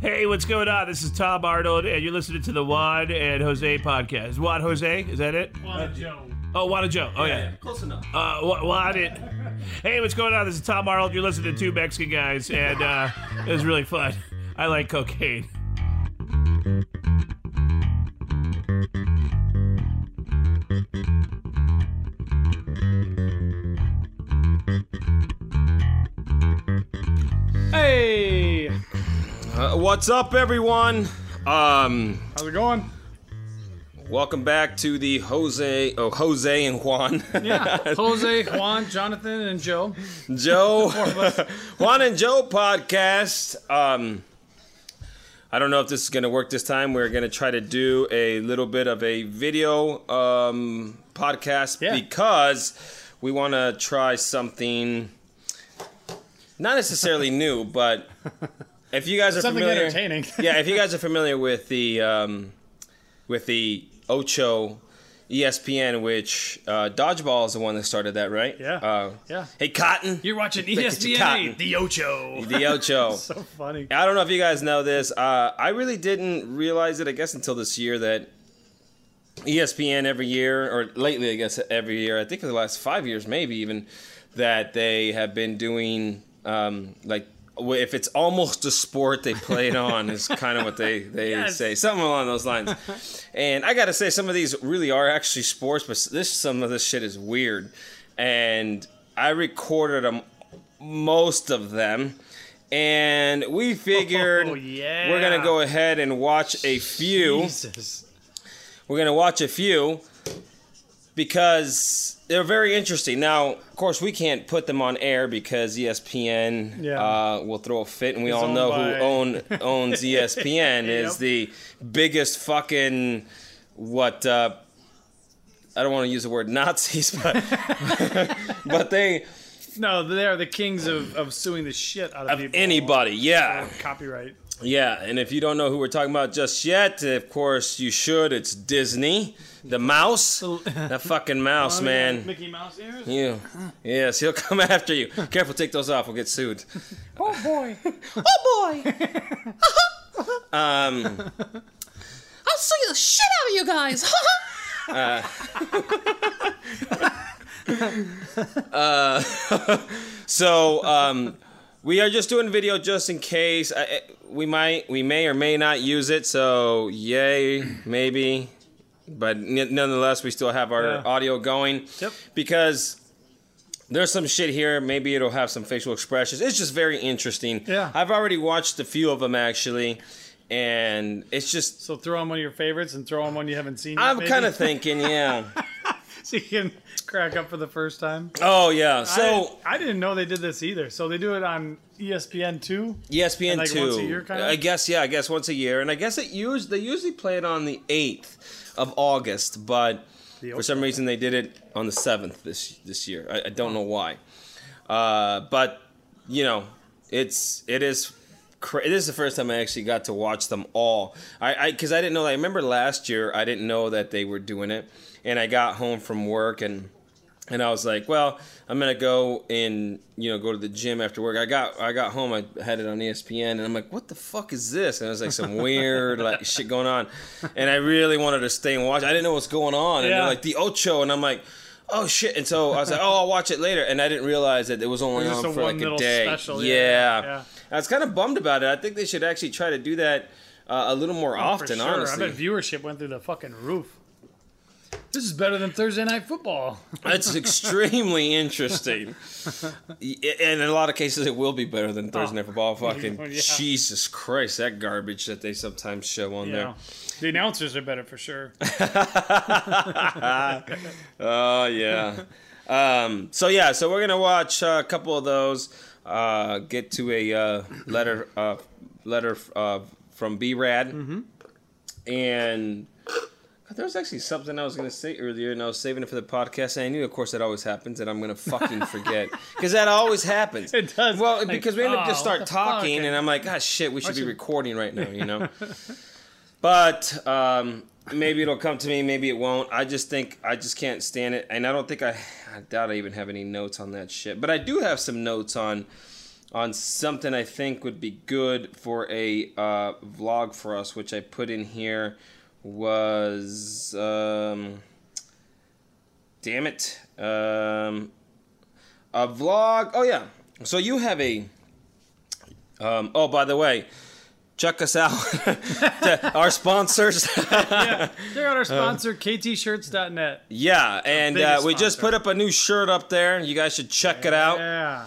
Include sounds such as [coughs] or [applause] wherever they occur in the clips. Hey, what's going on? This is Tom Arnold, and you're listening to the Juan and Jose podcast. Juan Jose, is that it? Wanna Joe. Oh, Juan and Joe. Oh, yeah. Close enough. Uh, Wa- Juan and... Hey, what's going on? This is Tom Arnold. You're listening to two Mexican guys, and uh, it was really fun. I like cocaine. Hey, Uh, what's up, everyone? Um, how's it going? welcome back to the Jose, oh Jose and Juan, Yeah, Jose, Juan, Jonathan, and Joe. [laughs] Joe, [laughs] Juan and Joe podcast. Um, I don't know if this is gonna work this time. We're gonna try to do a little bit of a video um, podcast Yeah. because we want to try something not necessarily new, but if you guys are Something familiar, entertaining. [laughs] yeah, if you guys are familiar with the um, with the Ocho E ESPN, which uh, dodgeball is the one that started that, right? Yeah. Uh, Yeah. Hey, Cotton. You're watching E It's a ESPN, cotton. the Ocho. [laughs] the Ocho. So funny. I don't know if you guys know this. Uh, I really didn't realize it, I guess, until this year that ESPN every year, or lately, I guess, every year, I think for the last five years, maybe even, that they have been doing um, like w- if it's almost a sport they play it on [laughs] is kind of what they, they Yes. say something along those [laughs] lines and i gotta say some of these really are actually sports but this some of this shit is weird and i recorded them most of them and we figured Oh, yeah. we're gonna go ahead and watch a few Jesus. we're gonna watch a few because they're very interesting. Now, of course, we can't put them on air because E ESPN Yeah. uh, will throw a fit, and we all owned know by- who [laughs] own owns E ESPN is Yep. the biggest fucking what. Uh, I don't want to use the word Nazis, [laughs] but but they No, they are the kings of, of suing the shit out of, people. anybody, yeah, on Copyright. [laughs] yeah. And if you don't know who we're talking about just yet, of course you should. It's Disney, the mouse, that fucking Oh, mouse, man. Mickey Mouse ears? Yeah. Yes, he'll [laughs] come after you. Careful, take those off. We'll get sued. Oh, boy. Oh boy. um. I'll sue the shit out of you guys. [laughs] so um, we are just doing video just in case. I- I, we might, we may or may not use it. So yay, maybe. But n- nonetheless, we still have our Yeah. audio going. Yep. Because there's some shit here. Maybe it'll have some facial expressions. It's just very interesting. Yeah. I've already watched a few of them actually, and it's just. So throw on one of your favorites and throw on one you haven't seen. yet, I'm maybe, kind of thinking, yeah. [laughs] so you can crack up for the first time. Oh yeah. So I, I didn't know they did this either. So they do it on E ESPN two. ESPN like two. once a year, kinda? I guess yeah. I guess once a year, and I guess it used they usually play it on the eighth of August, but for some reason they did it on the seventh this this year. I, I don't know why, uh, but you know, it's it is. Cra- this is the first time I actually got to watch them all. I because I, didn't know. I remember last year I didn't know that they were doing it, and I got home from work and and I was like, well, I'm gonna go and you know go to the gym after work. I got I got home, I had it on E ESPN, and I'm like, what the fuck is this? And it was like some weird like shit going on, and I really wanted to stay and watch. I didn't know what's going on, and Yeah. they're like the Ocho, and I'm like. Oh shit! And so I was like, "Oh, I'll watch it later," and I didn't realize that it was only It was just on a for one like little a day. special, yeah, yeah. yeah. I was kind of bummed about it. I think they should actually try to do that uh, a little more Oh, For often. sure. Honestly, I bet viewership went through the fucking roof. This is better than Thursday night football. That's [laughs] extremely interesting. Y- and in a lot of cases, it will be better than Thursday Night Football. Fucking Oh. [laughs] Yeah. Jesus Christ, that garbage that they sometimes show on Yeah. The announcers are better [laughs] for sure. there. Oh, yeah. [laughs] um, so, yeah, so we're going to watch uh, a couple of those, uh, get to a uh, letter uh, letter uh, from B Rad. And. God, There was actually something I was gonna say earlier, and I was saving it for the podcast. And I knew, of course, that always happens, and I'm gonna fucking forget because that always happens. It does. Well, Like, because we end up oh, just what start the fuck? talking, and I'm like, ah, shit, we should be [laughs] should- recording right now, you know. but um, maybe it'll come to me, maybe it won't. I just think I just can't stand it, and I don't think I, I doubt I even have any notes on that shit. But I do have some notes on on something I think would be good for a uh, vlog for us, which I put in here was um, damn it um, a vlog. Oh yeah, so you have a um, oh by the way. Check us out. [laughs] Our sponsors. [laughs] Check out our sponsor, ktshirts.net. Yeah, and uh, biggest we just sponsor. put up a new shirt up there. You guys should check it out. Yeah,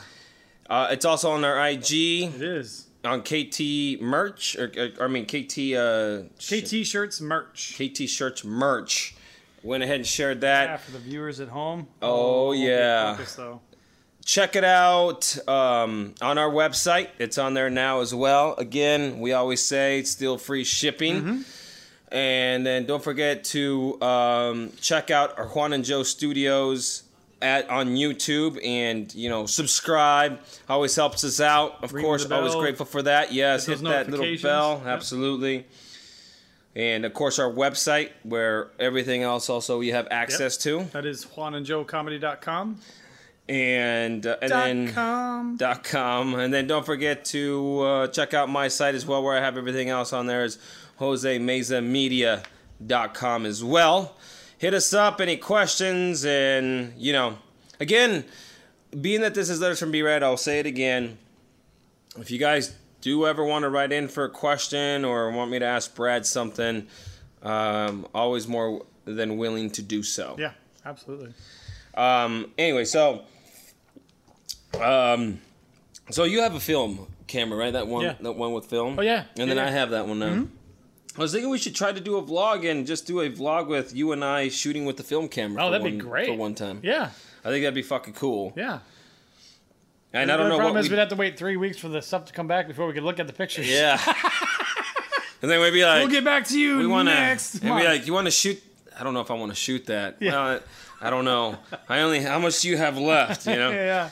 Uh, it's also on our IG it is. on KT merch, or, or I mean KT uh, shit, KT shirts merch. KT shirts merch. Went ahead and shared that. Yeah, for the viewers at home. Oh, we'll get yeah. focused, though. Check it out um, on our website. It's on there now as well. Again, we always say it's still free shipping. Mm-hmm. And then don't forget to um, check out our Juan and Joe Studios at on YouTube and you know subscribe. Always helps us out. Of Ring course, the always bell. grateful for that. Yes, Hit hit those that little notifications. bell. Yep. Absolutely. And of course, our website where everything else also you have access to. That is juanandjoecomedy.com. And uh, and then com. dot com and then don't forget to uh, check out my site as well where i have everything else on there is josemezamedia.com as well hit us up any questions and you know again being that this is letters from b red i'll say it again if you guys do ever want to write in for a question or want me to ask brad something um, always more than willing to do so Yeah, absolutely. um, anyway, so um, so you have a film camera, right? That one, Yeah. that one with film. Oh, yeah. And then Yeah, Mm-hmm. I yeah. have that one now. I was thinking we should try to do a vlog and just do a vlog with you and I shooting with the film camera. Oh, for that'd be one, great. for one time. Yeah, I think that'd be fucking cool. yeah. And I the don't know problem what is we. we'd have to wait three weeks for the stuff to come back before we could look at the pictures. yeah. [laughs] and then we'd be like, We'll get back to you we wanna, next and be month. like, you want to shoot? I don't know if I want to shoot that. Yeah. Well, I I don't know. I only how much do you have left? You know. [laughs] yeah,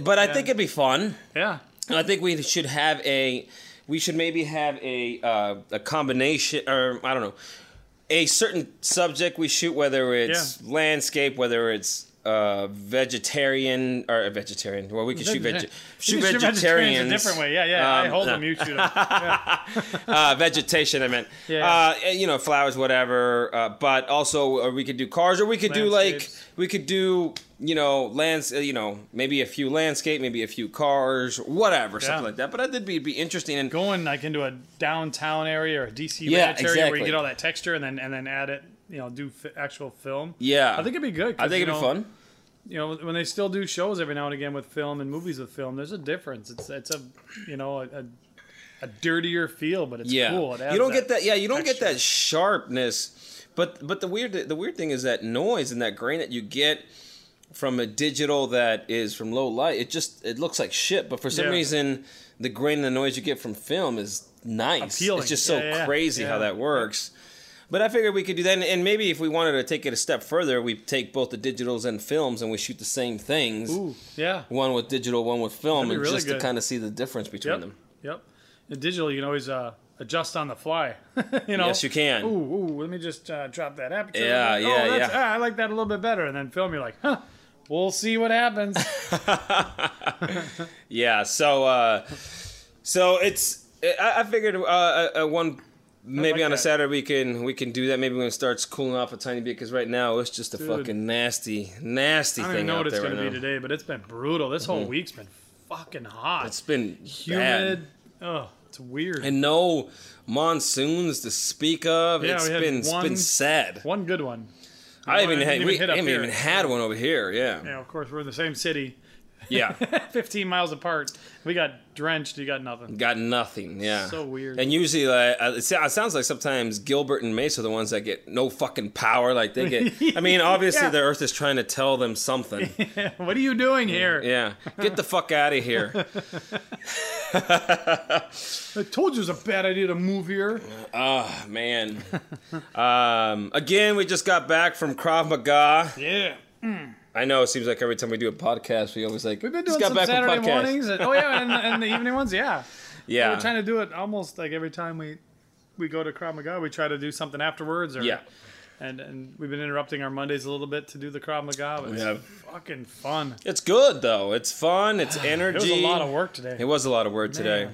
But I think it'd be fun. yeah. I think we should have a, we should maybe have a uh, a combination, or I don't know, a certain subject we shoot, whether it's landscape, whether it's uh, vegetarian or a vegetarian. Well, we could shoot, [laughs] veg- You shoot can vegetarians a different way. Yeah, yeah. I Um, hold no. them, you [laughs] shoot them. uh, vegetation. I meant, Yeah, Uh, you know, flowers, whatever. Uh, but also, or we could do cars, or we could do like Landscapes. we could do you know lands, uh, you know, maybe a few landscape, maybe a few cars, whatever, Yeah. something like that. But I think be be interesting and Going like into a downtown area or a DC Yeah, ranch area where exactly. you get all that texture and then and then add it. You know, do f- actual film. yeah, I think it'd be good. 'cause, I think you it'd be know, fun. You know, when they still do shows every now and again with film and movies with film, there's a difference. It's it's a you know a, a, a dirtier feel, but it's Yeah, cool. It adds you don't that. get that. Yeah, you don't get texture. that sharpness. But but the weird the weird thing is that noise and that grain that you get from a digital that is from low light. It just it looks like shit. But for some Yeah. reason, the grain and the noise you get from film is nice. Appealing. It's just so Yeah, yeah, crazy how yeah. that works. But I figured we could do that, and- and maybe if we wanted to take it a step further, we take both the digitals and films, and we shoot the same things. Ooh, yeah. One with digital, one with film, That'd be and really just to good. kind of see the difference between Yep. them. Yep. In digital, you can always uh, adjust on the fly. [laughs] you know. Yes, you can. Ooh, ooh, let me just uh, drop that aperture. Yeah, oh, yeah, that's, yeah. ah, I like that a little bit better. And then film, you're like, huh. We'll see [laughs] what happens. Yeah. So, uh, so it's. I, I figured uh, uh, uh, one maybe like on a that. Saturday we can we can do that. Maybe when it starts cooling off a tiny bit, because right now it's just a fucking nasty, nasty I don't even thing know out what it's there going right now. to be today, but it's been brutal. This whole week's been fucking hot. Mm-hmm. It's been humid. bad. Oh, it's weird. and no monsoons to speak of. Yeah, it's we had been it's been one- sad. one good one. I one even that had didn't we even hit up haven't here. even had one over here. You Yeah, know, of course, we're in the same city, [laughs] yeah. 15 miles apart. We got drenched. You [laughs] got nothing. Got nothing. Yeah. So weird. And usually, like, uh, it sou- it sounds like sometimes Gilbert and Mace are the ones that get no fucking power. Like they [laughs] get. I mean, obviously Yeah. the Earth is trying to tell them [laughs] something. what are you doing here? Yeah. Get the fuck out of [laughs] here. I told you it was a bad idea to move here. Oh man. Um, again, we just got back from Krav Maga. Yeah. I know it seems like every time we do a podcast, we always like We've been just doing got some back from podcast. [laughs] Saturday mornings. And, oh yeah, and, and the evening ones. Yeah. Yeah. we're trying to do it almost like every time we we go to Krav Maga, we try to do something afterwards. Or, Yeah. And, and we've been interrupting our Mondays a little bit to do the Krav Maga. But it's have. fucking fun. It's good though. It's fun. It's [sighs] It energy. was a lot of work today. It was a lot of work today.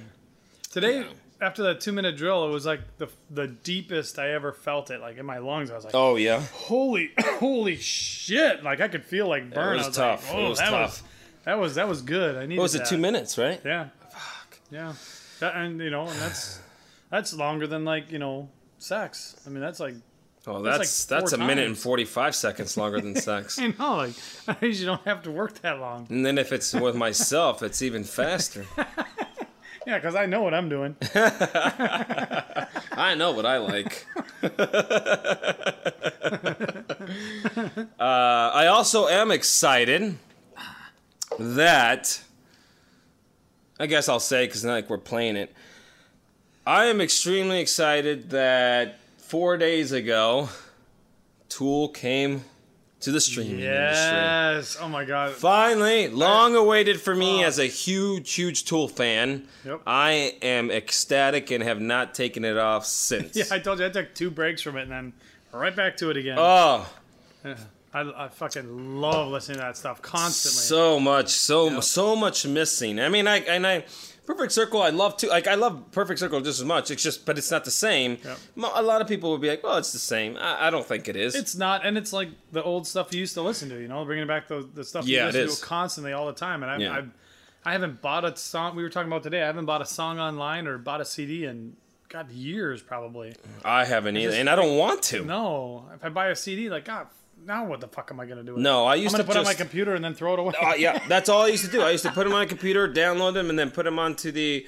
Today, after that two minute drill, it was like the the deepest I ever felt it, like in my lungs. I was like, Oh yeah. holy, [coughs] holy shit! Like I could feel like burn. was I was tough. Like, "Whoa, It was that tough. Was, that was that was good. I needed. What was it? that. Two minutes, right? Yeah. Fuck. Yeah. That, and you know, and that's that's longer than like you know sex. I mean, that's like Oh, that's that's, That's like a four minute times. and forty five seconds longer than [laughs] sex. I know, like [laughs] I usually don't have to work that long. and then if it's with myself, it's even faster. Yeah, because I know what I'm [laughs] doing. I know what I like. [laughs] uh, I also am excited that I guess I'll say because not like we're playing it. I am extremely excited that four days ago, Tool came to the streaming industry. yes. Oh my god. Finally, long awaited for me as a huge, huge Tool fan. Oh. Yep. I am ecstatic and have not taken it off since. [laughs] Yeah, I told you I took two breaks from it and then right back to it again. Oh, I, I fucking love listening to that stuff constantly. so much, so so much missing. I mean, I and I, Perfect Circle, I love too. Like I love Perfect Circle just as much. It's just, but it's not the same. Yep. Mo- A lot of people would be like, "Well, it's the same." I, I don't think it is. it's not, and it's like the old stuff you used to listen to. You know, bringing back the, the stuff Yeah, you it listen is. to constantly all the time. And I, Yeah. I, I haven't bought a song. We were talking about today. I haven't bought a song online or bought a CD in God years probably. I haven't either, and I don't want to. No, if I buy a CD, like God, now what the fuck am I gonna do? With No, I it? I'm used gonna to put it on my just- computer and then throw it away. Uh, yeah, that's all I used to do. I used to put them on a computer, download them, and then put them onto the,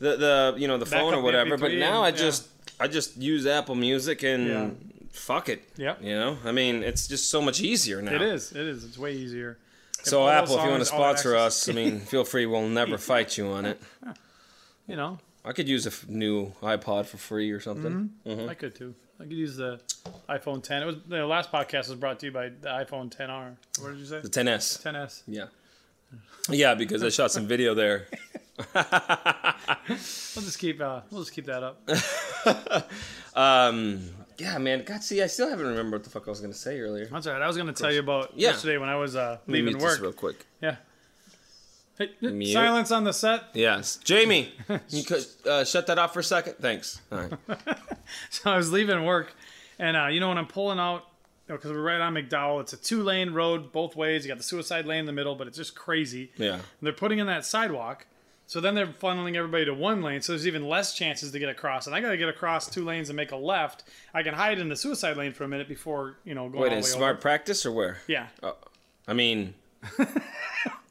the, the you know the phone up or the whatever. But MP3 now I and- yeah. just I just use Apple Music and Yeah. fuck it. Yep. You know, I mean, it's just so much easier now. it is. It is. It's way easier. So all Apple, if you want to songs, all sponsor us, access. I [laughs] mean, feel free. We'll never fight you on it. You know, I could use a f- new iPod for free or something. Mm-hmm. I could too. I could use the iPhone 10. It was the last podcast was brought to you by the iPhone 10R. What did you say? The 10s. 10s. Yeah. Yeah, because I shot some video there. We'll just keep uh, we'll just keep that up. Um, yeah, man. God, see, I still haven't remembered what the fuck I was gonna say earlier. That's all right. I was gonna tell you about Yeah. yesterday when I was uh, Let me mute leaving this work. real quick. Yeah. Hey, Mute. silence on the set. [laughs] Yes, Jamie, you could uh, shut that off for a second. Thanks. All [laughs] right. So I was leaving work, and uh, you know when I'm pulling out, because we're right on McDowell. It's a two lane road both ways. You got the suicide lane in the middle, but it's just crazy. Yeah. And they're putting in that sidewalk. So then they're funneling everybody to one lane, so there's even less chances to get across. And I got to get across two lanes and make a left. I can hide in the suicide lane for a minute before you know going Wait, all the way is smart Oh. over. practice or where? Yeah, I [laughs] mean,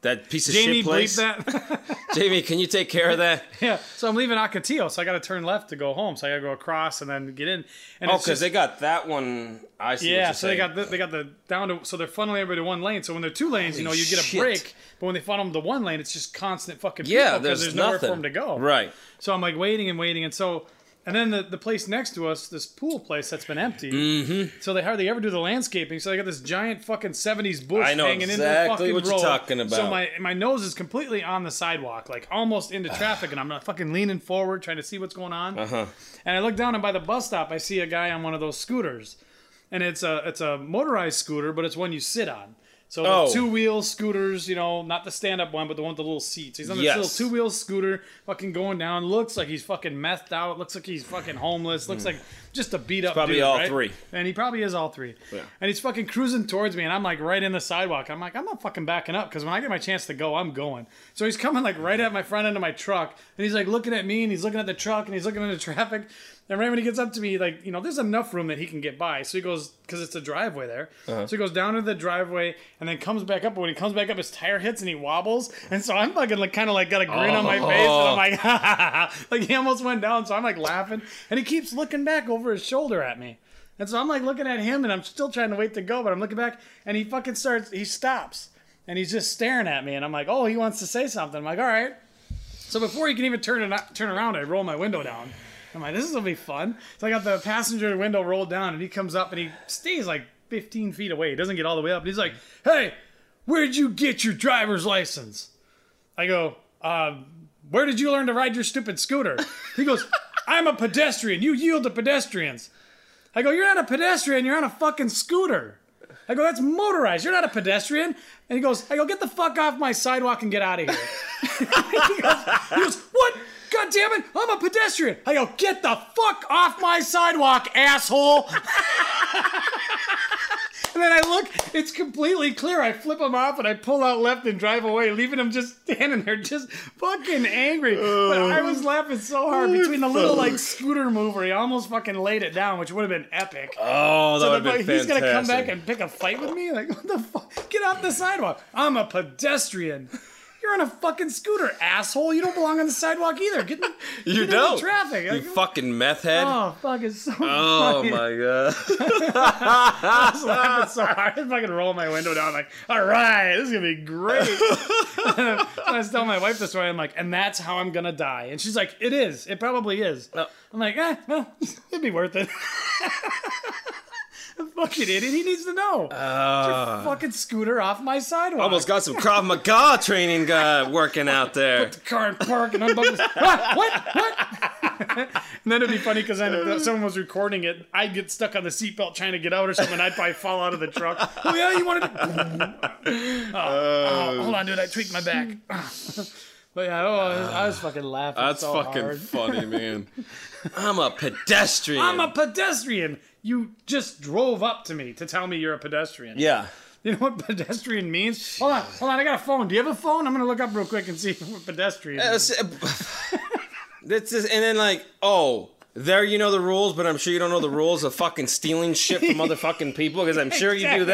that piece of Jamie shit place. bleep that. [laughs] Jamie, can you take care of that? yeah, so I'm leaving Ocotillo, so I got to turn left to go home. So I got to go across and then get in. And Oh, it's because just- they got that one. I see. what Yeah, you're so they saying. got the, they got the down to so they're funneling everybody to one lane. So when they're two lanes, you know, Holy you get a shit. break. But when they funnel them to one lane, it's just constant fucking Yeah, people 'cause there's, there's, nowhere nothing for them to go. Right. So I'm like waiting and waiting, and so and then the, the place next to us, this pool place that's been empty. Mm-hmm. So they hardly ever do the landscaping. So they got this giant fucking '70s bush I know hanging in the exactly fucking what you're road. talking about. So my my nose is completely on the sidewalk, like almost into Ah. traffic, and I'm not fucking leaning forward trying to see what's going on. Huh. And I look down and by the bus stop, I see a guy on one of those scooters, and it's a it's a motorized scooter, but it's one you sit on. So the Oh. two wheel scooters, you know, not the stand up one, but the one with the little seats. He's on this Yes. little two wheel scooter, fucking going down. Looks like he's fucking methed out. Looks like he's fucking homeless. Looks like just a beat up. probably dude, all right? three. And he probably is all three. And he's fucking cruising towards me, and I'm like right in the sidewalk. I'm like, I'm not fucking backing up because when I get my chance to go, I'm going. So he's coming like right at my front end of my truck, and he's like looking at me, and he's looking at the truck, and he's looking at the [laughs] traffic. And right when he gets up to me, like you know, there's enough room that he can get by. So he goes because it's a driveway there. So he goes down to the driveway and then comes back up. But when he comes back up, his tire hits and he wobbles. And so I'm fucking like kind of like got a grin on my face, and I'm like, ha, ha, ha, ha. like [laughs] he almost went down. So I'm like laughing, and he keeps looking back over his shoulder at me. And so I'm like looking at him and I'm still trying to wait to go, but I'm looking back and he fucking starts, he stops and he's just staring at me. And I'm like, oh, he wants to say something. I'm like, all right. So before he can even turn, it, turn around, I roll my window down. I'm like, this is gonna be fun. So I got the passenger window rolled down and he comes up and he stays like 15 feet away. He doesn't get all the way up. And he's like, hey, where'd you get your driver's license? I go, uh, where did you learn to ride your stupid scooter? He goes, I'm a pedestrian. You yield to pedestrians. I go, you're not a pedestrian. You're on a fucking scooter. I go, that's motorized. You're not a pedestrian. And he goes, I go, get the fuck off my sidewalk and get out of here. [laughs] he, goes, he goes, what? God damn it, I'm a pedestrian. I go, get the fuck off my sidewalk, asshole. [laughs] and then I look, it's completely clear. I flip him off and I pull out left and drive away, leaving him just standing there, just fucking angry. but I was laughing so hard between the little like scooter move where he almost fucking laid it down, which would have been epic. Oh, that So would they're have been like, he's fantastic. gonna come back and pick a fight with me? Like, what the fuck? Get off the sidewalk. I'm a pedestrian. You're on a fucking scooter, asshole. You don't belong on the sidewalk either. Get, in- [laughs] get you in the don't. traffic. You Like, fucking meth head. [laughs] Oh, oh fuck, it's so funny. [laughs] my god. I was [laughs] laughing so hard. I fucking roll my window down. like, all right, this is gonna be [laughs] great. [laughs] I was telling my wife the story. I'm like, and that's how I'm gonna die. And she's like, it is. It probably is. I'm like, eh, well, [laughs] it'd be worth it. fucking idiot. He needs to know. Ah. fucking scooter off my sidewalk. almost got some Krav Maga training guy working out [laughs] there. car and park and [laughs] unbug this. ah, what? What? [laughs] and then it'd be funny because if someone was recording it, I'd get stuck on the seatbelt trying to get out or something. and I'd probably fall out of the truck. [laughs] Oh yeah, you wanted to? [laughs] Oh, oh, hold on, dude. I tweaked my [laughs] back. [sighs] but yeah, oh, I, was, I was fucking laughing. That's so fucking hard. funny, [laughs] man. I'm a pedestrian. I'm a pedestrian. You just drove up to me to tell me you're a pedestrian. yeah. You know what pedestrian means? Hold on, hold on. I got a phone. Do you have a phone? I'm gonna look up real quick and see [laughs] what pedestrian. Uh, Is. s- [laughs] That's just, and then like, oh, there you know the rules, but I'm sure you don't know the rules of fucking stealing shit from other fucking people because I'm sure you do Exactly,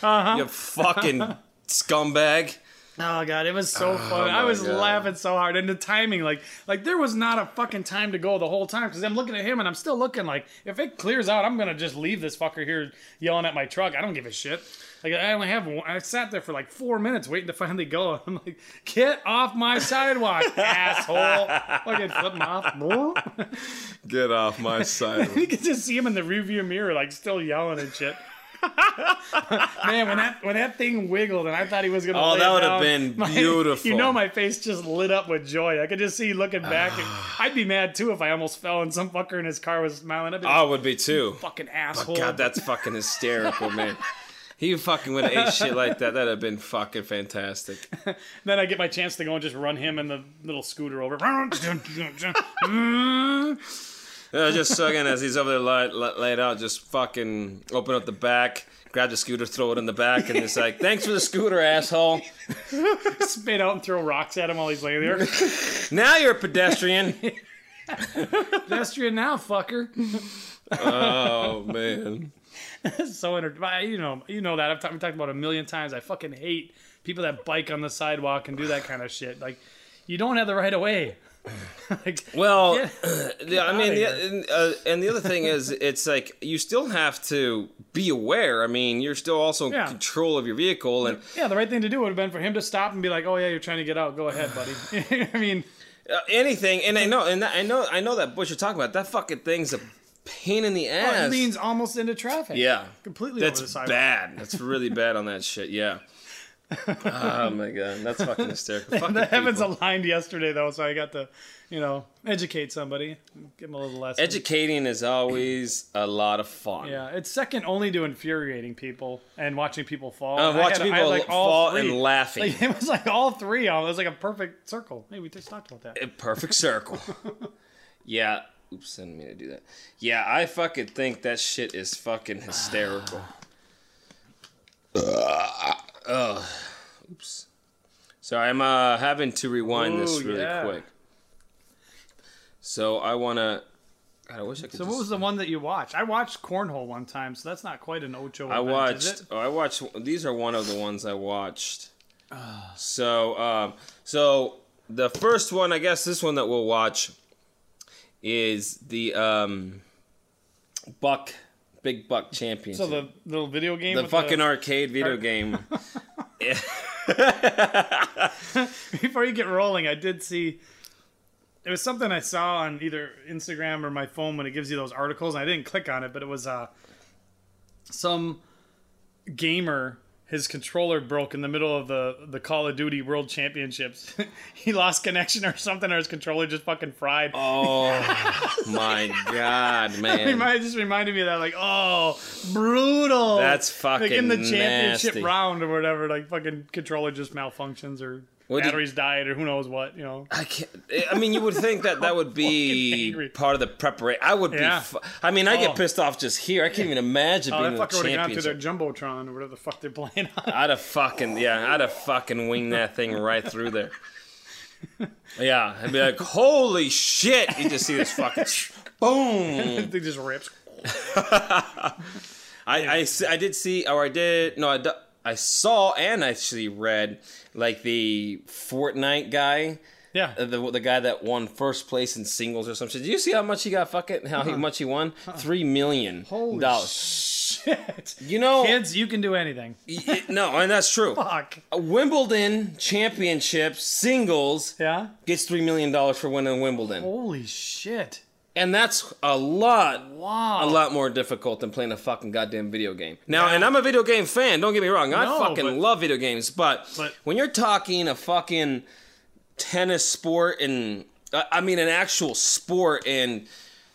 that. You fucking scumbag. Oh god, it was so fun. I my was God. laughing so hard, and the timing, like, like there was not a fucking time to go the whole time because I'm looking at him and I'm still looking like, if it clears out, I'm gonna just leave this fucker here yelling at my truck. I don't give a shit. Like I only have, one, I sat there for like four minutes waiting to finally go. [laughs] I'm like, get off my sidewalk, [laughs] asshole! Fucking flip [laughs] him off. Get off my [laughs] You side. can just see him in the rearview mirror, like still yelling and shit. [laughs] Man, when that when that thing wiggled and I thought he was gonna. Oh, lay that would would've have been beautiful. You know, my face just lit up with joy. I could just see looking back. [sighs] and I'd be mad too if I almost fell and some fucker in his car was smiling at [laughs] me. I would be too. fucking asshole! Oh. God, that's fucking hysterical, man. He fucking would have ate shit like that. That'd have been fucking fantastic. Then I get my chance to go and just run him and the little [laughs] scooter over. [laughs] Fucking Uh, just sucking as he's over there laid, laid out, just fucking open up the back, grab the scooter, throw it in the back, and it's like, thanks for the scooter, asshole. spit out and throw rocks at him while he's [laughs] laying there. Now you're a [laughs] pedestrian. Pedestrian now, fucker. Oh man. so entered. You know, you know that I've talked, talked about it a million times. I fucking hate people that bike on the sidewalk and do that kind of shit. Like, you don't have the right of way. [laughs] like, Well, Yeah. yeah, I mean, [clears throat] outta the, here. and, uh, and the other thing is, it's like you still have to be aware. I mean, you're still also in Yeah. control of your vehicle, and yeah, the right thing to do would have been for him to stop and be like, "Oh yeah, you're trying to get out. Go ahead, buddy." [laughs] I mean, uh, anything. And I know, and I know, I know that what you're talking about. That fucking thing's a pain in the it ass. leans almost into traffic. yeah, completely That's over the [laughs] sidewalk. bad. That's really bad on that shit. Yeah. oh my god, that's fucking [laughs] hysterical. Fucking The heavens people. aligned yesterday though, so I got to, you know, educate somebody, give them a little lesson. Educating is always a lot of fun. yeah, it's second only to infuriating people and watching people fall. Uh, And I watching had- I had, people like, all fall three. and laughing. Like, [laughs] it was like all three. of them. It was like a perfect circle. Hey, we just talked about that. A perfect [laughs] circle. yeah. Oops, I didn't mean to do that. Yeah, I fucking think that shit is fucking [sighs] hysterical. Ugh. Oops. Sorry, I'm uh, having to rewind this Ooh, really yeah. quick. So I wanna. God, I wish I could. So what just- was the one that you watched? I watched Cornhole one time, so that's not quite an Ocho. I event, is watched. it? Oh, I watched. These are one of the ones I watched. Ah. So, um, so the first one, I guess, this one that we'll watch is the um, Buck, Big Buck Championship. So the little video game. the with [laughs] fucking arcade video game. before you get rolling, I did see. It was something I saw on either Instagram or my phone when it gives you those articles. And I didn't click on it, but it was uh, some gamer his controller broke in the middle of the, the Call of Duty World Championships. [laughs] he lost connection or something, or his controller just fucking fried. Oh my [laughs] god, It man! might- just reminded me of that, like, oh, brutal. That's like in the fucking championship nasty. round or whatever. Like fucking controller just malfunctions or What did- batteries died or who knows what. You know, I can't. I mean, you would think that that would [laughs] Fucking be angry. part of the preparation. I would Yeah. be. Fu- I mean, I Oh. get pissed off just here. I can't even imagine oh, being in that the fucker would have gone to championship. their jumbotron or whatever the fuck they're playing on. I'd have fucking yeah, I'd have fucking winged that thing right through there. Yeah, I'd be like, holy shit! You just see this fucking sh- boom. [laughs] they just rips. I, I s- I did see or I did no I, d- I saw and actually read like the Fortnite guy. Yeah. uh, The, the guy that won first place in singles or some shit. Did you see how much he got fucking how he- much he won? Three million Holy dollars. shit. You know, Kids, you can do anything. y- y- no, and that's true. Fuck. A Wimbledon championship singles Yeah. gets three million dollars for winning Wimbledon, Holy shit. and that's a lot, Wow. a lot more difficult than playing a fucking goddamn video game. Now, and I'm a video game fan. Don't get me wrong. I No, fucking but- love video games, but, But- when you're talking a fucking tennis sport and I I mean an actual sport and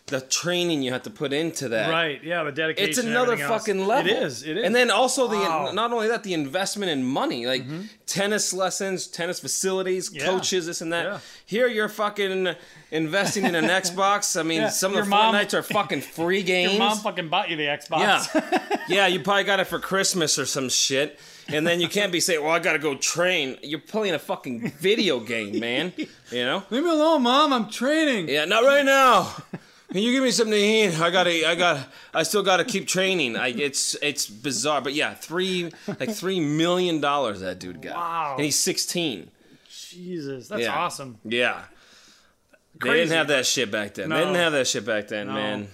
the training you have to put into that, Right. Yeah. The dedication. It's and another everything else. fucking level. It is. It is. And then also the Wow. Mm-hmm. not only that, the investment in money, like tennis lessons, tennis facilities, coaches, this and that. Yeah. Here you're fucking investing [laughs] in an Xbox. I mean, Yeah. some Your of the mom- Fortnites are [laughs] fucking free games. your mom fucking bought you the Xbox. [laughs] yeah, yeah, you probably got it for Christmas or some shit. And then you can't be saying, "Well, I gotta go train." You're playing a fucking video game, man. [laughs] You know? Leave me alone, mom. I'm training. Yeah, not right now. Can you give me something to eat? I gotta, I got, I still gotta keep training. I, it's, it's bizarre, but yeah, three, like three million dollars that dude got. Wow. And he's sixteen. Jesus, that's Yeah. awesome. Yeah. They Crazy. didn't have that shit back then. No. They didn't have that shit back then, No. man.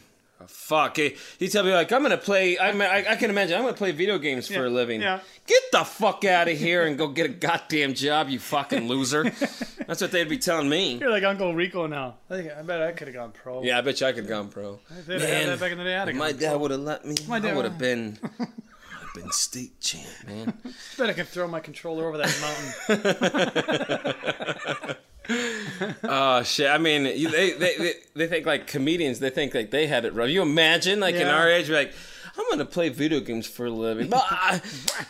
Fuck. Eh, You tell me like I'm gonna play. I'm, I, I can imagine I'm gonna play video games for a living. yeah. Get the fuck out of here and go get a goddamn job, you fucking [laughs] loser. That's what they'd be telling me. You're like Uncle Rico now. I think I bet I could have gone pro. Yeah, I bet you I could gone pro. They had Man. that back in the day. I'd have My gone. dad would have let me. My dad- I would have [laughs] been, I'd been state champ, man. bet I could throw my controller over that [laughs] mountain. Oh shit! I mean, you- they, they they they think like comedians. They think like they had it rough. You imagine like in Yeah. our age, we're like, I'm gonna play video games for a living. But [laughs] I,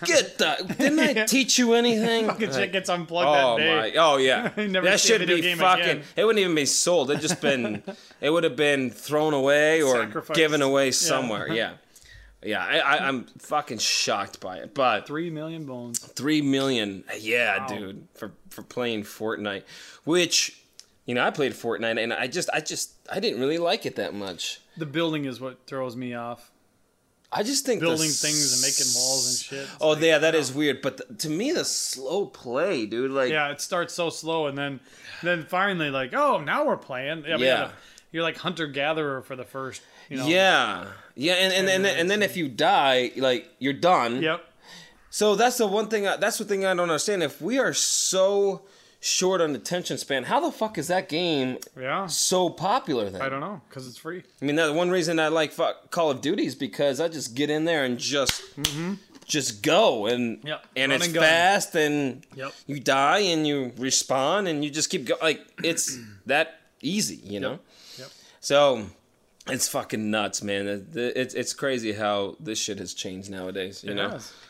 get the didn't I teach you anything? Fucking shit gets unplugged Oh that day. my! Oh yeah, [laughs] You never that see a should video be game fucking. again. It wouldn't even be sold. It just [laughs] been. it would have been thrown away or Sacrificed. given away somewhere. Yeah, yeah. I, I, I'm fucking shocked by it, but Three million bones. Three million, yeah, dude, for for playing Fortnite, which you know I played Fortnite and I just I just I didn't really like it that much. The building is what throws me off. I just think the Building s- things and making walls and shit. Oh yeah, that is weird. But the, to me, the slow play, dude, like Yeah, it starts so slow, and then, then finally, like, oh, now we're playing. I mean, Yeah. uh, you're like hunter gatherer for the first. You know, yeah, yeah, and and and, and then if you die, like you're done. Yep. So that's the one thing. I, that's the thing I don't understand. If we are so short on attention span, how the fuck is that game Yeah. so popular then? I don't know because it's free. I mean, that one reason I like fuck Call of Duty is because I just get in there and just just go and Yep. and Run it's and gun. fast and Yep. you die and you respawn and you just keep going. Like it's [clears throat] that easy, you know. Yep. So it's fucking nuts, man. It- it- It's it's crazy how this shit has changed nowadays. You know, Yes. [laughs]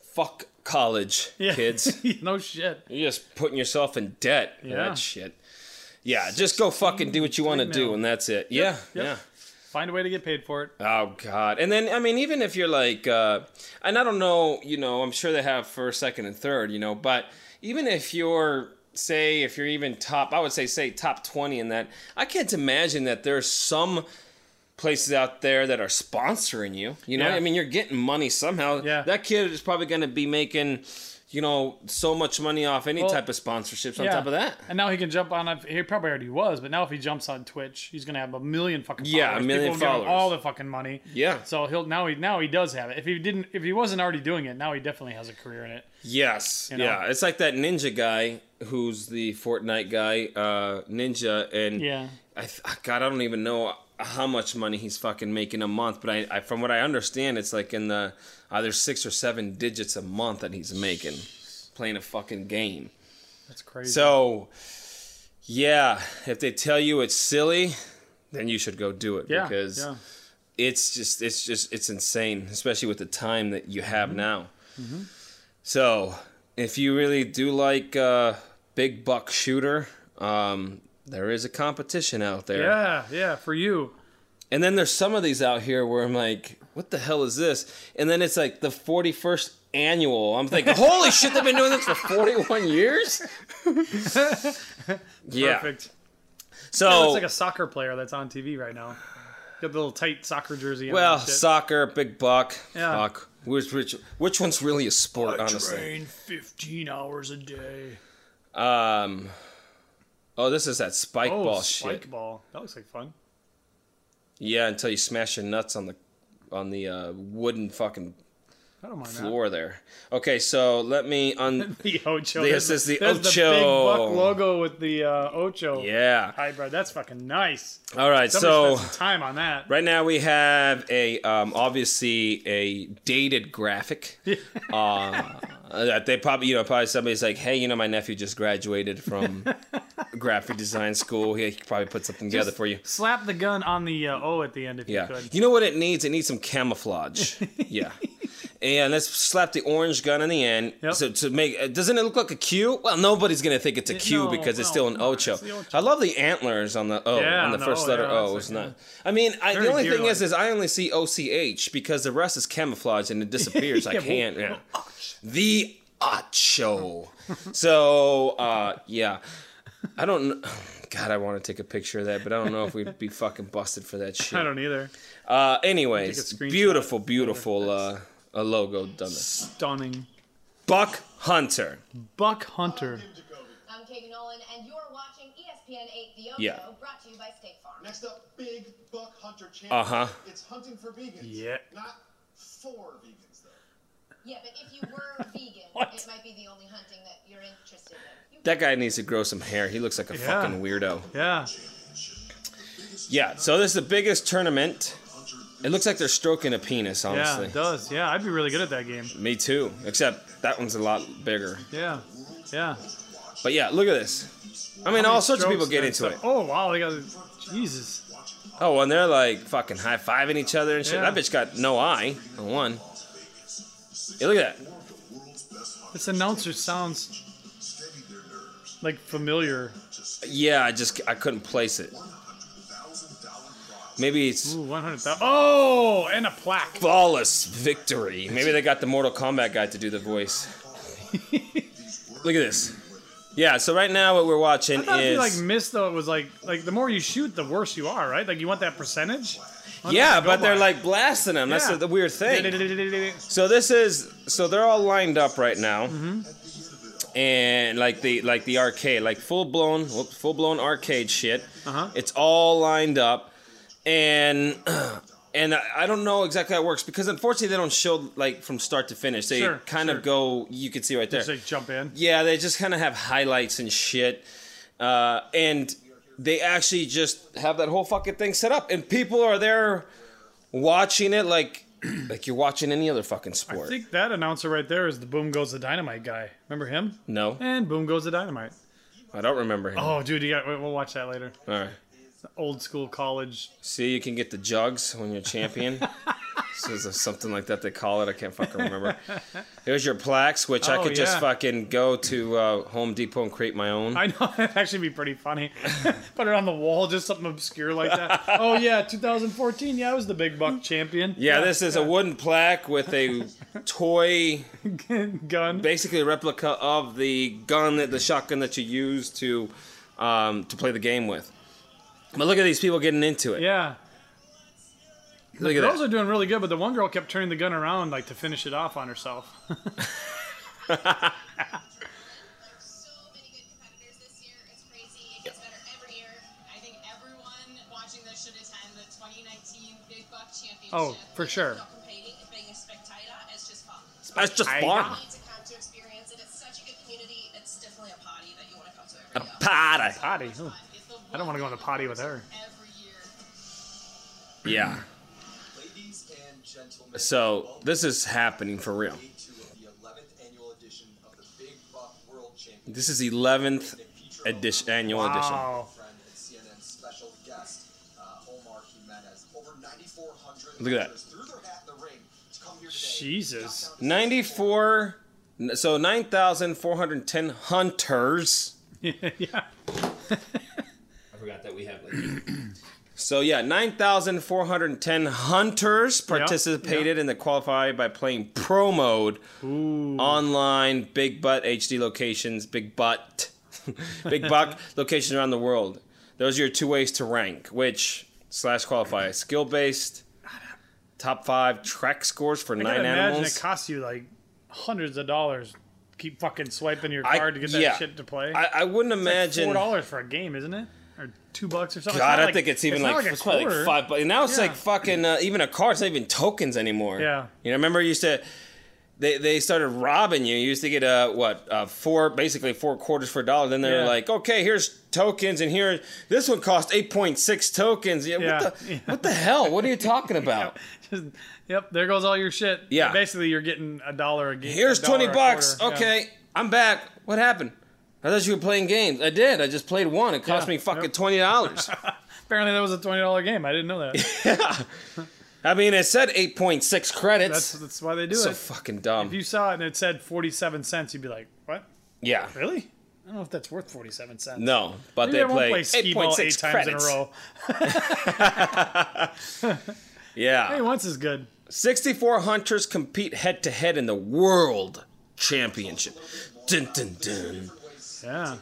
fuck college, Yeah. kids. [laughs] no shit. You're just putting yourself in debt. for Yeah. That shit. Yeah, just go fucking do what you want to do, mil. and that's it. yep. Yeah, yeah. Find a way to get paid for it. Oh God! And then I mean, even if you're like, uh, and I don't know, you know, I'm sure they have first, second, and third, you know, but even if you're say if you're even top, I would say say top twenty in that, I can't imagine that there's some places out there that are sponsoring you. You know, Yeah. I mean, you're getting money somehow. Yeah. That kid is probably going to be making, you know, so much money off any Well, type of sponsorships on Yeah. top of that. And now he can jump on. He probably already was, but now if he jumps on Twitch, he's gonna have a million fucking followers. Yeah, a million People will give him followers. all the fucking money. Yeah. So he'll now he now he does have it. If he didn't, if he wasn't already doing it, now he definitely has a career in it. Yes. know? Yeah. It's like that ninja guy who's the Fortnite guy, uh, ninja, and Yeah. I th- ah, God, I don't even know. I- how much money he's fucking making a month, but I, I from what I understand, it's like in the either six or seven digits a month that he's making playing a fucking game. That's crazy. So, yeah, if they tell you it's silly, then you should go do it yeah, because yeah. it's just it's just it's insane, especially with the time that you have Mm-hmm. now. So, if you really do like uh, big buck shooter, um, there is a competition out there. yeah, yeah, for you. And then there's some of these out here where I'm like, what the hell is this? And then it's like the 41st annual. I'm thinking, holy shit, they've been doing this for 41 [laughs] years? yeah. Oh. Perfect. So, It's like a soccer player that's on TV right now. Got the little tight soccer jersey. on well, and shit. soccer, big buck. Yeah. Fuck. Which, which, which one's really a sport, honestly? train 15 hours a day. Um, oh, this is that spike Oh, ball spike shit. ball. That looks like fun. Yeah, until you smash your nuts on the on the uh, wooden fucking I don't mind floor there. Okay, so let me [laughs] un. that. The Ocho. This There's- is the there's The big Ocho. buck logo with the uh, Ocho. yeah. Eyebrow. That's fucking nice. All right, Somebody so. spent some time on that. Right now we have a um, obviously a dated graphic uh, that they probably you know probably somebody's like hey you know my nephew just graduated from graphic design school he could probably put something together for you Slap the gun on the uh, O at the end if yeah you could. you know what it needs it needs some camouflage [laughs] yeah and let's slap the orange gun on the end Yep. so to make uh, doesn't it look like a Q well nobody's gonna think it's a Q no, because it's no, still an no, Ocho. it's the Ocho. I love the antlers on the O Yeah, on the on the first O, letter yeah, O it's is like, not I mean, I, the Very only thing deer-like. is, is I only see OCH because the rest is camouflage and it [laughs] disappears. I Yeah, can't. Yeah. The Ocho. so, uh, yeah. I don't. kn- [sighs] God, I want to take a picture of that, but I don't know if we'd be fucking busted for that [laughs] I shit. don't either. Uh, anyways, Take a screenshot. beautiful, beautiful uh, a logo done. This. Stunning. Buck Hunter. Buck Hunter. I'm Kagan Nolan, and you're watching E ESPN 8 The Ocho, Yeah. brought to you by State Farm. Next up, big buck hunter champion. Uh-huh. It's hunting for vegans. Yeah. Not for vegans, though. Yeah, but if you were vegan, [laughs] What? it might be the only hunting that you're interested in. You That guy needs to grow some hair. He looks like a Yeah. fucking weirdo. Yeah. Yeah. So this is the biggest tournament. It looks like they're stroking a penis, Yeah, honestly. it does. Yeah, I'd be really good at that game. Me too, except that one's a lot bigger. Yeah. Yeah. But yeah, look at this. I mean, all sorts of people get into it. Oh, wow. They got. Jesus. Oh, and they're like fucking high fiving each other and shit. Yeah. That bitch got no eye on one. Yeah, look at that. This announcer sounds like familiar. Yeah, I just I couldn't place it. Maybe it's Ooh, 100,000. Oh, and a plaque. flawless victory. Maybe they got the Mortal Kombat guy to do the [laughs] voice. look at this. Yeah, so right now what we're watching I thought if is you like miss though, it was like like the more you shoot, the worse you are, right? Like you want that percentage. yeah, go but they're by. like blasting them. That's Yeah. the, the weird thing. That's So this is so they're all lined up right now, Mm-hmm. and like the like the arcade, like full blown full blown arcade shit. Uh-huh. It's all lined up, and [clears throat] and I I don't know exactly how it works because unfortunately they don't show like from start to finish. They Sure, kind sure. of go. You can see right there. like jump in. Yeah, they just kind of have highlights and shit. Uh, and they actually just have that whole fucking thing set up. And people are there watching it like [clears throat] like you're watching any other fucking I sport. think that announcer right there is the Boom Goes the Dynamite guy. Remember him? no, And Boom Goes the Dynamite. I don't remember him. Oh, dude, you got. We'll watch that later. All right. Old school college. [laughs] See, you can get the jugs when you're champion. so there's something like that they call it. I can't fucking remember. Here's your plaques, which I Oh, could just yeah. fucking go to uh, Home Depot and create my own. I know [laughs] that'd actually be pretty funny. [laughs] Put it on the wall, just something obscure [laughs] like that. Oh yeah, 2014. Yeah, I was the big buck champion. yeah, this is a wooden plaque with a toy [laughs] gun. basically a replica of the gun that the shotgun that you use to um, to play the game with. But look at these people getting into it. Yeah. look The at girls that. are doing really good, but the one girl kept turning the gun around like to finish it off on herself. so many good competitors this year. It's crazy. It gets better every year. I think everyone watching this should attend the 2019 Big Buck Championship. Oh, for sure. Not competing, it's being a spectator. It's just fun. That's just I- fun. It's a time to experience it. It's such a good community. It's definitely a potty that you want to come to every A party. Potty. Ooh. It's the I don't want to go in the potty with her. Every year. Yeah. Ladies and gentlemen. So this is happening for real. the 11th annual edition of the Big Buck World Championship. This is 11th edition, annual edition. Wow. Friend and CNN special guest uh, Omar Jimenez. Over 9,400 Look at that. hunters threw their hat in the ring to come here today. Jesus. 94, so 9,410 hunters. [laughs] yeah. I forgot that we have like. [clears throat] so yeah, 9,410 hunters participated in the qualify by playing pro mode online big butt HD locations, big butt, [laughs] big [laughs] buck locations around the world. Those are your two ways to rank, which slash qualify skill based. Top five track scores for I nine can imagine animals. it costs you like hundreds of dollars. Keep fucking swiping your I- card to get that yeah. shit to play. I, I wouldn't It's like imagine. four dollars for a game, isn't it? Or two bucks or something. God, not I like- think it's even not like, like, a it's probably like quarter. five. But now it's Yeah. like fucking uh, even a car. It's not even tokens anymore. Yeah. You know, remember you used to they they started robbing you. You used to get uh what uh four basically four quarters for a dollar. Then they're Yeah. like, okay, here's tokens, and here this one cost eight point six tokens. Yeah. Yeah. What the Yeah. what the hell? What are you [laughs] talking about? Just, [laughs] yep, there goes all your shit. Yeah. Basically, you're getting a dollar a game. Here's a dollar twenty a bucks. quarter. Okay, Yeah. I'm back. What happened? I thought you were playing games. I did. I just played one. It cost Yeah. me fucking Yep. twenty dollars. Apparently, that was a twenty dollar game. I didn't know [laughs] that. I mean, it said eight point six that's credits. that's why they do so it. fucking dumb. if you saw it and it said forty seven cents, you'd be like, what? yeah. Really? I don't know if that's worth forty seven cents. No, but Maybe they I won't play, play skee ball 8.6 eight times credits. in a row. Yeah. Hey, once is good. 64 hunters compete head to head in the World Championship. Dun, dun, dun. Yeah.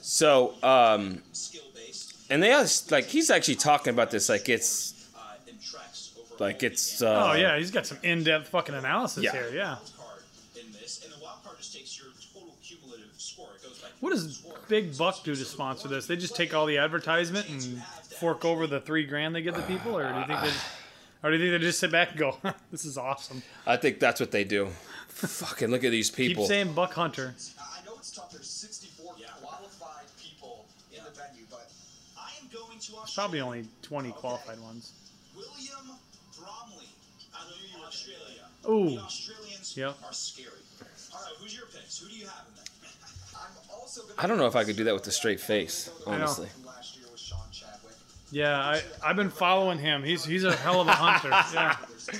So, um, Skill based and they always, like, he's actually talking about this like it's, uh, and tracks over like it's, uh, Oh yeah, he's got some in depth fucking analysis Yeah. here. Yeah. wild card in this, and the wild card just takes your total cumulative score. It goes by What does Big Buck do to sponsor this? They just take all the advertisement and fork over the three grand they give the people, or do you think they just, or do you think they just sit back and go, [laughs] "This is awesome"? I think that's what they do. Fucking look at these Keep people. saying Buck Hunter. I know it's tough. There's 64 qualified people in the venue, but I am going to There's Australia. probably only 20 qualified ones. William Bromley. I know you were Australia. Ooh. The Australians Yep. are scary. All right, who's your picks? Who do you have in there? [laughs] I'm also gonna I don't know if I could do that with a straight face, honestly. last year was Sean Chadwick. Yeah, I I've been following him. He's he's a hell of [laughs] a hunter. Yeah. There's twenty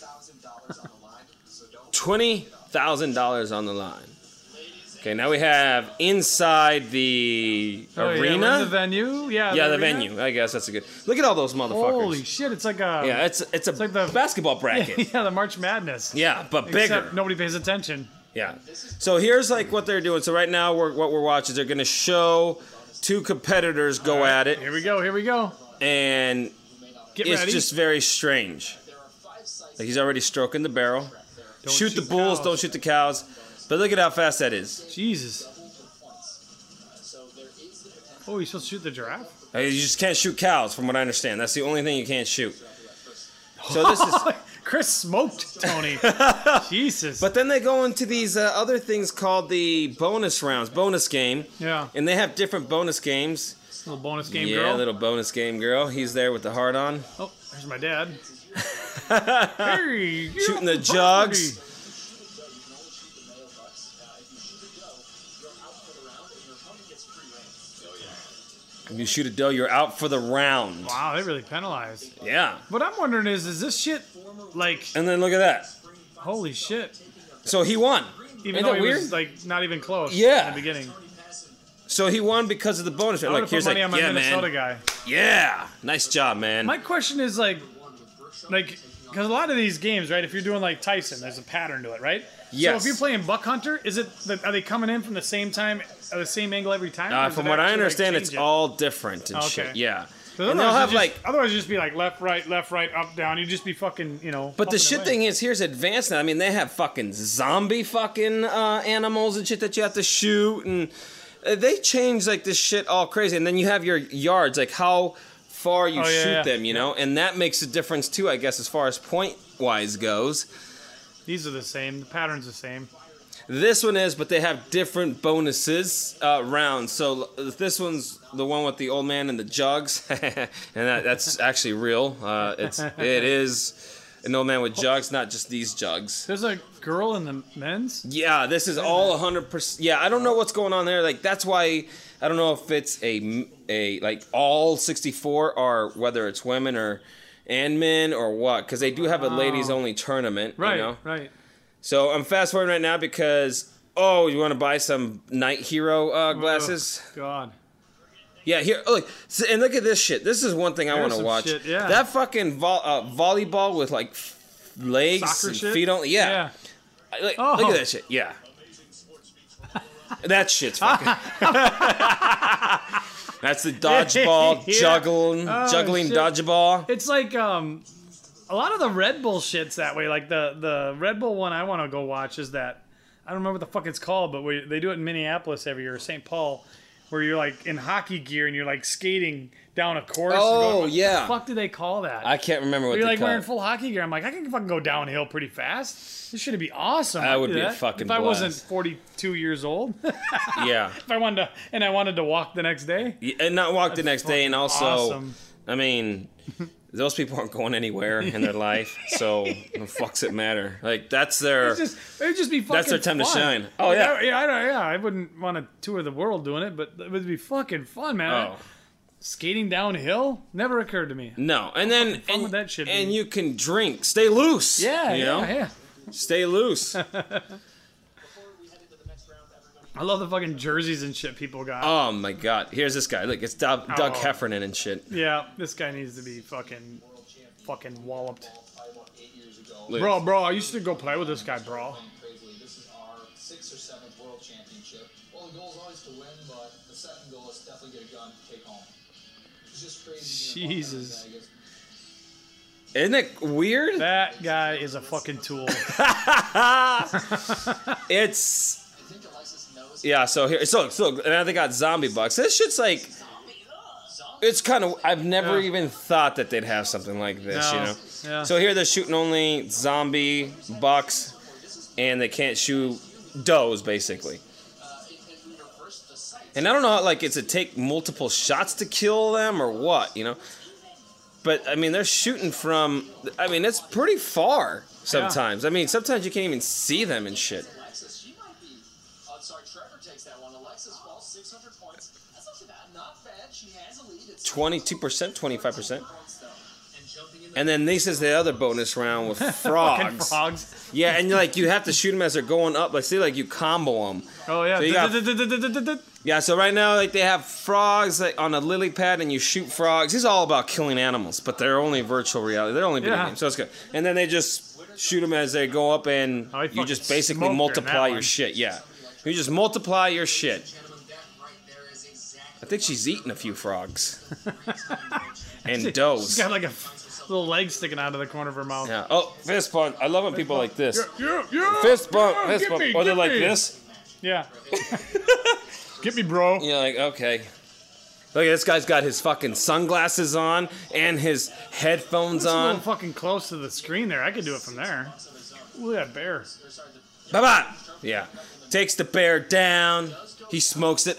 thousand dollars on the line, so don't. $20,000 on the line. Okay, now we have inside the Oh, arena. yeah, we're in the venue. Yeah. Yeah, the arena. venue. I guess that's a good. Look at all those motherfuckers. Holy shit! It's like a yeah, it's it's a like the- basketball [laughs] bracket. yeah the March [laughs] Madness. yeah, but bigger. Except nobody pays attention. Yeah. So here's like what they're doing. So right now, we're, what we're watching, is they're gonna show two competitors go at it, Here we go. Here we go. and Get it's ready. just very strange. Like he's already stroking the barrel. Don't shoot, the bulls, cows. don't shoot the cows. But look at how fast that is. Jesus. Oh, you supposed to shoot the giraffe? [laughs] Like, you just can't shoot cows, from what I understand. That's the only thing you can't shoot. So this is. [laughs] Oh, Chris smoked Tony. Jesus. But then they go into these uh, other things called the bonus rounds, bonus game. yeah, And they have different bonus games. little bonus game yeah, girl. little bonus game girl. He's there with the heart [laughs] on, Oh, there's my dad. [laughs] hey, get shooting the off property. jugs. If you shoot a doe, you're out for the round. Wow, they really penalized. Yeah. What I'm wondering is, is this shit like And then look at that. holy shit? So he won. Even Ain't though that he weird? was like not even close. Yeah. In the beginning, So he won because of the bonus. I'm round. gonna Like put here's money like, on my yeah, Minnesota man. guy. Yeah. Nice job, man. My question is like, like, because a lot of these games, right? If you're doing like Tyson, there's a pattern to it, right? So Yes. if you're playing Buck Hunter, is it the, are they coming in from the same time, uh, the same angle every time? or Uh, is from it what I actually, like, understand, it's change it? all different and Okay. shit. Yeah. 'Cause And they'll otherwise have it'd like just, otherwise it'd just be like left, right, left, right, up, down. You'd just be fucking, you know. But the pumping shit away. thing is, here's advanced now. I mean, they have fucking zombie fucking uh, animals and shit that you have to shoot, and uh, they change like this shit all crazy. And then you have your yards, like how far you Oh, yeah, shoot yeah. them, you know, and that makes a difference too, I guess, as far as point wise goes. These are the same. The pattern's the same. This one is, but they have different bonuses uh, rounds. So l- this one's the one with the old man and the jugs, [laughs] and that, that's actually real. Uh, it's it is an old man with jugs, not just these jugs. There's a girl in the men's. Yeah, this is all 100%. Yeah, I don't know what's going on there. Like that's why I don't know if it's a m- a like all 64 are whether it's women or and men or what cuz they do have a ladies only tournament, you Right, know? right. So I'm fast forwarding right now because oh, you want to buy some Night Hero uh, glasses? Oh, God. Yeah, here oh, look s- and look at this shit. This is one thing I There's want to some watch. shit, yeah. That fucking vo- uh, volleyball with like f- legs Soccer and shit? feet on. Yeah. Yeah. I- Look, Oh. look at that shit. Yeah. that [laughs] shit's fucking. [laughs] That's the dodgeball [laughs] Yeah. juggling, Oh, juggling shit. dodgeball. It's like um, a lot of the Red Bull shits that way. Like the the Red Bull one I want to go watch is that I don't remember what the fuck it's called, but we, they do it in Minneapolis every year, or St. Paul, where you're like in hockey gear and you're like skating down a course. and Oh, going- what yeah. The fuck do they call that? I can't remember what you're they like call wearing it. full hockey gear. I'm like, I can fucking go downhill pretty fast. This should be awesome. That I'd would do be a fucking If I wasn't blast. 42 years old, [laughs] if Yeah. I wanted to, and I wanted to walk the next day. Yeah, and not walk the next day, and also, awesome. I mean, those people aren't going anywhere in their life, so the fucks it matter? Like that's their. It's just it'd just be fucking. That's their time to fun. shine. Oh, yeah. I, yeah, I don't, yeah. I wouldn't want to tour the world doing it, but it would be fucking fun, man. oh Skating downhill never occurred to me. no, and then fun and, would that shit be? and you can drink, stay loose. Yeah, you yeah, know, yeah. stay [laughs] loose. I love the fucking jerseys and shit people got. oh my god, here's this guy. Look, it's Doug, Doug Oh. Heffernan and shit. yeah, this guy needs to be fucking, fucking walloped. Probably about eight years ago. Look, Bro, bro, I used to go play with this guy, bro. Crazily, this is our sixth or seventh world championship. Well, the goal is always to win, but the second goal is definitely get a gun to take home. It's just crazy. being a partner in Jesus. Vegas. Isn't it weird? That guy is a fucking tool. [laughs] It's I think Alexis knows. yeah. So here, so so, and now they got zombie bucks. This shit's like. It's kind of. I've never Yeah. even thought that they'd have something like this. You No. know. Yeah. So here they're shooting only zombie bucks, and they can't shoot does basically. And I don't know, how, like, is it take multiple shots to kill them or what? You know. But I mean, they're shooting from. I mean, it's pretty far sometimes. I mean, sometimes you can't even see them and shit. Alexis, she might be. Oh, sorry, Trevor takes that one. Alexis falls 600 points. That's not too bad. Not bad. She has a lead. It's Twenty-two percent, twenty-five percent. points, though. And jumping in the And then this is the other bonus round with frogs. [laughs] fucking frogs. Yeah, and like you have to shoot them as they're going up. Like see, like you combo them. Oh yeah. So you got- Du-du-du-du-du-du-du. Yeah, so right now like they have frogs like, on a lily pad, and you shoot frogs. This is all about killing animals, but they're only virtual reality. They're only video Yeah. games, so it's good. And then they just shoot them as they go up, and I you just fucking basically smoked her in multiply that your one. shit. Yeah, you just multiply your shit. gentleman, that right there is I exactly think she's eaten a few [laughs] frogs and does. She's got like a f- little leg sticking out of the corner of her mouth. Yeah. Oh, fist bump! I love when people like this. Yeah, yeah, Fist bump, yeah, fist get bump, Oh, me, or they're get like me. this. [laughs] Yeah. Get me, bro. You're like, okay. Look, this guy's got his fucking sunglasses on and his headphones It's a little on. fucking close to the screen there. I could do it from there. Look at that bear. Bye bye. Yeah. Takes the bear down. He smokes it.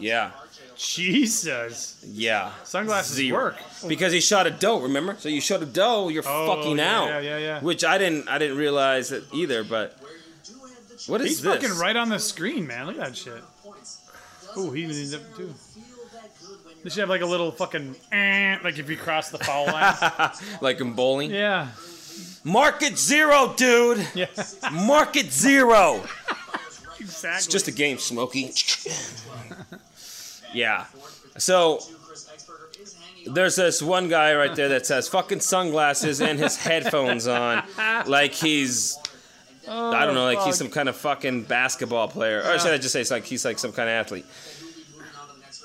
Yeah. Jesus. Yeah. Sunglasses Zero. work. Because he shot a doe, remember? So you shot a doe, you're Oh, fucking yeah, out. yeah, yeah, yeah. Which I didn't I didn't realize it either, but what is He's this? fucking right on the screen, man. Look at that shit. Oh, he even ends up too. They should have like a little fucking eh, like if you cross the [laughs] foul line. Like in bowling. yeah. Market zero, dude. [laughs] Yeah. Market zero. Exactly. It's just a game, Smokey. [laughs] yeah. So there's this one guy right there that has fucking sunglasses and his headphones on, like he's I don't know, like he's some kind of fucking basketball player, or should I just say it's like he's like some kind of athlete?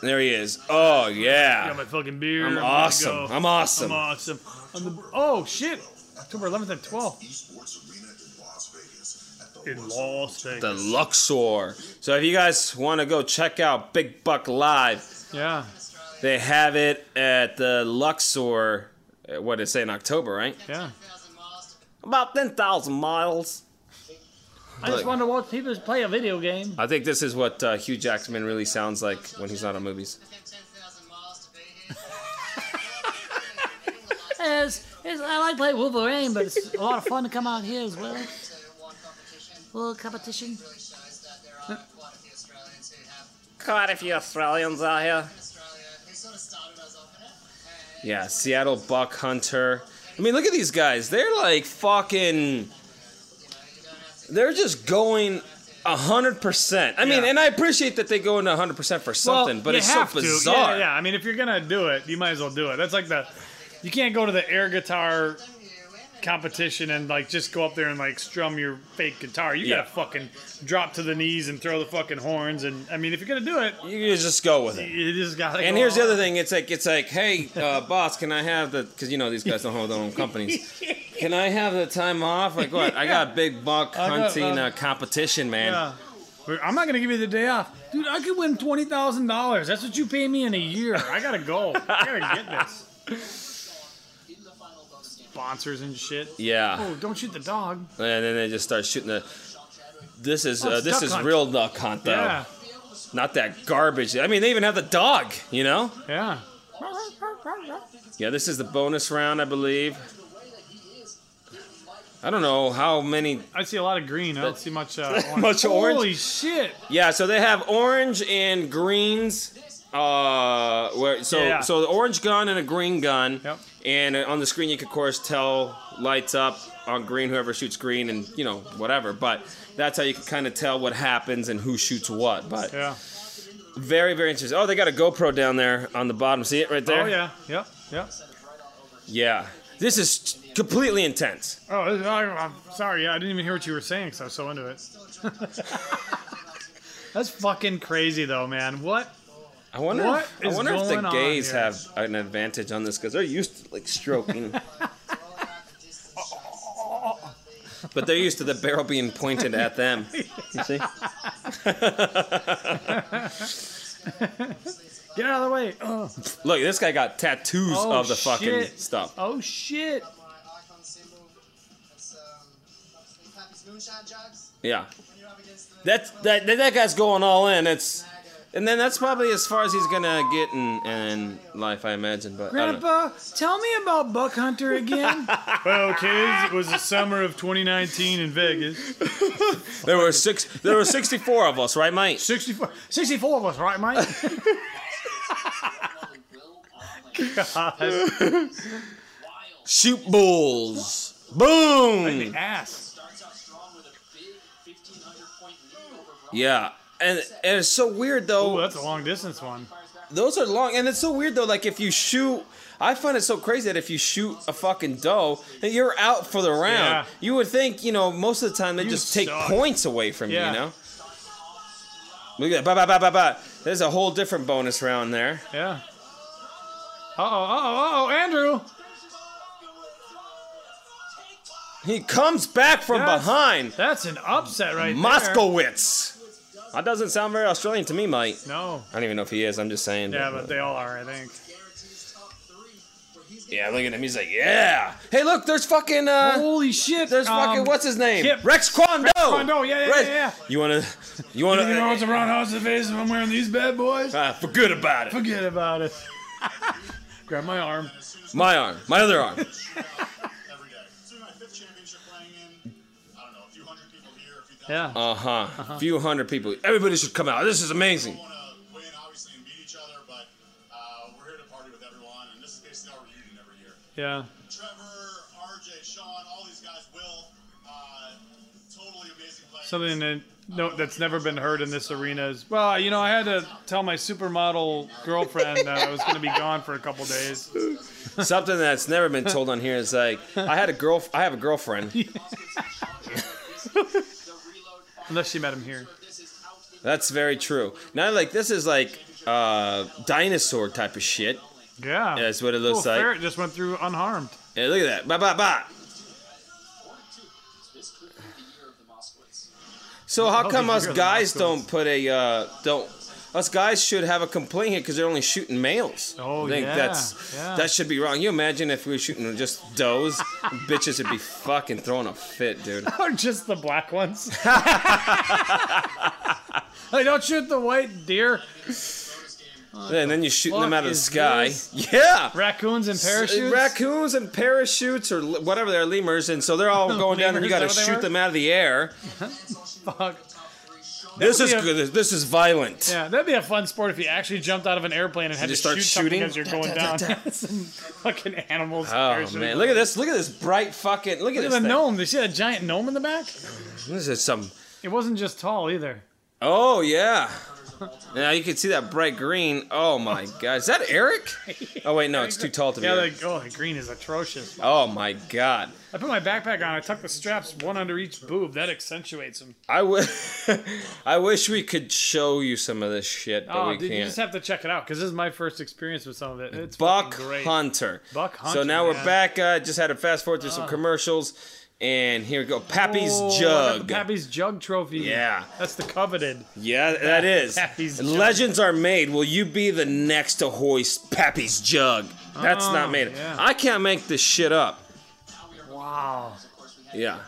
There he is. Oh Got yeah, my fucking beer. I'm ready to awesome. go. I'm awesome. I'm awesome. I'm the, oh shit. October 11th and 12th Esports Arena in Las Vegas at the in Las the Vegas. Luxor. So if you guys want to go check out Big Buck Live, Yeah. they have it at the Luxor. uh, What did it say in October, right? Yeah. Thousand miles to About ten thousand miles. I just Look. want to watch people play a video game. I think this is what uh, Hugh Jackman really sounds like when he's not on movies. Within 10,000 miles to [laughs] Vegas. It's, it's, I like playing Wolverine, but it's a lot of fun to come out here as well. A So one competition little competition. really shows that there are quite a few Australians who have Quite a few Australians out here. Australia who sort of started us off in it. And Yeah, Seattle Buck Hunter. I mean, look at these guys. They're like fucking. They're just going hundred percent. I mean, Yeah. and I appreciate that they go into hundred percent for something, but you it's so have to. bizarre. Yeah, yeah. I mean, if you're gonna do it, you might as well do it. That's like the you can't go to the air guitar competition and like just go up there and like strum your fake guitar. You Yeah. gotta fucking drop to the knees and throw the fucking horns. And I mean, if you're gonna do it, You just go with it. you just gotta. And go here's the all- other thing. It's like it's like, hey, uh, boss, can I have the? Because you know these guys don't have their own [laughs] companies. Can I have the time off? Like what? I got big buck I got, hunting uh, uh, competition, man. Yeah. But I'm not gonna give you the day off, dude. I could win twenty thousand dollars. That's what you pay me in a year. I gotta go. I gotta get this. in the final bonus game, Sponsors and shit. Yeah. Oh, don't shoot the dog. And then they just start shooting the. This is Oh, uh, it's this duck is hunt. real duck hunt though. Yeah. Not that garbage. I mean, they even have the dog. You know. Yeah. Yeah, this is the bonus round, I believe. I don't know how many. I see a lot of green. I don't see much [laughs] uh, orange. Much orange? Holy shit! Yeah, so they have orange and greens. Uh, where so Yeah. so the orange gun and a green gun. Yep. And uh, on the screen, you can of course tell lights up on green, whoever shoots green, and you know whatever. But that's how you can kind of tell what happens and who shoots what. But Yeah. very very interesting. Oh, they got a GoPro down there on the bottom. See it right there? Oh yeah. Yep. Yep. Yeah. This is completely intense. Oh, this- I, I'm sorry. Yeah, I didn't even hear what you were saying because I was so into it. [laughs] That's fucking crazy though, man. What? I wonder. What If, I is wonder if going the on gays here? have an advantage on this because they're used to like [laughs] stroking, but they're used to the barrel being pointed at them. You see? Get out of the way. Oh, Look, this guy got tattoos Oh, of the fucking shit. stuff. oh shit. my icon symbol, it's um, obviously Pappy's moonshine jugs. Yeah. When you're up against the That's that. That guy's going all in. It's. And then that's probably as far as he's gonna get in, in life, I imagine. But I don't know. Grandpa, tell me about Buck Hunter again. [laughs] Well, kids, it was the summer of 2019 in Vegas. there were six. There were sixty-four of us, right, mate? 64, 64 of us, right, Mike? probably will only wild Shoot bulls. Boom. [laughs] Ass. starts out strong with a big 1500 point lead over Rob. Yeah. And, and it's so weird though. Oh, that's a long distance one. Those are long, and it's so weird though. Like if you shoot, I find it so crazy that if you shoot a fucking doe, that you're out for the round. Yeah. You would think, you know, most of the time they You just take suck. points away from you. Yeah. You know. Look at that! Ba ba ba ba ba. There's a whole different bonus round there. Yeah. Uh oh, uh oh, uh oh, Andrew. He comes back from Yes. behind. That's an upset right there. Moskowitz. That doesn't sound very Australian to me, mate. No. I don't even know if he is. I'm just saying. Yeah, but they all are, I think. Guarantees top three, where he's gonna yeah, look at him. He's like, yeah. Hey, look, there's fucking. Uh, Holy shit. There's fucking Oh. um, what's his name? Kip. Rex Kwon Do. Kwon Do, Oh, yeah, yeah, yeah, yeah. You wanna, you wanna You know it's a roundhouse of face if I'm wearing these bad boys? uh, forget about it. Forget about it. [laughs] Grab my arm. My arm, my other arm. Every day. It's my fifth championship playing in. I don't know, a few hundred people here, a few thousand. Uh Yeah. huh. Few hundred people. Everybody should come out. This is amazing. We want to win, obviously, and beat each other, but uh, we're here to party with everyone, and this is basically our reunion every year. Yeah. Trevor, RJ, Sean, all these guys, Will, uh, totally amazing players. Something that no, that's never been heard in this arena is well, you know, I had to tell my supermodel girlfriend that I was going to be gone for a couple days. Something that's never been told on here is like, I had a girl. I have a girlfriend. Unless she met him here. That's very true. Now, like, this is like uh, dinosaur type of shit. Yeah. Yeah, that's what it Oh, looks like. Ferret just went through unharmed. Yeah, look at that. Ba ba ba. This could be the year of the Moskowitz. So how Oh, come these us are the guys Moscows. don't put a uh, don't us guys should have a complaint here because they're only shooting males. Oh, I think yeah, that's yeah. that should be wrong. You imagine if we were shooting just does, [laughs] bitches would be fucking throwing a fit, dude. [laughs] Or just the [laughs] black ones. hey, don't shoot the white deer, and then you're shooting them fuck out of the is sky. this? [laughs] Yeah. raccoons, uh, and parachutes. Raccoons and parachutes, or li- whatever they're lemurs, and so they're [laughs] all going down, and you got to Lemurs, is that what they shoot were? them out of the air. Fuck. This is be a- good. This is violent. Yeah, that'd be a fun sport if you actually jumped out of an airplane and had to just start shoot something shooting? as [laughs] you're going down. [laughs] Some fucking animals. Oh man, look at this! Look at this bright fucking! Look at Look this at the thing. gnome. Did you see that giant gnome in the back? This is some. It wasn't just tall either. Oh yeah. Now you can see that bright green. Oh [laughs] my god, is that Eric? Oh wait, no, it's too tall to be. Yeah, Eric. like oh, the green is atrocious. Oh my god, I put my backpack on. I tuck the straps one under each boob. That accentuates them. I w- [laughs] I wish we could show you some of this shit, but Oh, we dude, you can't. just have to check it out because this is my first experience with some of it. It's Buck fucking great. Hunter. Buck So Hunter, now we're man. back. Uh, just had to fast forward through some commercials, and here we go. Pappy's Oh, I got Jug. the Pappy's Jug trophy. Yeah. that's the coveted. Yeah, that is. Pappy's jug. Legends are made. Will you be the next to hoist Pappy's jug? That's Oh, not made. yeah. I can't make this shit up. Wow. Yeah.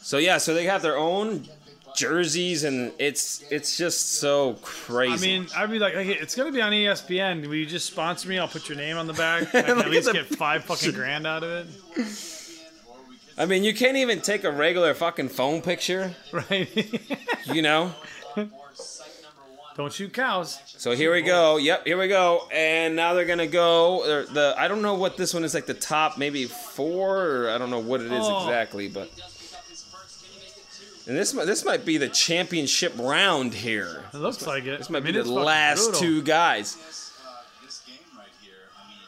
So yeah, so they have their own jerseys, and it's it's just so crazy. I mean, I'd be like, okay, it's gonna be on E ESPN. Will you just sponsor me? I'll put your name on [laughs] the back. I can Look at at least the get five fucking grand out of it, [laughs] I mean, you can't even take a regular fucking phone picture, right? [laughs] you know. Don't shoot cows. So here we go. Yep, here we go. And now they're gonna go. they're- The I don't know what this one is like. The top maybe four. Or I don't know what it is Oh. exactly, but. And this mi- this might be the championship round here. It looks like it. This might I mean, be it's the fucking last brutal. two guys. This, uh, this game right here, I mean,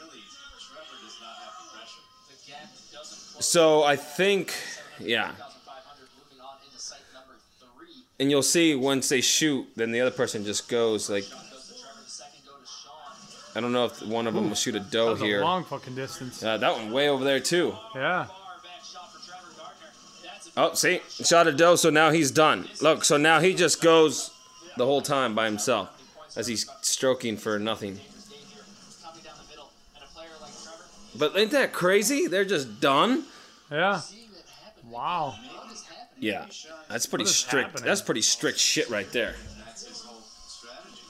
really, Trevor does not have the pressure. The gap doesn't close. So I think, yeah. 1,500 moving on into site number three. And you'll see once they shoot, then the other person just goes like Goes to Trevor, the second go to Sean. I don't know if one of them will shoot a doe That was here. a long fucking distance. uh, that one way over there too. Yeah. Far back shot for Trevor Gardner. That's a Oh, see, shot a doe. So now he's done. Look, so now he just goes the whole time by himself as he's stroking for nothing. dangerous game here. Coming down the middle, and a player like Trevor But ain't that crazy? They're just done. Yeah. seeing that happen. Wow. What is happening? Yeah, that's pretty What is strict. happening? That's pretty strict shit right there. That's his whole strategy.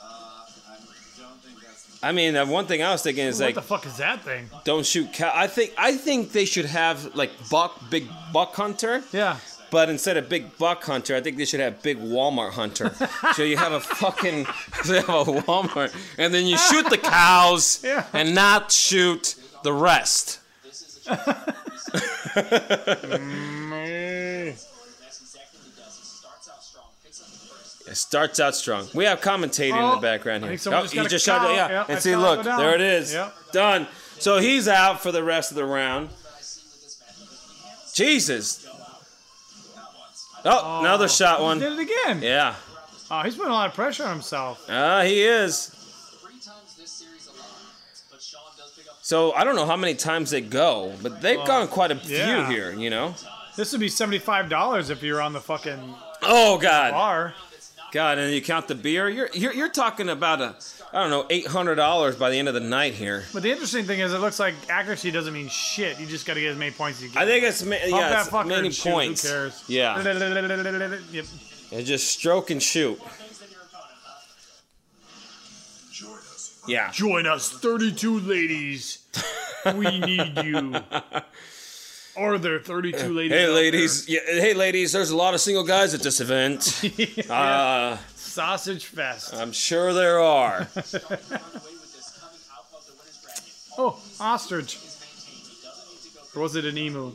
Uh, I don't think that's the I mean, uh, one thing I was thinking is like what the fuck is that thing? don't shoot cow. I think I think they should have like buck, big buck hunter. Yeah. But instead of big buck hunter, I think they should have big Walmart [laughs] hunter. so you have a fucking [laughs] so you have a Walmart, and then you shoot [laughs] the cows, Yeah. and not shoot the [laughs] rest. That's exactly what he does. He starts out strong, picks up the first. It starts out strong. We have commentating in Oh, the background I here. think someone just you got a just cow. shot it, yeah. Yep, I and see, saw it go look, down. there it is. Yep. Done. So he's out for the rest of the round. Jesus. Oh, another shot Did one. it again. Yeah. Oh, he's putting a lot of pressure on himself. Ah, he is. Three times this series alone. But Sean does pick up So I don't know how many times they go, but they've gone quite a few yeah. here, you know? This would be seventy-five dollars if you were on the fucking Oh, God. bar. God, and you count the beer. You're, you're, you're talking about a, I don't know, $800 by the end of the night here. But the interesting thing is, it looks like accuracy doesn't mean shit. You just got to get as many points as you can. I think it's, ma- Pump yeah, that it's fucker many and shoot, points. Who cares? Yeah. [laughs] Yep. It's just stroke and shoot. joy does. Yeah. Join us, 32 ladies. We need [laughs] you. Are there 32 ladies? Hey out ladies, yeah, hey ladies. There's a lot of single guys at this [laughs] event. there? Uh, Sausage Fest. I'm sure there [laughs] are. away with this coming out of the winner's bracket. Oh, ostrich. Or was it an emu?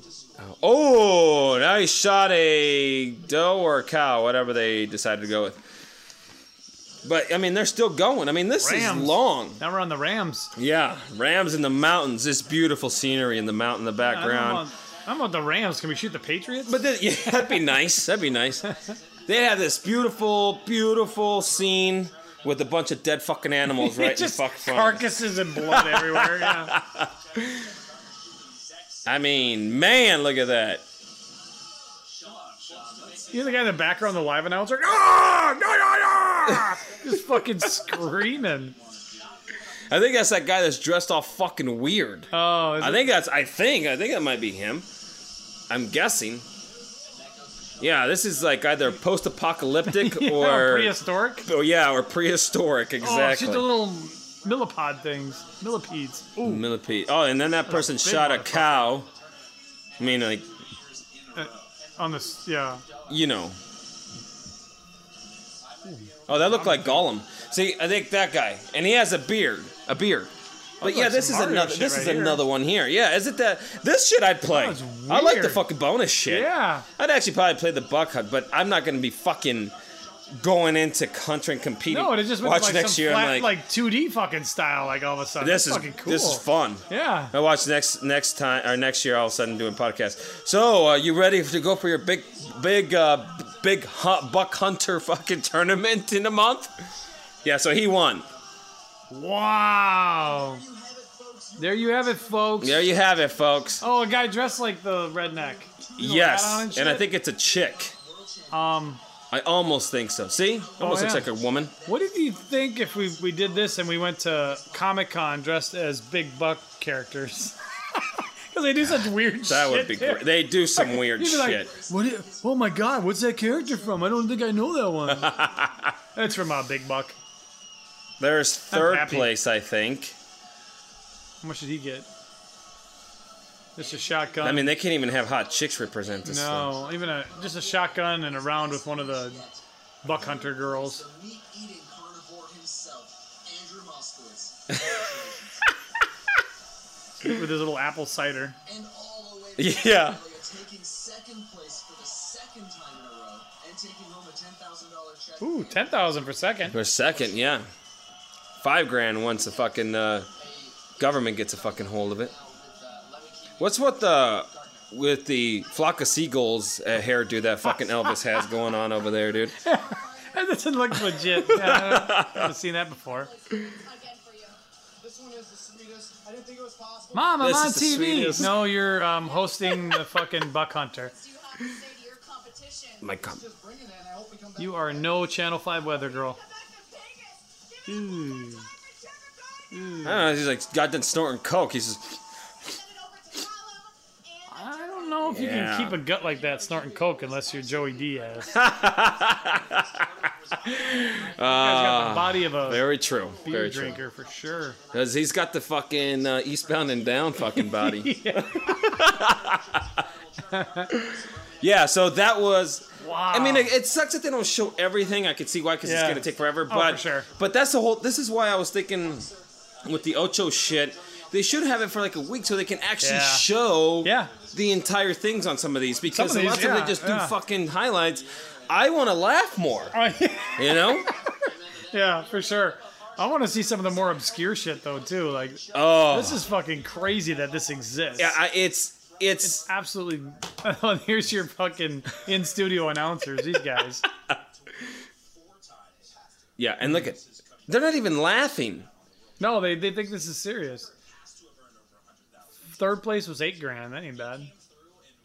Oh, now he shot a doe or a cow, whatever they decided to go with. But I mean, they're still going. I mean, this Rams. is long. Now we're on the Rams. Yeah, Rams in the mountains. This beautiful scenery in the mountain in the I don't know background. about- I don't know about the Rams. Can we shoot the Patriots? But that [laughs] yeah, that'd be nice. That'd be [laughs] nice. They have this beautiful, beautiful scene with a bunch of dead fucking [laughs] animals right in the just fuck front. carcasses and [laughs] blood everywhere. Yeah. I mean, man, look at that. You're the guy in the background, the live announcer. Ah, no, no, no! Just fucking screaming. [laughs] I think that's that guy that's dressed all fucking weird. Oh, is I it- think that's. I think. I think that might be him. I'm guessing. Yeah, this is like either [laughs] post-apocalyptic oh, or prehistoric. oh yeah, or prehistoric. Oh, it's Exactly. just the little millipod things, millipedes. Ooh, Millipede. Oh, and then that person big shot a motherfucker. cow. I mean, like on this, yeah. you know. Oh, that looked like Gollum. See, I think that guy, and he has a beard, a beard. But yeah, like this some is Mario another. shit This right is here. another one here. Yeah, is it that? This shit I'd play. That was I like the weird. fucking bonus shit. Yeah. I'd actually probably play the buck hunt, but I'm not gonna be fucking going into country and competing. No, and it just went watch like next some year. flat, I'm like, like, 2D fucking style, like all of a sudden. this is That's fucking cool. this is fun. Yeah. I watch next next time or next year. All of a sudden, doing podcast. So, are you ready to go for your big, big, uh, big hu- buck hunter fucking tournament in a month? Yeah. So he won. Wow. There you have it, folks. There you have it, folks. Oh, a guy dressed like the redneck. You know, hat on yes, and I shit. think it's a chick. Um, Oh, I almost think so. See, almost looks yeah. like a woman. what did you think if we, we did this and we went to Comic Con dressed as Big Buck characters? [laughs] Because they do such weird shit. That would be there. great. They do some [laughs] weird You'd be like, shit. What? i- oh my God! What's that character from? I don't think I know that [laughs] one. That's from uh, Big Buck. There's I'm third happy. place, I think. How much did he get? Just a shotgun. I mean, they can't even have hot chicks represent this. no, even a just a shotgun and a round with one of the buck hunter girls. meat eating carnivore himself, Andrew Moskowitz. with his little apple cider. and all the way Thing. Yeah. Australia, taking second place for the second time in a row and taking home a $10,000 check. Ooh, ten thousand for second. [laughs] For a second, yeah. Five grand once the fucking uh, government gets a fucking hold of it. What's what the with the flock of seagulls uh, hairdo that fucking Elvis has going on over there, [laughs] dude? That doesn't look legit. [laughs] Yeah, I haven't seen that before. Again for you. This one is the sweetest. I didn't think it was possible. Mom, I'm This on is the TV. sweetest. No, you're um, hosting the fucking buck hunter. You have to say to your competition. My God. Just bringing it, and I hope we come back. You are no Channel Five weather girl. Come back to Vegas. Give it up one more time for Trevor Gardner. I don't know. He's like goddamn snorting coke. He's just, Send it over to Gollum. Ah, And I don't know if you Yeah. can keep a gut like that snorting coke unless you're Joey [laughs] [laughs] Diaz. He's got the body of a Ah. very true. beer Very true. drinker for sure. Because he's got the fucking uh, eastbound and down fucking [laughs] body. [laughs] yeah, so that was. Wow. I mean, it, it sucks that they don't show everything. I could see why, because it's Oh. Yeah. gonna take forever. Oh, But for sure. but that's the whole. This is why I was thinking with the Ocho shit. They should have it for like a week so they can actually Yeah. show Yeah. the entire things on some of these because Some of lots these, of yeah, they just do yeah. fucking highlights. I want to laugh more, you know? [laughs] yeah, for sure. I want to see some of the more obscure shit though too. Like Oh, this is fucking crazy that this exists. yeah, I, it's it's absolutely. [laughs] Here's your fucking in studio announcers. These guys. Yeah, and look at they're not even laughing. No, they they think this is serious. Third place was eight grand. That ain't bad. through and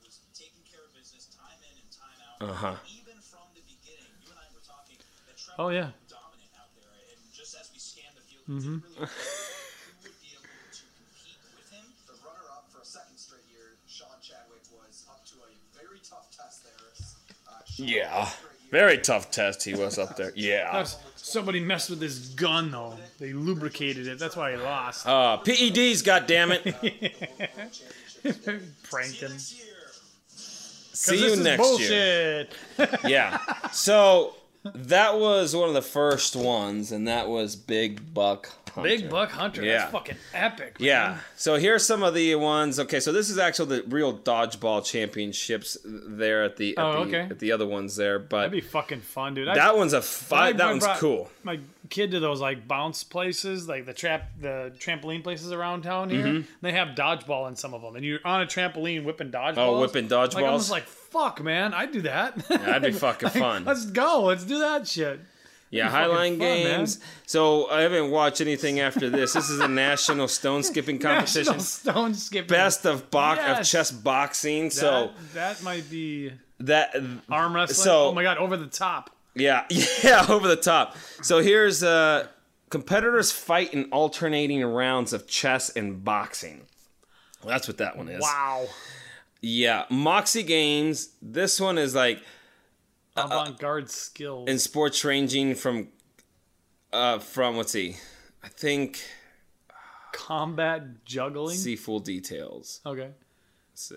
was taking care of business time in and time out. Uh-huh. Even from the beginning, you and I were talking that Trevor Oh yeah. Mm-hmm. was dominant out there, and just as we scanned the field, it didn't really who would be able to compete with him. The runner-up for a second straight year, Sean Chadwick, was up to a very tough test there. Uh, Sean Yeah, very tough test he was up there. Yeah, Somebody messed with his gun though. They lubricated it. That's why he lost. uh, PEDs, goddamn [laughs] it. Pranked him. See you next year. Yeah. So that was one of the first ones, and that was Big Buck. Hunter. Big Buck Hunter. Yeah. That's fucking epic. man. Yeah. So here's some of the ones. Okay, so this is actually the real dodgeball championships there at the at, Oh, the, okay. at the other ones there, but That'd be fucking fun, dude. I- that one's a I- fi- I that one's brought cool. My kid to those like bounce places, like the trap, the trampoline places around town here. Mm-hmm. They have dodgeball in some of them, and you're on a trampoline whipping dodgeballs. Oh, whipping Like, I'm dodgeballs? just like, fuck, man, I'd do that. that'd [laughs] be fucking Like, fun. Let's go. Let's do that shit. Yeah, fucking Highline fun, man. Games. So I haven't watched anything after this. This is a national stone [laughs] skipping competition. National stone skipping. Best of box of Yes. chess boxing. That, So that might be. that Arm wrestling. So- oh my god, over the top. yeah [laughs] yeah over the top. So here's uh, competitors fight in alternating rounds of chess and boxing. That's what that one is. Wow. Yeah, Moxie Games. This one is like Avant-garde skill. Uh, in sports ranging from uh from what's he? I think Combat juggling. see full details. Okay. Let's see.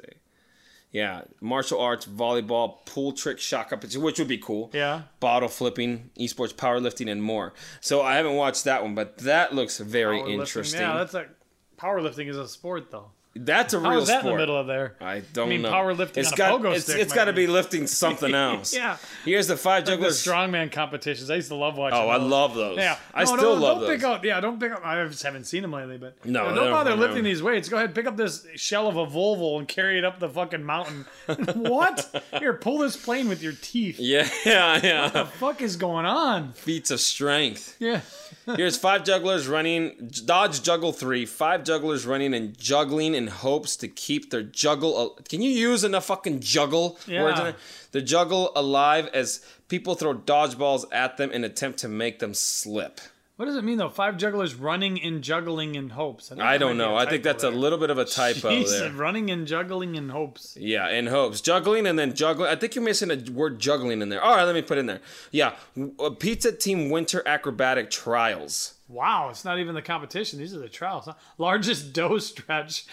Yeah, martial arts, volleyball, pool trick, shot competition, which would be cool. Yeah. Bottle flipping, esports, powerlifting, and more. So I haven't watched that one, but that looks very Powerlifting. interesting. Yeah, that's, that's a powerlifting is a sport though. a How real is that sport. in the middle of there? I don't mean, know. powerlifting It's on a got pogo it's, stick it's might got to be- be lifting [laughs] something else. Yeah. Here's the five The jugglers. strongman competitions. I used to love watching. oh, I those. love those. Yeah, I No, still don't, love don't those. Pick up, yeah, don't pick up. I just haven't seen them lately, but No, Yeah, they don't don't- bother they lifting don't. these weights. Go ahead, pick up this shell of a Volvo and carry it up the fucking mountain. [laughs] what? Here, pull this plane with your [laughs] teeth. yeah, yeah, yeah. Fuck is going on? Feats of strength. Yeah, Here's five jugglers running, dodge juggle three, five jugglers running and juggling in hopes to keep their juggle. al- Can you use enough fucking juggle words in Yeah. it? The juggle alive as people throw dodgeballs at them in attempt to make them slip. what does it mean though? Five jugglers running and juggling in hopes. think I that don't might be know. a I think typo that's a there. little bit of a [laughs] typo Jeez, there. running and juggling in hopes. Yeah, in hopes. Juggling and then juggling. I think you're missing a word juggling in there. All right, let me put it in there. Yeah, w- uh, pizza team winter acrobatic trials. [laughs] Wow, it's not even the competition. These are the trials. Huh? Largest [laughs] dough stretch.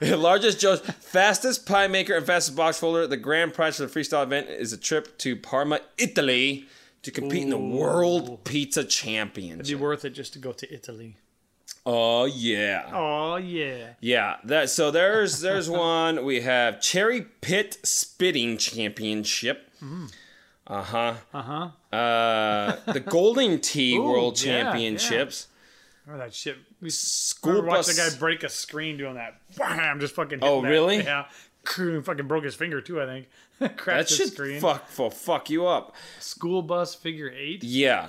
Largest Joe's fastest pie maker and fastest box folder. The grand prize for the freestyle event is a trip to Parma, Italy, to compete in the World Pizza It'd Championship. be worth it just to go to Italy. Oh yeah, Oh yeah. yeah. That so there's there's one. We have Cherry Pit Spitting Championship. Uh-huh. Mm-hmm. Uh-huh. Uh The Golden [laughs] Tee World yeah, yeah. Championships. Remember that shit? We School remember watching bus. the guy break a screen doing that. Wham! Just fucking. Oh, hitting that. really? Yeah. [laughs] Fucking broke his finger too. I think. [laughs] that Cracked his should screen. fuck for fuck you up. School bus figure eight. Yeah.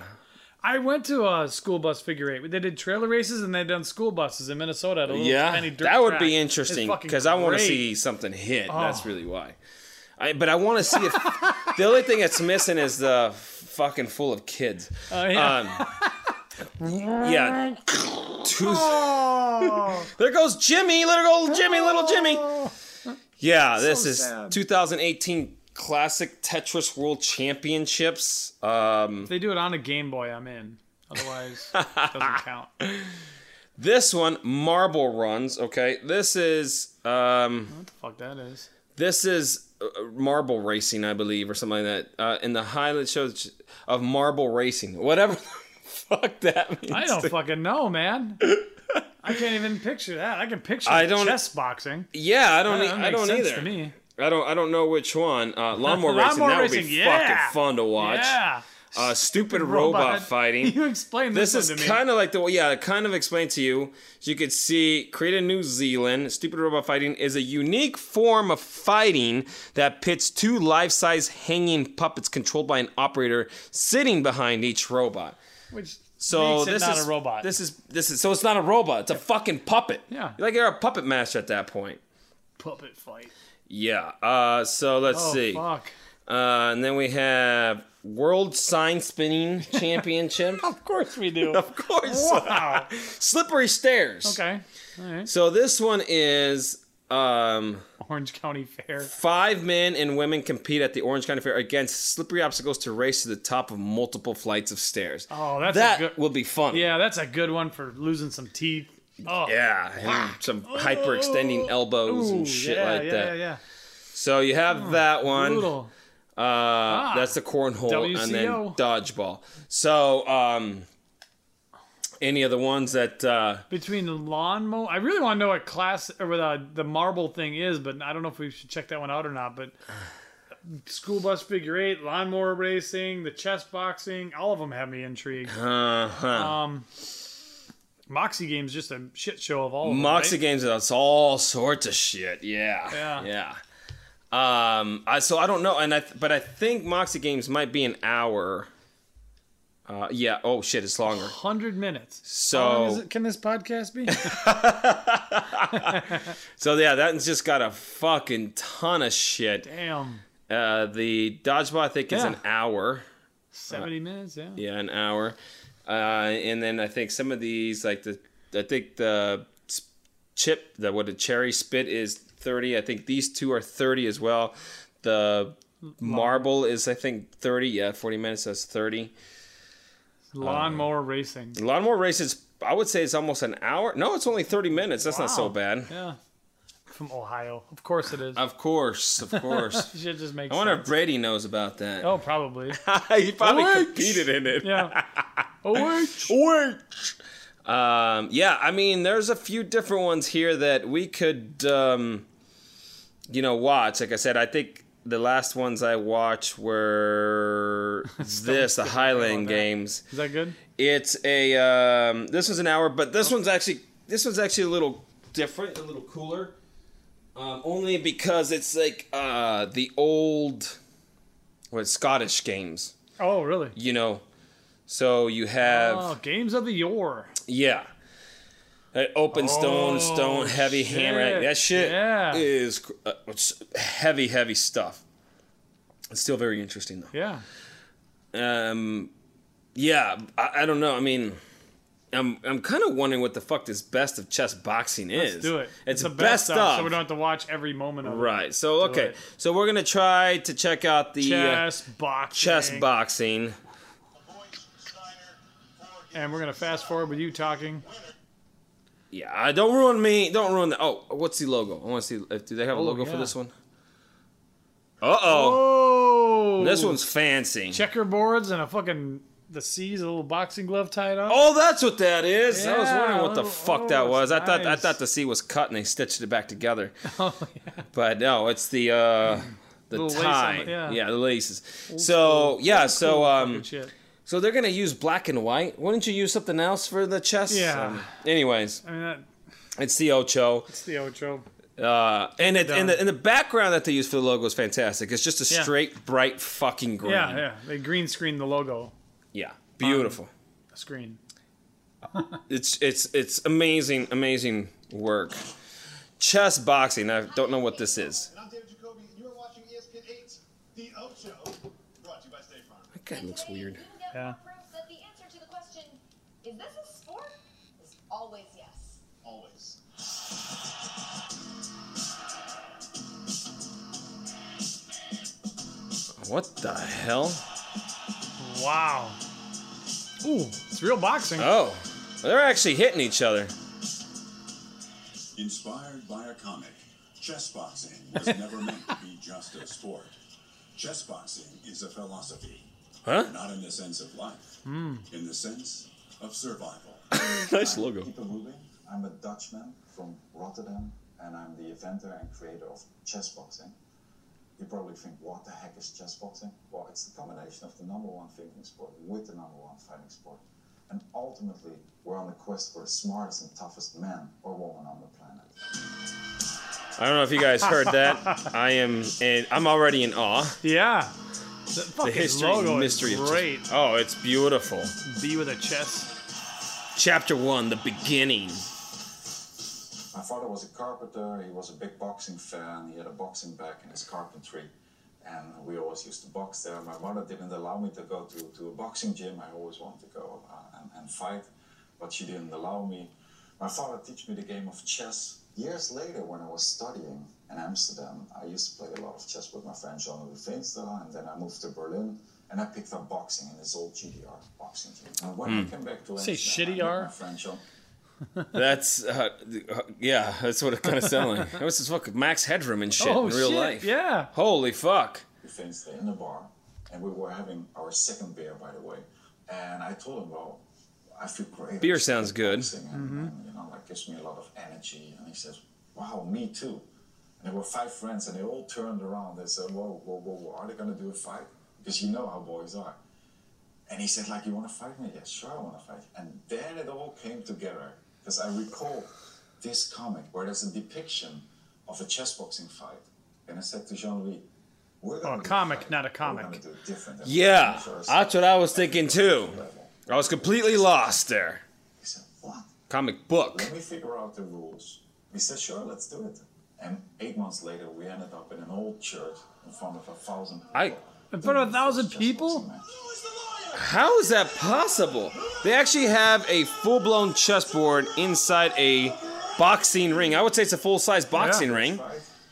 I went to a school bus figure eight. They did trailer races and they done school buses in Minnesota. At a little yeah, tiny dirt that would track. be interesting It's fucking because I want to great. Oh. see something hit. That's really why. I, but I want to see if the only thing that's missing is the fucking full of kids. Oh, uh, yeah. Um, yeah. Two- Oh. there goes Jimmy. There goes Jimmy. Little Jimmy. Yeah, this is sad. 2018 Classic Tetris World Championships. Um, If they do it on a Game Boy, I'm in. [laughs] Otherwise, it doesn't count. this one, Marble Runs. Okay, this is. Um, What the fuck that is? This is uh, marble racing, I believe, or something like that. Uh, in the highlight shows of marble racing, whatever [laughs] the fuck that means. I don't fucking [laughs] know, man. I can't even picture that. I can picture I don't- chess boxing. Yeah, I don't. That e- I makes don't sense either. To me. I don't. I don't know which one. [laughs] Uh, lawnmower racing. Lawnmower that would racing, be yeah. fucking fun to watch. Yeah. Uh, stupid robot, fighting. [laughs] You explain this, This is one to me. kind of like the yeah. I Kind of explained to you. You could see created in New Zealand. Stupid robot fighting is a unique form of fighting that pits two life-size hanging puppets controlled by an operator sitting behind each robot. Which So makes it this not is a robot. This is this is so it's not a robot. It's a fucking puppet. Yeah. You're like you're a puppet master at that point. puppet fight. Yeah. Uh. So let's Oh see. Uh. fuck! And then we have World Sign Spinning [laughs] Championship. Of course we do. of course. wow. Slippery stairs. [laughs] Okay. All right. So this one is um Orange County Fair. five men and women compete at the Orange County Fair against slippery obstacles to race to the top of multiple flights of stairs. Oh, that's that a good. will be fun. Yeah, that's a good one for losing some teeth. Oh. Yeah, and some hyperextending elbows Ooh, and shit yeah, like yeah, that. Yeah, yeah, So you have that one. Brutal. Uh, Ah, That's the cornhole and then WCO. dodgeball. So um, any of the ones that uh, Between the lawnmower, I really want to know what class or what uh, the marble thing is, but I don't know if we should check that one out or not. But [sighs] school bus figure eight, lawnmower racing, the chess boxing, all of them have me intrigued. uh-huh. Um, Moxie games just a shit show of all. Of Moxie them, games, that's all sorts of shit. Yeah, Yeah. yeah. Um, I, so I don't know, and I th- but I think Moxie games might be an hour. Uh, yeah. Oh shit, it's [gasps] longer. Hundred minutes. How long is So it, can this [laughs] podcast be? so yeah, that's just got a fucking ton of shit. Damn, Uh, the dodgeball I think is Yeah. an hour. seventy minutes. Yeah. Yeah, an hour. Uh, and then I think some of these, like the, I think the s- chip, the what the cherry spit is thirty. I think these two are thirty as well. The marble is I think thirty. Yeah, forty minutes. That's thirty. Lawnmower racing. A lot more races. I would say it's almost an hour. No, it's only thirty minutes. That's not so Wow. bad. Yeah. From Ohio, of course it is. Of course, of [laughs] course. Shit just makes. I wonder if sense. Brady knows about that. Oh, probably. he probably What? competed in it. Yeah. [laughs] Orange. Um, yeah, I mean, there's a few different ones here that we could, um, you know, watch. Like I said, I think the last ones I watched were [laughs] this, the Highland Games. Is that good? It's a um, this was an hour, but this one's actually this one's actually a little different, a little cooler, um, only because it's like uh, the old, what Scottish games, Oh, really? you know. So you have Oh, games of the yore. yeah. That open stone, Oh, stone, heavy hammer. like, That shit shit. Yeah. is cr- uh, it's heavy, heavy stuff. It's still very interesting though. Yeah. Um, yeah, I, I don't know. I mean, I'm I'm kind of wondering what the fuck this best of chess boxing is. Let's do it. It's, the best, of. so we don't have to watch every moment of right. So okay. it. So we're gonna try to check out the it. uh, Chess, boxing. chess boxing. And we're gonna fast forward with you talking. Yeah, I- don't ruin me. Don't ruin the. Oh, what's the logo? I want to see. if Do they have a Oh, logo for yeah. this one? Uh oh. Oh. This one's fancy. checkerboards and a fucking the C's a little boxing glove tied [laughs] on. Oh, that's what that is. I was Yeah, wondering what the oh, fuck oh, that was. it's I thought I nice. thought the C was cut and they stitched it back together. Oh, But no, it's the uh, the Little lace on tie. it, yeah. the laces. so yeah, so um, Good shit. so they're gonna use black and white. Wouldn't you use something else for the chess? Yeah. Um, anyways, I mean that, it's the ocho. that's the outro. Uh, and it, and, Done. the, and the background that they use for the logo is fantastic. It's just a Yeah. straight, bright fucking green. Yeah, Um, yeah. They green screen the logo Yeah. Beautiful. screen. it's it's it's amazing, amazing work. Chess boxing. I don't know what this is. And I'm David Jacoby, and you are watching E ESPN 8, The Ocho, brought to you by State Farm. That guy looks weird. You get Yeah. more proof that the answer to the question, is this a sport? Is always yes. Always. What the hell? Wow. Ooh, it's real boxing. Oh, they're actually hitting each other. [laughs] Inspired by a comic, chess boxing was never meant to be just a sport. Chess boxing is a philosophy, Huh? not in the sense of life, in the sense of survival. Nice logo. Keep it moving. I'm a Dutchman from Rotterdam, and I'm the inventor and creator of chess boxing. You probably think, what the heck is chess boxing? Well, it's the combination of the number one thinking sport with the number one fighting sport. And ultimately, we're on the quest for the smartest and toughest man or woman on the planet. I don't know if you guys heard that. I am. In, I'm already in awe. Yeah. The, fucking The history logo and is mystery of chess. great. Oh, it's beautiful. B with a chess. Chapter one, the beginning. My father was a carpenter, he was a big boxing fan, he had a boxing back in his carpentry, and we always used to box there. My mother didn't allow me to go to, to a boxing gym, I always wanted to go uh, and, and fight, but she didn't allow me. My father taught me the game of chess. Years later, when I was studying in Amsterdam, I used to play a lot of chess with my friend Jean Louis Veenstra, and then I moved to Berlin. And I picked up boxing in this old GDR boxing gym. And when I came back to Say Amsterdam, I met shitty-R? my friend Jean, That's uh, uh, yeah. That's what it kind of sounded [laughs] like. That was just fucking Max Headroom and shit oh in real shit. life. Yeah. Holy fuck. Vince there in the bar, and we were having our second beer, by the way. And I told him, well, I feel great. Beer sounds good. Dancing And, Mm-hmm. and, you know, like gives me a lot of energy. And he says, wow, me too. And there were five friends, and they all turned around. They said, whoa, whoa, whoa, whoa, are they going to do a fight? Because you know how boys are. And he said, like, you want to fight me? Yes, sure, I want to fight. And then it all came together because I recall this comic where there's a depiction of a chess boxing fight. And I said to Jean-Louis, We're Oh, gonna a do it comic, right. not a We're gonna comic. do it different than Yeah, what we did first. that's what I was thinking too. I was completely lost there. He said, "What? Comic book. Let me figure out the rules." We said, "Sure, let's do it." And eight months later, we ended up in an old church in front of a thousand. People. I. In front of a thousand people? [laughs] How is that possible? They actually have a full-blown chessboard inside a boxing ring. I would say it's a full-size boxing Yeah. ring,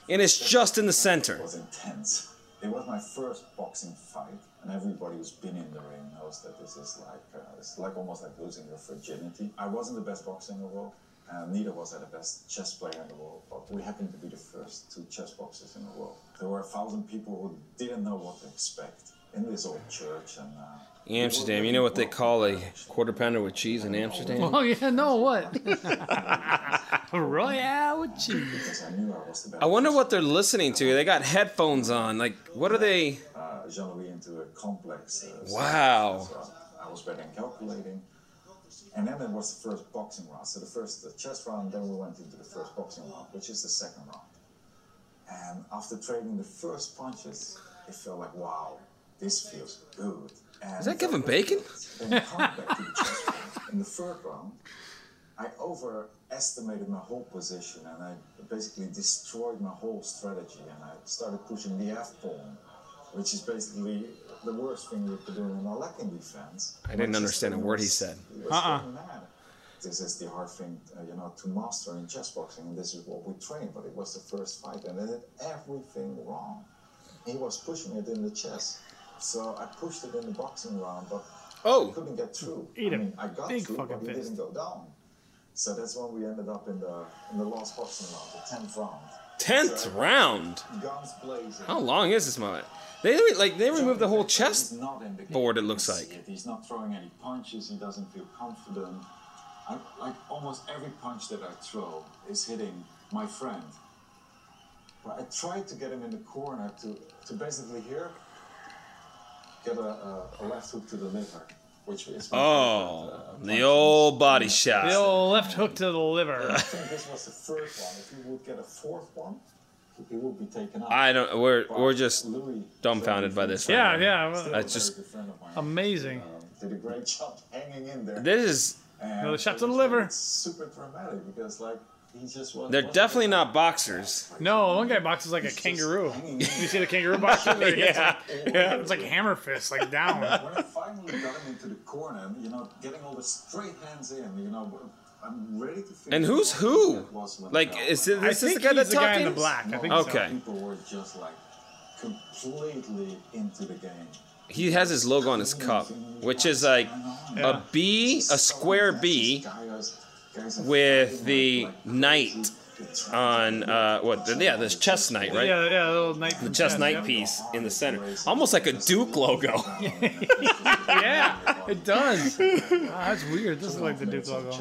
and it's just in the center. was intense. It was my first boxing fight, and everybody who's been in the ring knows that this is like uh, it's like almost like losing your virginity. I wasn't the best boxer in the world, and neither was I the best chess player in the world. But we happened to be the first two chess boxers in the world. There were a thousand people who didn't know what to expect in this old church, and uh, In Amsterdam, you know what they call a quarter pounder with cheese in Amsterdam? Oh, yeah, no, what? [laughs] Royale with cheese. because I knew I was the best. I wonder what they're listening to. They got headphones on. Like, what are they? uh, Jean-Louis into a complex. Uh, Wow. So I was better at calculating. And then it was the first boxing round. So the first the chess round, then we went into the first boxing round, which is the second round. And after trading the first punches, it felt like, wow, this feels good. And Is that it felt Kevin good. Bacon? Then we come back to the chess round. In the third round, I overestimated my whole position and I basically destroyed my whole strategy and I started pushing the F pawn, which is basically the worst thing you could do in an attacking defense. I didn't Which is understand a the word he most- said. it was Uh-uh. getting mad. This is the hard thing, uh, you know, to master in chess boxing, and this is what we train. But it was the first fight, and I did everything wrong. He was pushing it in the chess, so I pushed it in the boxing round, but Oh, couldn't get through. Eat I a mean, I got big through, fucking but he fist. didn't go down. So that's when we ended up in the in the last boxing round, the tenth round. 10th round. Guns blazing. How long is this moment? They like they removed the whole chest. He's not in the game. board, it looks You see like. it. He's not throwing any punches. He doesn't feel confident. I, like almost every punch that I throw is hitting my friend. But I tried to get him in the corner to, to basically here get a, a, a left hook to the liver, which is my favorite, Oh, uh, the punch. old body The shot. old left hook to the liver. [laughs] I think this was the third one. If he would get a fourth one, he would be taken out. I don't. We're But we're just Louis- dumbfounded by this. Yeah, right now. yeah. Still a well, very just- good friend of mine. Amazing. Um, did a great job hanging in there. This is. Another shot to the liver. Super dramatic because like he just was. They're wasn't definitely it? not boxers. No, one guy boxes like a Just kangaroo. [laughs] hanging You in. see the kangaroo box? Yeah. yeah. It's like hammer fist, [laughs] like down. when I finally got him into the corner, and, you know, getting all the straight hands in, you know, I'm ready to. finish And who's him. who? That was when Like, I- is it- I this is think the guy he's that's the guy in talking? the black. I think No, so. Okay. People were just like completely into the game. He has his logo on his cup, which is like Yeah. a B, a square B, with the knight on uh, what? the- yeah, this chess knight, right? Yeah, yeah, the little knight. The chess knight piece in the center, almost like a Duke [laughs] logo. [laughs] Yeah, it does. Ah, that's weird. This is like the Duke logo.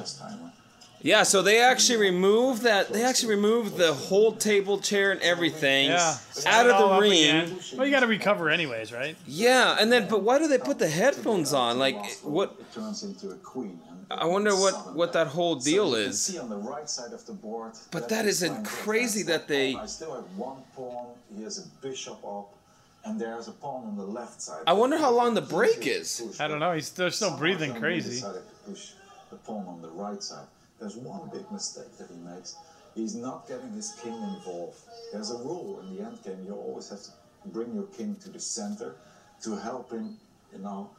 Yeah, so they actually removed that. They actually removed the whole table, chair, and everything Yeah. out All of up the ring. again. Well, you got to recover anyways, right? Yeah, and then but why do they put the headphones on? Like what? It turns into a queen. and I wonder what sudden what that whole So deal you can is. see on the right side of the board. But that is design crazy that's that they- pawn. I still have one pawn. He has a bishop up, and there's a pawn on the left side. I wonder how long the He break just is. pushed I don't know. He's still, still Somehow breathing Jean-Louis crazy. decided to push the pawn on the right side. There's one big mistake that he makes. He's not getting his king involved. There's a rule in the end game. You always have to bring your king to the center to help him, you know,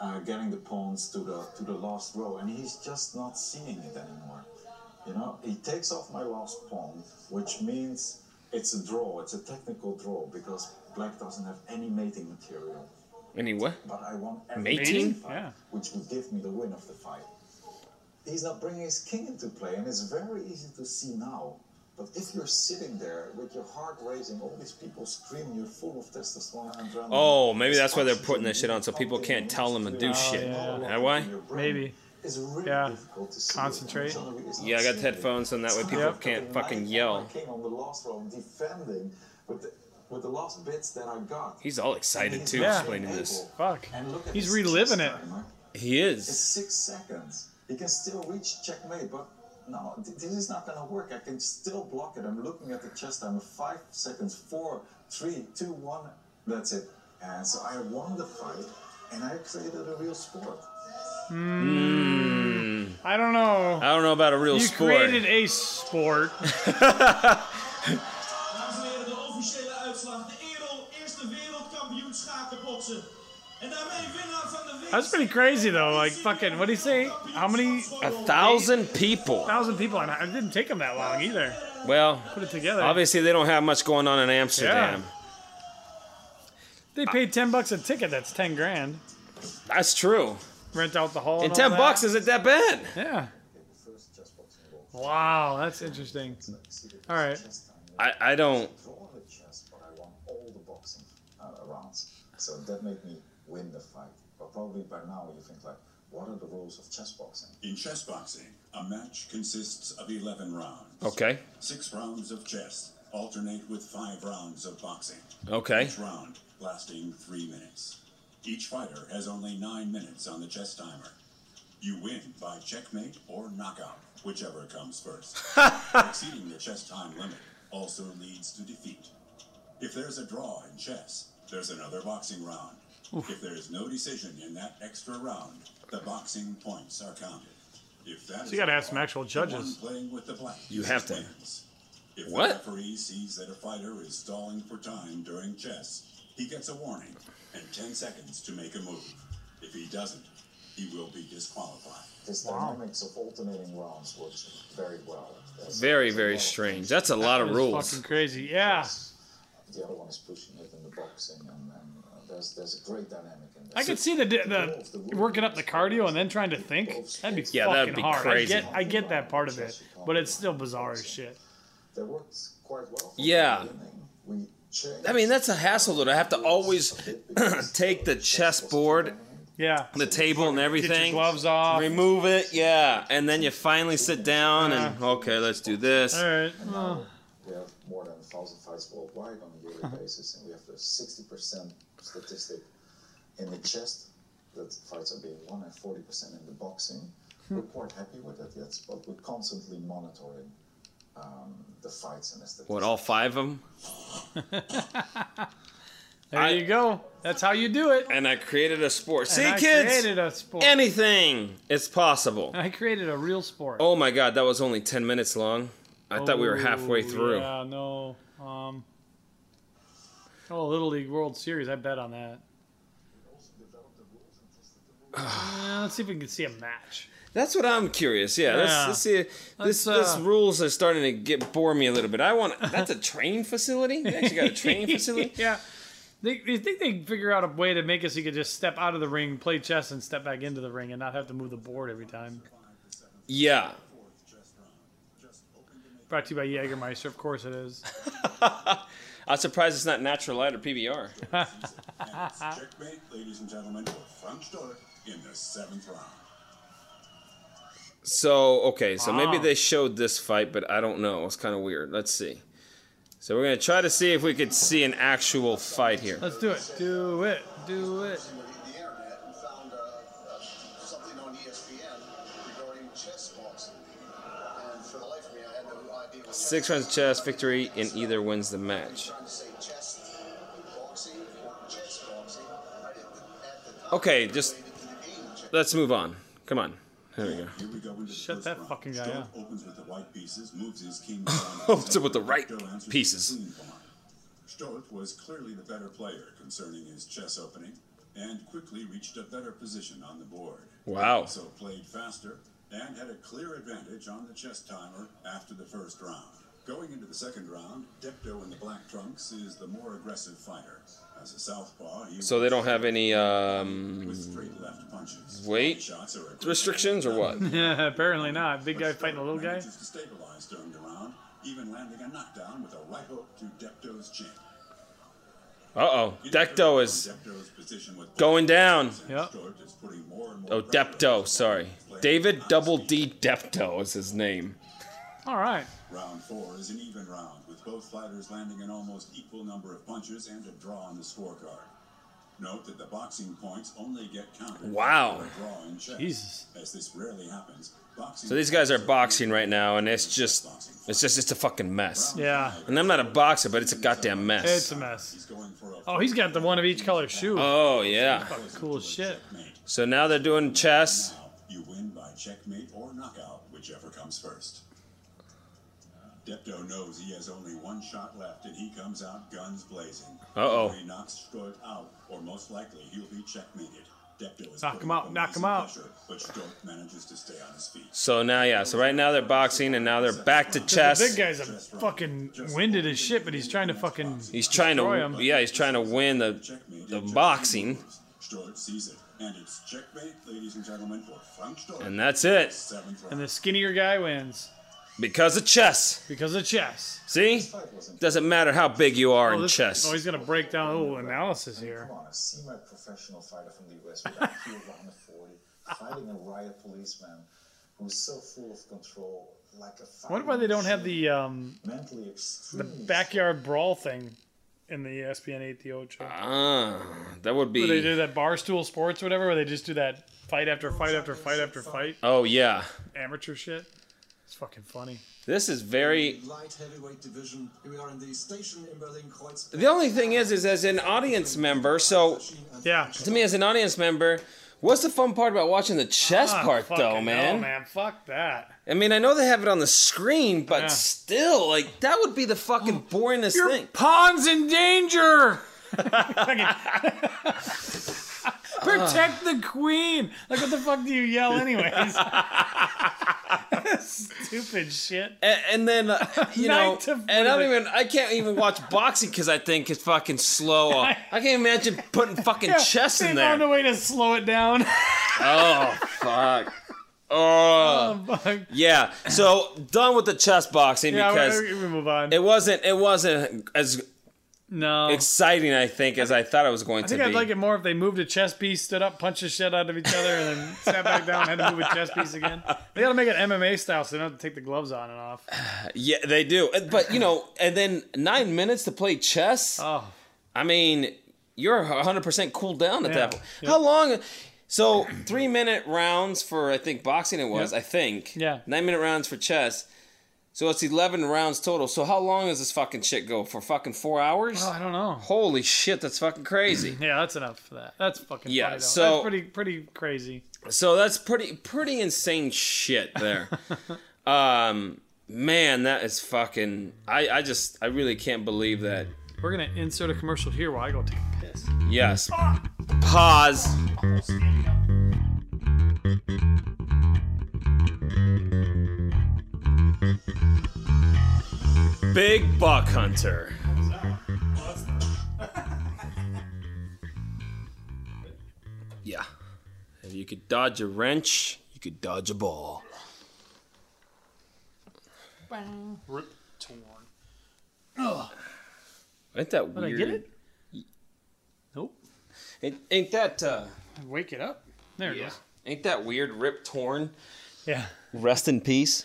uh, getting the pawns to the to the last row. And he's just not seeing it anymore. You know, he takes off my last pawn, which means it's a draw. It's a technical draw because black doesn't have any mating material. Anyway, But I want every Mating? fight, Yeah. which would give me the win of the fight. He's not bringing his king into play, and it's very easy to see now. But if you're sitting there with your heart racing, all these people screaming, you're full of testosterone and adrenaline. Oh, maybe that's why they're Oxygen, putting that shit on, so people pumping can't tell them to do your shit. muscles, Oh, your yeah. blood Why? in your brain. Maybe. It's really Yeah. difficult to see. Concentrate. yeah, I got the headphones, and that way people Yep. can't fucking yell. King on the last row, defending with the, with the last bits that I got. He's all excited too, Yeah. explaining this. Fuck. And look at He's his reliving chess it. timer. He It's is. six seconds. He can still reach checkmate, but no, th- this is not gonna work. I can still block it. I'm looking at the chess timer. Five seconds, four, three, two, one. That's it. And so I won the fight, and I created a real sport. I don't know. I don't know about a real you sport. created a sport. Dames en heren, de officiële uitslag. De Erel, eerste wereldkampioen schakenboksen. En daarmee winnaar van de winst. That's pretty crazy though. Like fucking, what do you say? How many a thousand people. thousand people? And it didn't take them that long either. Well, Put it together. obviously they don't have much going on in Amsterdam. They paid ten bucks a ticket. That's ten grand. That's true. Rent out the hall. And all ten that. bucks isn't that bad. Yeah. First chess boxing goal. Wow, that's interesting. All right. Chess time. I, I don't. Draw the chess, but I won all the boxing uh, rounds. So that made me win the fight. But probably by now you think like, what are the rules of chess boxing? In chess boxing, a match consists of 11 rounds. Okay. Six rounds of chess alternate with five rounds of boxing. Okay. Each round lasting three minutes. Each fighter has only nine minutes on the chess timer. You win by checkmate or knockout, whichever comes [laughs] first. Exceeding the chess time limit also leads to defeat. If there's a draw in chess, there's another boxing round. If there's no decision in that extra round, the boxing points are counted. If that So you gotta have some actual judges. Playing with the black You have to. wins. If What? the referee sees that a fighter is stalling for time during chess, he gets a warning and 10 seconds to make a move. If he doesn't, he will be disqualified. This dynamics of alternating rounds works very well. There's- Very there's a very lot of- strange. That's a lot of It's rules. Fucking crazy. Yeah. The other one is pushing it in the boxing, and, and uh, there's there's a great dynamic in this. I could see the, the working up the cardio and then trying to think. That'd be Yeah, fucking that'd be hard. crazy. I get I get that part of it, but it's still bizarre as shit. That worked quite well. from Yeah. the beginning. We changed I mean, that's a hassle though. to have to always [clears throat] take the chessboard, Yeah. the table, and Get your everything. gloves off. Remove it, yeah, and then you finally sit down and okay, let's do this. All right. now we have more than a thousand fights worldwide on a Uh-huh. yearly basis, and we have the 60% statistic in the chest that fights are being won, and 40% in the boxing. Hmm. We're quite happy with that yet, but we're constantly monitoring um, the fights and the statistics. What all five of them? There I- you go. That's how you do it. And I created a sport. See, And I kids, created a sport. anything is possible. I created a real sport. Oh my god, that was only ten minutes long. I thought we were halfway Oh, through. Yeah, no. Um, oh, Little League World Series. I bet [sighs] on that. Yeah, let's see if we can see a match. That's what I'm curious. Yeah, Yeah. Let's, let's see. This Let's, uh, this rules are starting to get bore me a little bit. I want that's a train facility. They actually got a [laughs] train facility. yeah. They, they think they can figure out a way to make it so you could just step out of the ring, play chess, and step back into the ring and not have to move the board every time. Yeah, Brought to you by Jägermeister. Of course it is. I'm surprised it's not natural light or PBR. And it's checkmate, ladies and gentlemen, for Frank Stoller in the seventh round. So okay, so maybe Wow. they showed this fight, but I don't know. It's kind of weird. Let's see. So we're gonna try to see if we could see an actual fight here. Let's do it. Do it. Do it. the internet and found uh, uh, something on ESPN regarding chess boxing. And for the life of me, I had no idea what Six rounds of chess, victory, and either wins the match. trying to say chess boxing or chess boxing. I didn't at the time Okay, just related to the game chess. let's move on. Come on. There we go. [laughs] Here we go into the Shut first that round. fucking guy Stoller up. [laughs] opens with the white pieces, moves his [laughs] king down. Opens it with the right Stoller answers with pieces. the queen pawn. Stoller was clearly the better player concerning his chess opening and quickly reached a better position on the board. Wow. Also played faster and had a clear advantage on the chess timer after the first round. Going into the second round, Depto in the black trunks is the more aggressive fighter. As a southpaw, he So they don't have any um, with straight left punches. Weight Shots are aggressive. restrictions or what? Yeah, apparently not. Big guy fighting a little guy. Manages to stabilize during the round, even landing a knockdown with a right hook to Depto's chin. Uh oh. Decto is Depto's position with going down. Yep. Stort is putting more and more Oh, pressure on Depto, him. sorry. David Double D Depto is his name. All right. Round four is an even round, with both fighters landing an almost equal number of punches and a draw on the scorecard. Note that the boxing points only get counted. Wow. after a draw in chess. Jesus. As this rarely happens, boxing So these guys are boxing right now, and it's just, it's just, it's a fucking mess. Yeah. And I'm not a boxer, but it's a goddamn mess. It's a mess. He's going for a Oh, he's got the one of each color shoe. oh yeah. cool as shit. checkmate. So now they're doing chess. Now, you win by checkmate or knockout, whichever comes first. Depto knows he has only one shot left, and he comes out guns blazing. Uh-oh. Either He knocks Stort out, or most likely he'll be checkmated. Depto is Knock put him up out, on knock amazing him out. pressure, but Stort manages to stay on his feet. So now yeah. So right now they're boxing, and now they're back to The big chess. guy's a fucking winded as shit, but he's trying to fucking. He's trying Destroy to, him. yeah, he's trying to win the, Checkmate. the and checkmate boxing, moves. Stort sees it, and it's checkmate, ladies and gentlemen, for Frank Stort. and that's it Seventh round. And the skinnier guy wins because of chess. because of chess. See, doesn't matter how big you are in this- chess. Oh, he's gonna break down a little analysis here. Come on, a semi-professional fighter from the U.S. with [laughs] IQ of 140, fighting a riot policeman who's so full of control, like a. I wonder why they don't have the um, mentally extremely backyard brawl thing in the E ESPN 8 the old show. Ah, that would Where they be. do that barstool sports or whatever, where they just do that fight after fight after fight after fight. Oh yeah, Amateur shit. It's fucking funny. this is very. Light heavyweight division. Here we are in the station in Berlin Kreuz. The only thing is, is as an audience member, so Yeah. to me as an audience member. What's the fun part about watching the chess Ah, part, fucking though, hell, man? man, fuck that. I mean, I know they have it on the screen, but Yeah. still, like, that would be the fucking boringest [laughs] thing. pawn's in [laughs] danger. Protect [laughs] the queen. Like, what the fuck do you yell, anyways? [laughs] Stupid shit. A- And, then, [laughs] uh, you know, Knight of and I don't Blade. even, I can't even [laughs] watch boxing because I think it's fucking slow. I can't imagine putting fucking chess in They found a there. way to slow it down. [laughs] Oh, fuck. Oh, Fuck. yeah. So, done with the chess boxing yeah, because. we, we move on. It wasn't. It wasn't as no. exciting, I think, as I thought it was going I to think be. I'd like it more if they moved a chess piece, stood up, punched the shit out of each other, [laughs] and then sat back down and had to move a chess piece again. They gotta make it MMA style so they don't have to take the gloves on [sighs] and off. Yeah, they do. Uh, But you know, and then nine minutes to play chess. Oh. I mean, you're 100 percent cooled down at Yeah. that. point. How long? So three minute rounds for I think boxing it was. Yep. I think. Yeah. Nine minute rounds for chess. So it's 11 rounds total. So how long does this fucking shit go for? Fucking four hours. Oh, Mm-hmm. I don't know. Holy shit, that's fucking crazy. Yeah, that's enough for that. That's fucking Yeah, funny, though. so- that's pretty pretty crazy. So that's pretty pretty insane shit there. [laughs] um man, that is fucking I I just I really can't believe that. We're gonna insert a commercial here while I go take a piss. Yes. Pause. Big Buck Hunter. yeah. If you could dodge a wrench, you could dodge a ball. Rip torn. Ain't that weird? Did I get it? Nope. Ain't, ain't that uh Wake it up. There it yeah. goes. ain't that weird rip torn? Yeah. Rest in peace.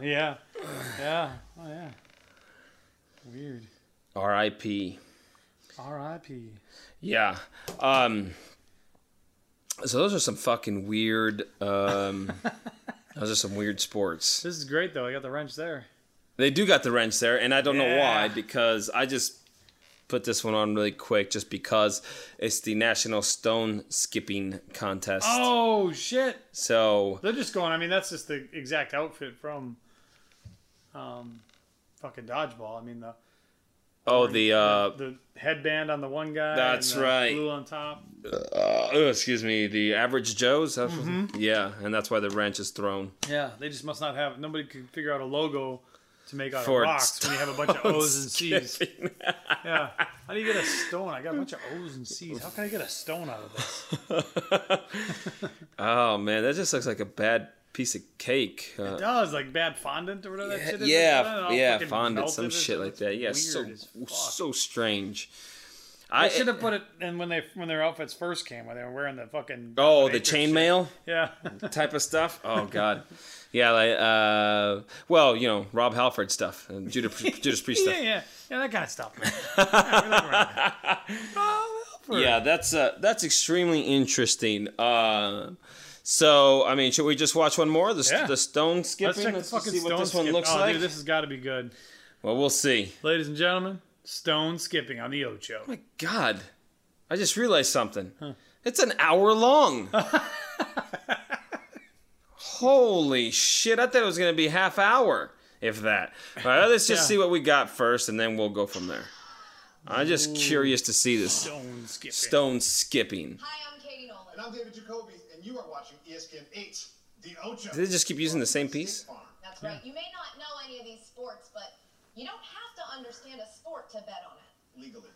Yeah. Yeah. Oh yeah. Weird. R.I.P. R.I.P. Yeah. Um so those are some fucking weird [laughs] um those are some weird sports. This is great though. I got the wrench there. They do got the wrench there and I don't know Yeah. why because I just put this one on really quick just because it's the National Stone Skipping Contest. Oh shit. So They're just going. I mean, that's just the exact outfit from, um, fucking dodgeball. I mean, the oh the uh the headband on the one guy. and That's the right. Blue on top. uh, oh, excuse me, the average Joe's that's- Mm-hmm. yeah, and that's why the wrench is thrown. Yeah, they just must not have. Nobody could figure out a logo to make out For of rocks when you have [laughs] a bunch of O's and C's. Skipping. Yeah. How do you get a stone? I got a bunch of O's and C's. How can I get a stone out of this? Oh man, that just looks like a bad piece of cake. Uh, It does like bad fondant or whatever that shit is. Like that, yeah, all yeah, fucking fondant, melted some or shit like something. that. Yeah, It's so weird as fuck. so strange. I should have put it in when they when their outfits first came when they were wearing the fucking Oh, the Baker's chainmail shit. [laughs] Yeah, [laughs] type of stuff. Oh god, yeah, like uh, well, you know, Rob Halford stuff, and [laughs] Judas, Judas Priest yeah, [laughs] stuff. [laughs] yeah, yeah, that Oh, kind of stuff. Man. Or? Yeah, that's uh, that's extremely interesting. Uh, so, I mean, should we just watch one more? The, Yeah. the stone skipping. Let's check the just fucking see stone what this skip. one looks oh, like. dude, this has got to be good, Well, we'll see. ladies and gentlemen. Stone skipping on the Ocho. My God, I just realized something. It's an hour [laughs] long. Holy shit! I thought it was gonna be half hour, if that. All right, let's just Yeah. see what we got first, and then we'll go from there. I'm just curious to see this Stone skipping. stone skipping. Hi, I'm Katie Nolan. And I'm David Jacoby, and you are watching E ESPN 8, The Ocho. Did they just keep using the same piece? That's right. You may not know any of these sports, but you don't have to understand a sport to bet on it. Legally.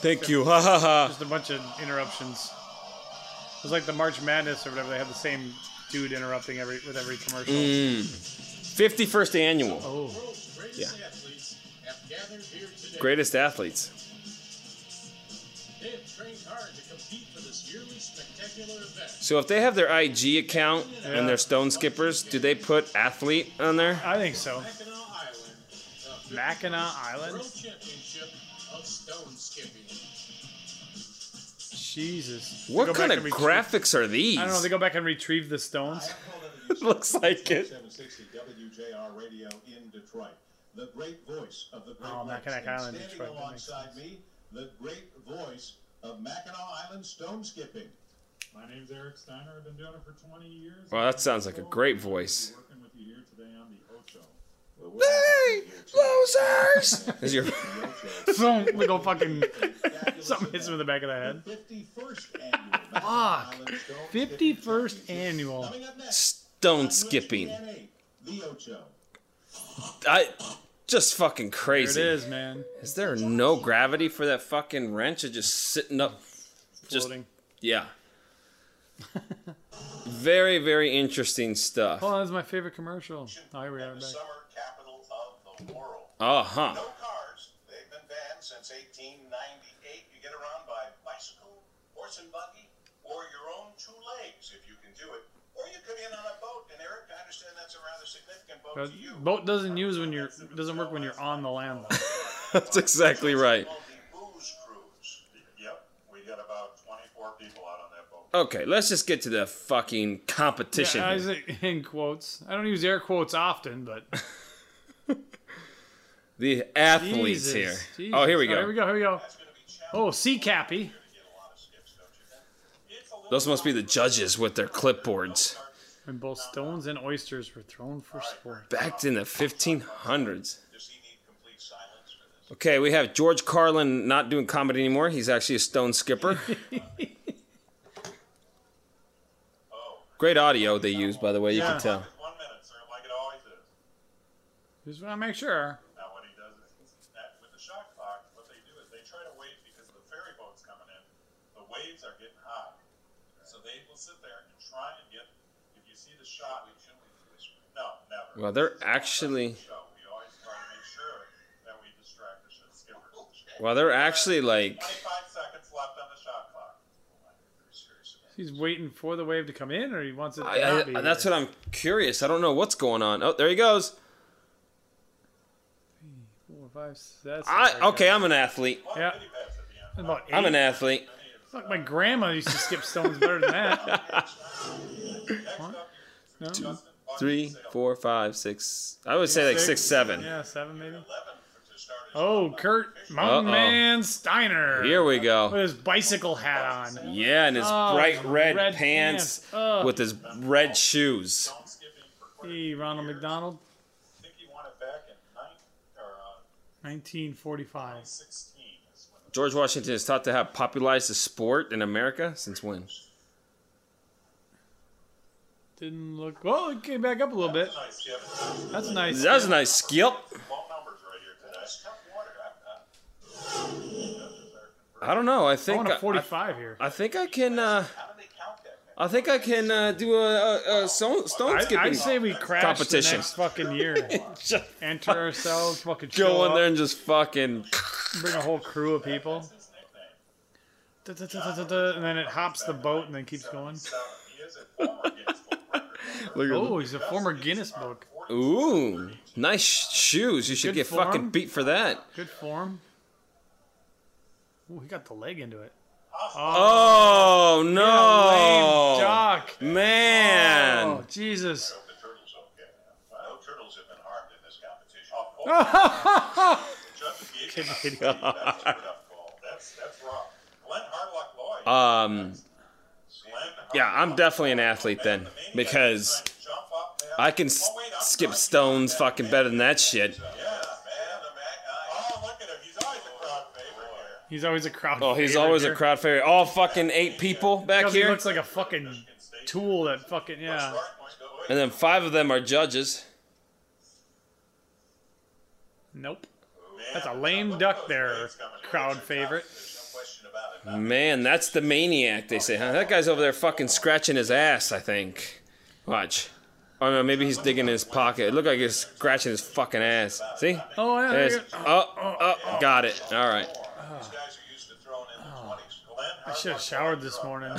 Thank you. Ha ha ha. Just a bunch of interruptions. It was like the March Madness or whatever. They had the same dude interrupting every with every commercial. 51st annual. Oh, Greatest athletes have gathered here today. Greatest athletes. They have trained hard to compete for this yearly spectacular event. So if they have their IG account and their stone skippers, do they put athlete on there? I think so. Mackinac Island, the Mackinac Island. World Championship of Stone Skipping. Jesus. Go What back kind of and retrieve- graphics are these? I don't know. They go back and retrieve the [laughs] stones. It [laughs] looks like it. 760 WJR Radio in Detroit. The great voice of the Great Oh, Lakes. Mackinac And Island, standing Detroit, that makes alongside me, the great voice of Mackinac Island stone skipping. My name's Eric Steiner. I've been doing it for 20 years. Wow, that sounds like a great voice. Working with you here today on the Ocho. Hey, [laughs] losers! Is your Boom. We go fucking. [laughs] Something hits him in the back of the head. 51st annual Mackinac Island Stone 51st annual. Skipping Championship. Coming up next, stone skipping? ESPN8, The Ocho. I just fucking There it crazy. is, man. Is there no gravity for that fucking wrench? It just sitting up. Just Floating. yeah. Very very interesting stuff. Oh, that's my favorite commercial. Oh, here we are The back. summer capital of the world. Uh huh. No cars. They've been banned since 1898. You get around by bicycle, horse and buggy, or your own two legs if you can do it. Or you could in on a boat. And Eric, I understand that's a rather significant boat But to you. Boat doesn't use when you're doesn't work when you're on the land. though. [laughs] That's exactly right. Called the booze cruise. Yep, we got about 24 people out on that boat. Okay, let's just get to the fucking competition. Yeah, I here. say in quotes. I don't use air quotes often, but [laughs] the athletes Jesus, here. Jesus. Oh, here we Here we go. go. Here we go. That's going to be challenging. Oh, sea cappy. You're going to get a lot of skips, don't you think? It's a little Those must be the judges with their clipboards. And both stones and oysters were thrown for sport. Back in the 1500s. Does he need complete silence for this? Okay, we have George Carlin not doing comedy anymore. He's actually a stone [laughs] skipper. Great audio they use, by the way. You Yeah. can tell. Oh. One minute, sir, like it always is. Just want to make sure. Now, what he does is that with the shot clock, what they do is they try to wait because the ferry boat's coming in. The waves are getting high, so they will sit there and try and get. If you see the shot, we shouldn't whisper. No, never. Well, they're actually So we always try to make sure that we distract the ship skipper. well, they're actually like 25 seconds left on the shot clock. Oh, I'm very serious about He's waiting for the wave to come in, or he wants it. To I, not be I, that's what I'm curious. I don't know what's going on. Oh, there he goes. Four, five, six, that's I okay, I'm an athlete. Yeah. it. He bets at the end. About eight. I'm an athlete. Fuck, my grandma used to skip stones better than that. [laughs] No? Three, four, five, six. I would say like six, seven. Yeah, seven maybe. 11 to start his Oh, Kurt, mountain Uh-oh. man Steiner. Here we with go. his bicycle hat on. Yeah, and his Oh, bright red, red pants, pants. Ugh. with his red shoes. own skipping for quite Hey, Ronald McDonald, I think he won it back in nine or uh, 1945. 16 is when George Washington is thought to have popularized the sport in America since when? Didn't look. Oh, it came back up a little bit. the nice skip. That's nice. That was a nice skip. Low numbers right here today. That's tough water. I'm not. I don't know. I I think want a I, 45 here. I think I can. Uh, How do they count that? man? I think I can uh, do a, a, a stone, stone I, skipping. I say we crash competition. Competition. the next fucking year. [laughs] Just Enter ourselves, fucking show go in up, there and just fucking. bring a whole crew of people. Da, da, da, da, da, da, and then it hops the boat and then keeps going. He is a former Guinness Book Record holder. Look Oh, he's a former Guinness book. at Ooh, nice shoes. You should Good get form. fucking beat for that. Good form. Ooh, he got the leg into it. Oh, Uh, lame no. Doc. Man. Oh, Jesus. Oh. [laughs] Um, yeah, I'm definitely an athlete then because I can s- skip stones fucking better than that shit. He's always a crowd. Oh, he's favorite always a here. crowd favorite. All fucking eight people back Because he here, looks like a fucking tool that fucking yeah. and then five of them are judges. Nope. That's a lame duck there. Crowd favorite. Man, that's the maniac they say. Huh? That guy's over there fucking scratching his ass. I think. Watch. Oh no, maybe he's digging in his pocket. It looked like he's scratching his fucking ass. See? Oh yeah. there There's- you go. oh, oh, got it. All right. I should have showered this morning.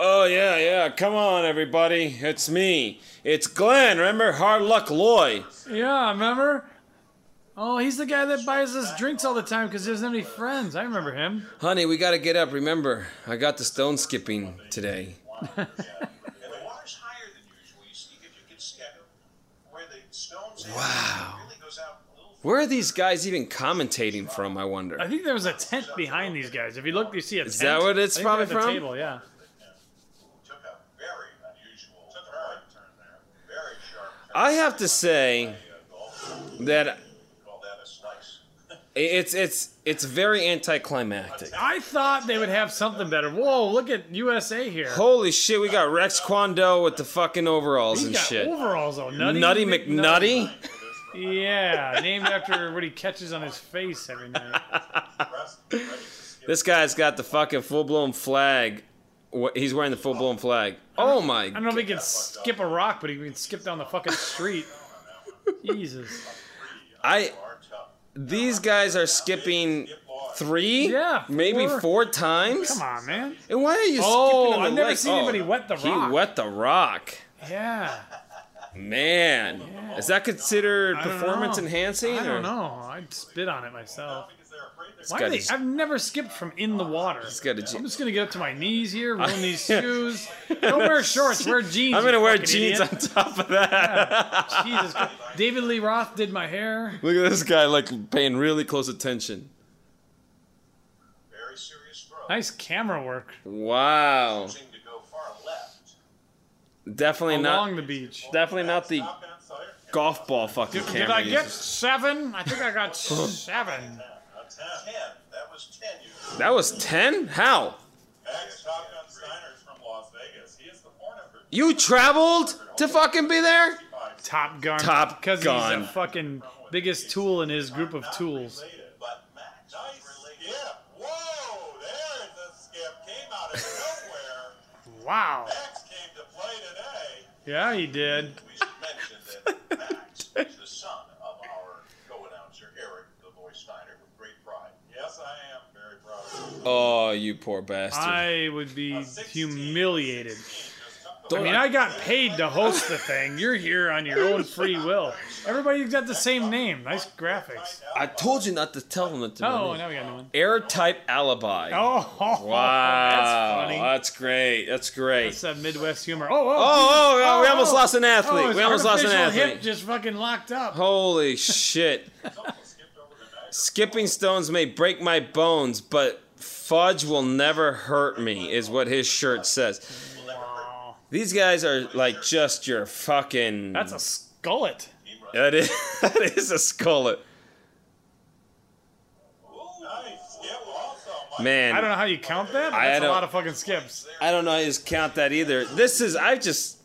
Oh yeah, yeah. Come on, everybody. It's me. It's Glenn. Remember Hard Luck Loy? Yeah, remember? Oh, he's the guy that buys us drinks all the time because he doesn't have any friends. I remember him. Honey, we gotta get up. Remember, I got the stone skipping today. Oh. Wow. Where are these guys even commentating from? I wonder. I think there was a tent behind these guys. If you look, you see a tent. Is that what it's I think they had probably the from? Table, yeah. Took a very unusual turn there. Very sharp. I have to say that Call that a slice. it's it's it's very anticlimactic. I thought they would have something better. Whoa, look at USA here. Holy shit, we got Rex Kwando with the fucking overalls He's and got shit. overalls on. Nutty, Nutty McNutty. McNutty. Yeah, named after what he catches on his face every night. This guy's got the fucking full blown flag. Wha- He's wearing the full blown flag. Oh my! I don't know if he can skip a rock, but he can skip down the fucking street. Jesus. I these guys are skipping three, Yeah, maybe four. four times. Come on, man. And why are you Oh, skipping? in the I've never leg? seen Oh, anybody wet the rock. He wet the rock. Yeah. Man, is that considered I don't performance know. enhancing? I or- don't know. I'd spit on it myself. Why guy they, just- I've never skipped from in the water. He's got a I'm jean- just gonna get up to my knees [laughs] here, ruin these shoes. Don't wear shorts. Wear jeans. I'm you gonna wear fucking jeans idiot. on top of that. Jesus. Christ. David Lee Roth did my hair. [laughs] Look at this guy, like paying really close attention. Very serious throw. Nice camera work Wow, Seemed to go far left. definitely along not, the beach. definitely not the Up and sire. golf ball fucking Did camera. I get uses. seven? I think I [laughs] got seven. A ten. Ten. That was ten. You That was ten? How? back to Top Gun Steiner's from Las Vegas. He is the four number You traveled to fucking be there? Top Gun. Top Because he's Gun. the fucking biggest tool in his group of tools. data, but Max nice. skip. Whoa! There's a skip. Came out [laughs] of nowhere. Wow. Max came to play today. Yeah, he did. We should mention that Max is the son of our co-announcer Eric the Voice Steiner with great pride. Yes, I am very proud. of him. Oh, you poor bastard. I would be humiliated. Don't- I mean, I got paid to host the thing. You're here on your own free will. Everybody's got the same name. Nice graphics. I told you not to tell them it to Oh, me. now we got one. Air type alibi. Oh, wow. that's funny. That's great. That's great. That's that Midwest humor. Oh, oh, oh, oh, oh, we oh, almost oh. lost an athlete. oh, his we almost lost an artificial athlete. Hip just fucking locked up. [laughs] Holy shit. Skipping stones may break my bones, but fudge will never hurt me, is what his shirt says. Wow. These guys are like just your fucking. That's a skullet. That is, [laughs] that is a skullet. Ooh, nice skip also. Mike. Man, I don't know how you count that. But I that's a don't- lot of fucking skips. I don't know how to just count that either. This is I just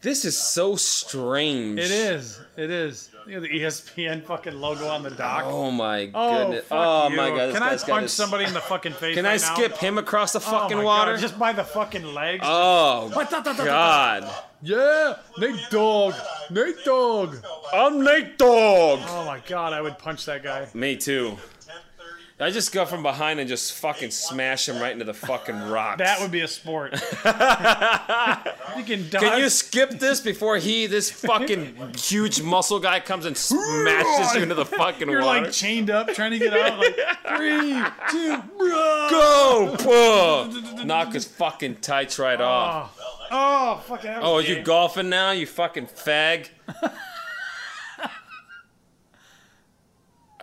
this is so strange. It is. It is. You know, the E ESPN fucking logo on the dock. Oh my Oh, goodness. fuck Oh you. my god. This Can I guy's got punch his- somebody in the fucking face? Can right I now? skip him across the Oh my fucking God, water? just by the fucking legs. [laughs] Oh What the- the- the- the- god. Yeah, Nate Dog, Nate Dog. I'm Nate Dog. Oh my god, I would punch that guy. Me too. I just go from behind and just fucking smash him right into the fucking rocks. That would be a [laughs] sport. you can dodge. Can you skip this before he, this fucking huge muscle guy, comes and smashes you into the fucking You're water? like chained up, trying to get [laughs] out. Like three, two, Go, go. pull. Knock his fucking tights right off. Oh, oh, fucking. that was Oh, are you golfing now, you fucking [laughs] fag?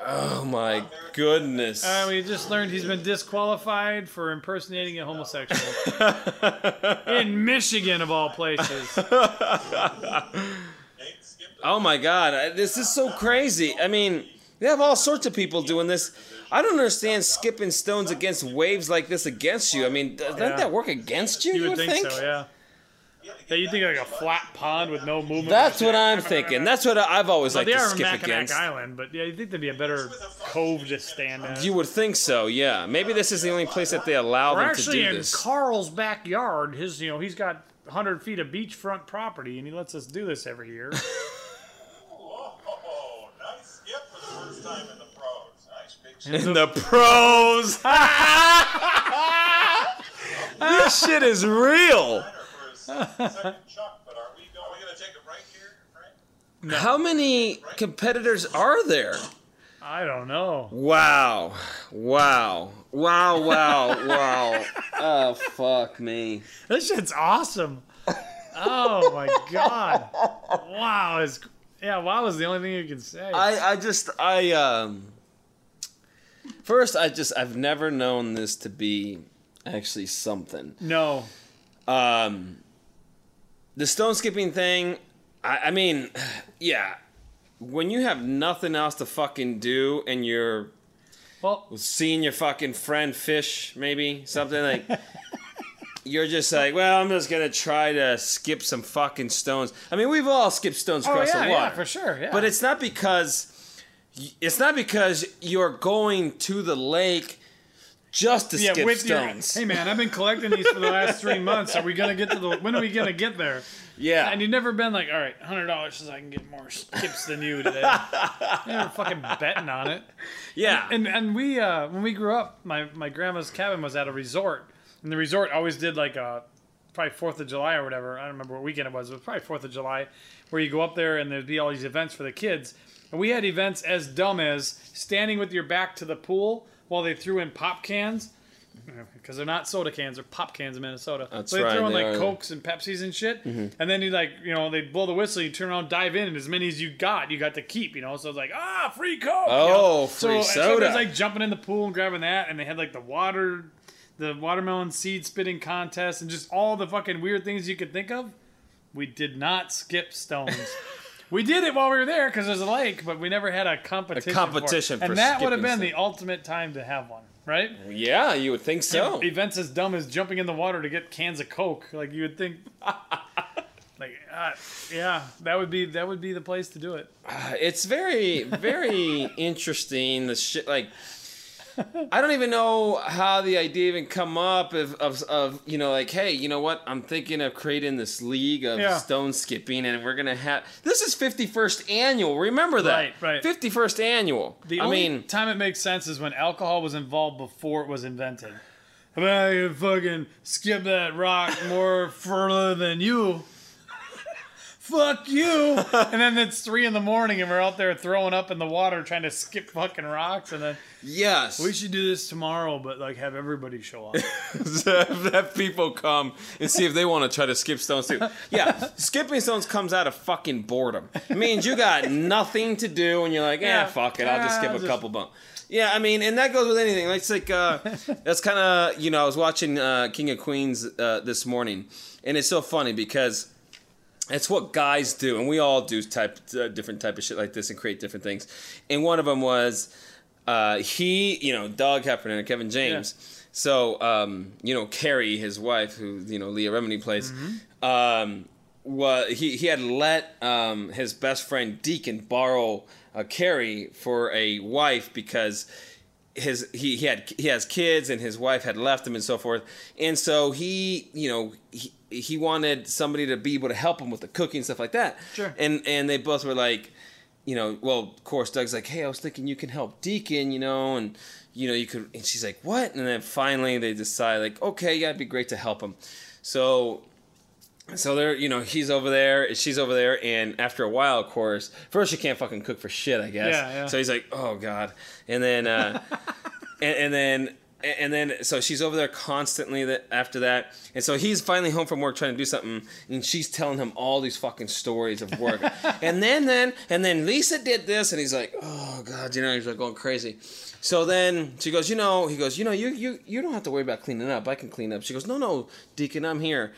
oh my goodness. Uh, we just learned he's been disqualified for impersonating a [laughs] homosexual in Michigan, of all places. Oh my god, I- this is so crazy. I mean, they have all sorts of people doing this. I don't understand skipping stones against waves like this against you. I mean, doesn't Yeah. that work against you? You would think, so, yeah. Yeah, you think like a flat pond with no movement. That's what I'm thinking. That's what I- I've always Well, liked they to are skip Mackinac against. Island, but yeah, you think there'd be a better cove to stand at. You would think so, yeah. Maybe this is the only place that they allow We're them to actually do in this. Carl's backyard. His, you know, he's got 100 feet of beachfront property, and he lets us do this every [laughs] year. Whoa, nice skip for the first time in the pros. Nice [laughs] big skip. in the pros. this shit is real. for his second chuck, but are we going? Are we going to take it right here, Frank? How many competitors are there? I don't know. Wow. Wow. Wow, wow, wow. [laughs] Oh, fuck me. This shit's awesome. Oh my god! Wow is yeah. Wow is the only thing you can say. I, I just, I, um, first, I just, I've never known this to be actually something. no, Um, the stone skipping thing, I, I mean, [sighs] yeah. When you have nothing else to fucking do and you're well, seeing your fucking friend fish, maybe something [laughs] like. You're just like, well, I'm just gonna try to skip some fucking stones. I mean, we've all skipped stones oh across yeah, the water, yeah, for sure. Yeah, but it's not because it's not because you're going to the lake just to yeah skip with your- stones. hey man, I've been collecting these for the [laughs] last three months. Are we gonna get to the? When are we gonna get there? yeah, And you've never been like, all right, hundred dollars says I can get more skips than [laughs] you today. You're fucking betting on it. yeah, And and we uh, when we grew up, my my grandma's cabin was at a resort, and the resort always did like a probably Fourth of July or whatever. I don't remember what weekend it was. It was probably Fourth of July, where you go up there and there'd be all these events for the kids. And we had events as dumb as standing with your back to the pool while they threw in pop cans. [laughs] Because they're not soda cans, they're pop cans in Minnesota. That's so they right, throw in they like are. Mm-hmm. Cokes and Pepsis and shit. And then you like, you know, they blow the whistle, you turn around, dive in, and as many as you got, you got to keep, you know. So it's like, ah, free Coke! you know? Oh, free so, soda. So like jumping in the pool and grabbing that, and they had like the water, the watermelon seed spitting contest, and just all the fucking weird things you could think of. We did not [laughs] skip stones. we did it while we were there because there's a lake, but we never had a competition. for it. competition for and that would have been skipping the ultimate time to have one, right? Oh. yeah. You would think so. Events as dumb as jumping in the water to get cans of Coke. Like you [laughs] would think. Like uh, yeah, that would be that would be the place to do it. It's very, [laughs] very interesting. The shit, like, I don't even know how the idea even come up of, of, of you know, like, hey, you know what? I'm thinking of creating this league of Yeah. stone skipping, and we're gonna have this is 51st annual. Remember that, Right, right. 51st annual. The I only mean, time it makes sense is when alcohol was involved before it was invented. I mean, I can fucking skip that rock more [laughs] further than you. Fuck [laughs] you! and then it's three in the morning, and we're out there throwing up in the water trying to skip fucking rocks. And then yes, we should do this tomorrow, but like have everybody show up. [laughs] have people come and see if they want to try to skip stones too. [laughs] Yeah, skipping stones comes out of fucking boredom. It means you got nothing to do, and you're like, yeah, Yeah. fuck it, I'll just Yeah, skip a I'll just- couple bumps. Yeah, I mean, and that goes with anything. It's like [laughs] uh, that's kind of you know, I was watching uh, King of Queens uh, this morning, and it's so funny because it's what guys do, and we all do type uh, different type of shit like this and create different things. And one of them was uh, he, you know, Doug Heffernan and Kevin James. So, um, you know, Carrie, his wife, who you know Leah Remini plays, um, wa- he he had let um, his best friend Deacon borrow uh, Carrie for a wife because his he, he had he has kids and his wife had left him and so forth and so he you know he, he wanted somebody to be able to help him with the cooking and stuff like that Sure. and and they both were like you know well of course doug's like hey i was thinking you can help deacon you know and you know, you could. And she's like, what? And then finally they decide, like, okay, yeah, it'd be great to help him. So, so they're, you know, he's over there, she's over there, and after a while, of course, first she can't fucking cook for shit, I guess. Yeah, yeah. So he's like, oh god, and then, uh, and, and then. And then, so she's over there constantly that, after that. And so he's finally home from work trying to do something, and she's telling him all these fucking stories of work. and then, then, and then Lisa did this, and he's like, oh, God, you know, he's like going crazy. So then she goes, you know, he goes, you know, you, you, you don't have to worry about cleaning up. I can clean up. She goes, no, no, Deacon, I'm here.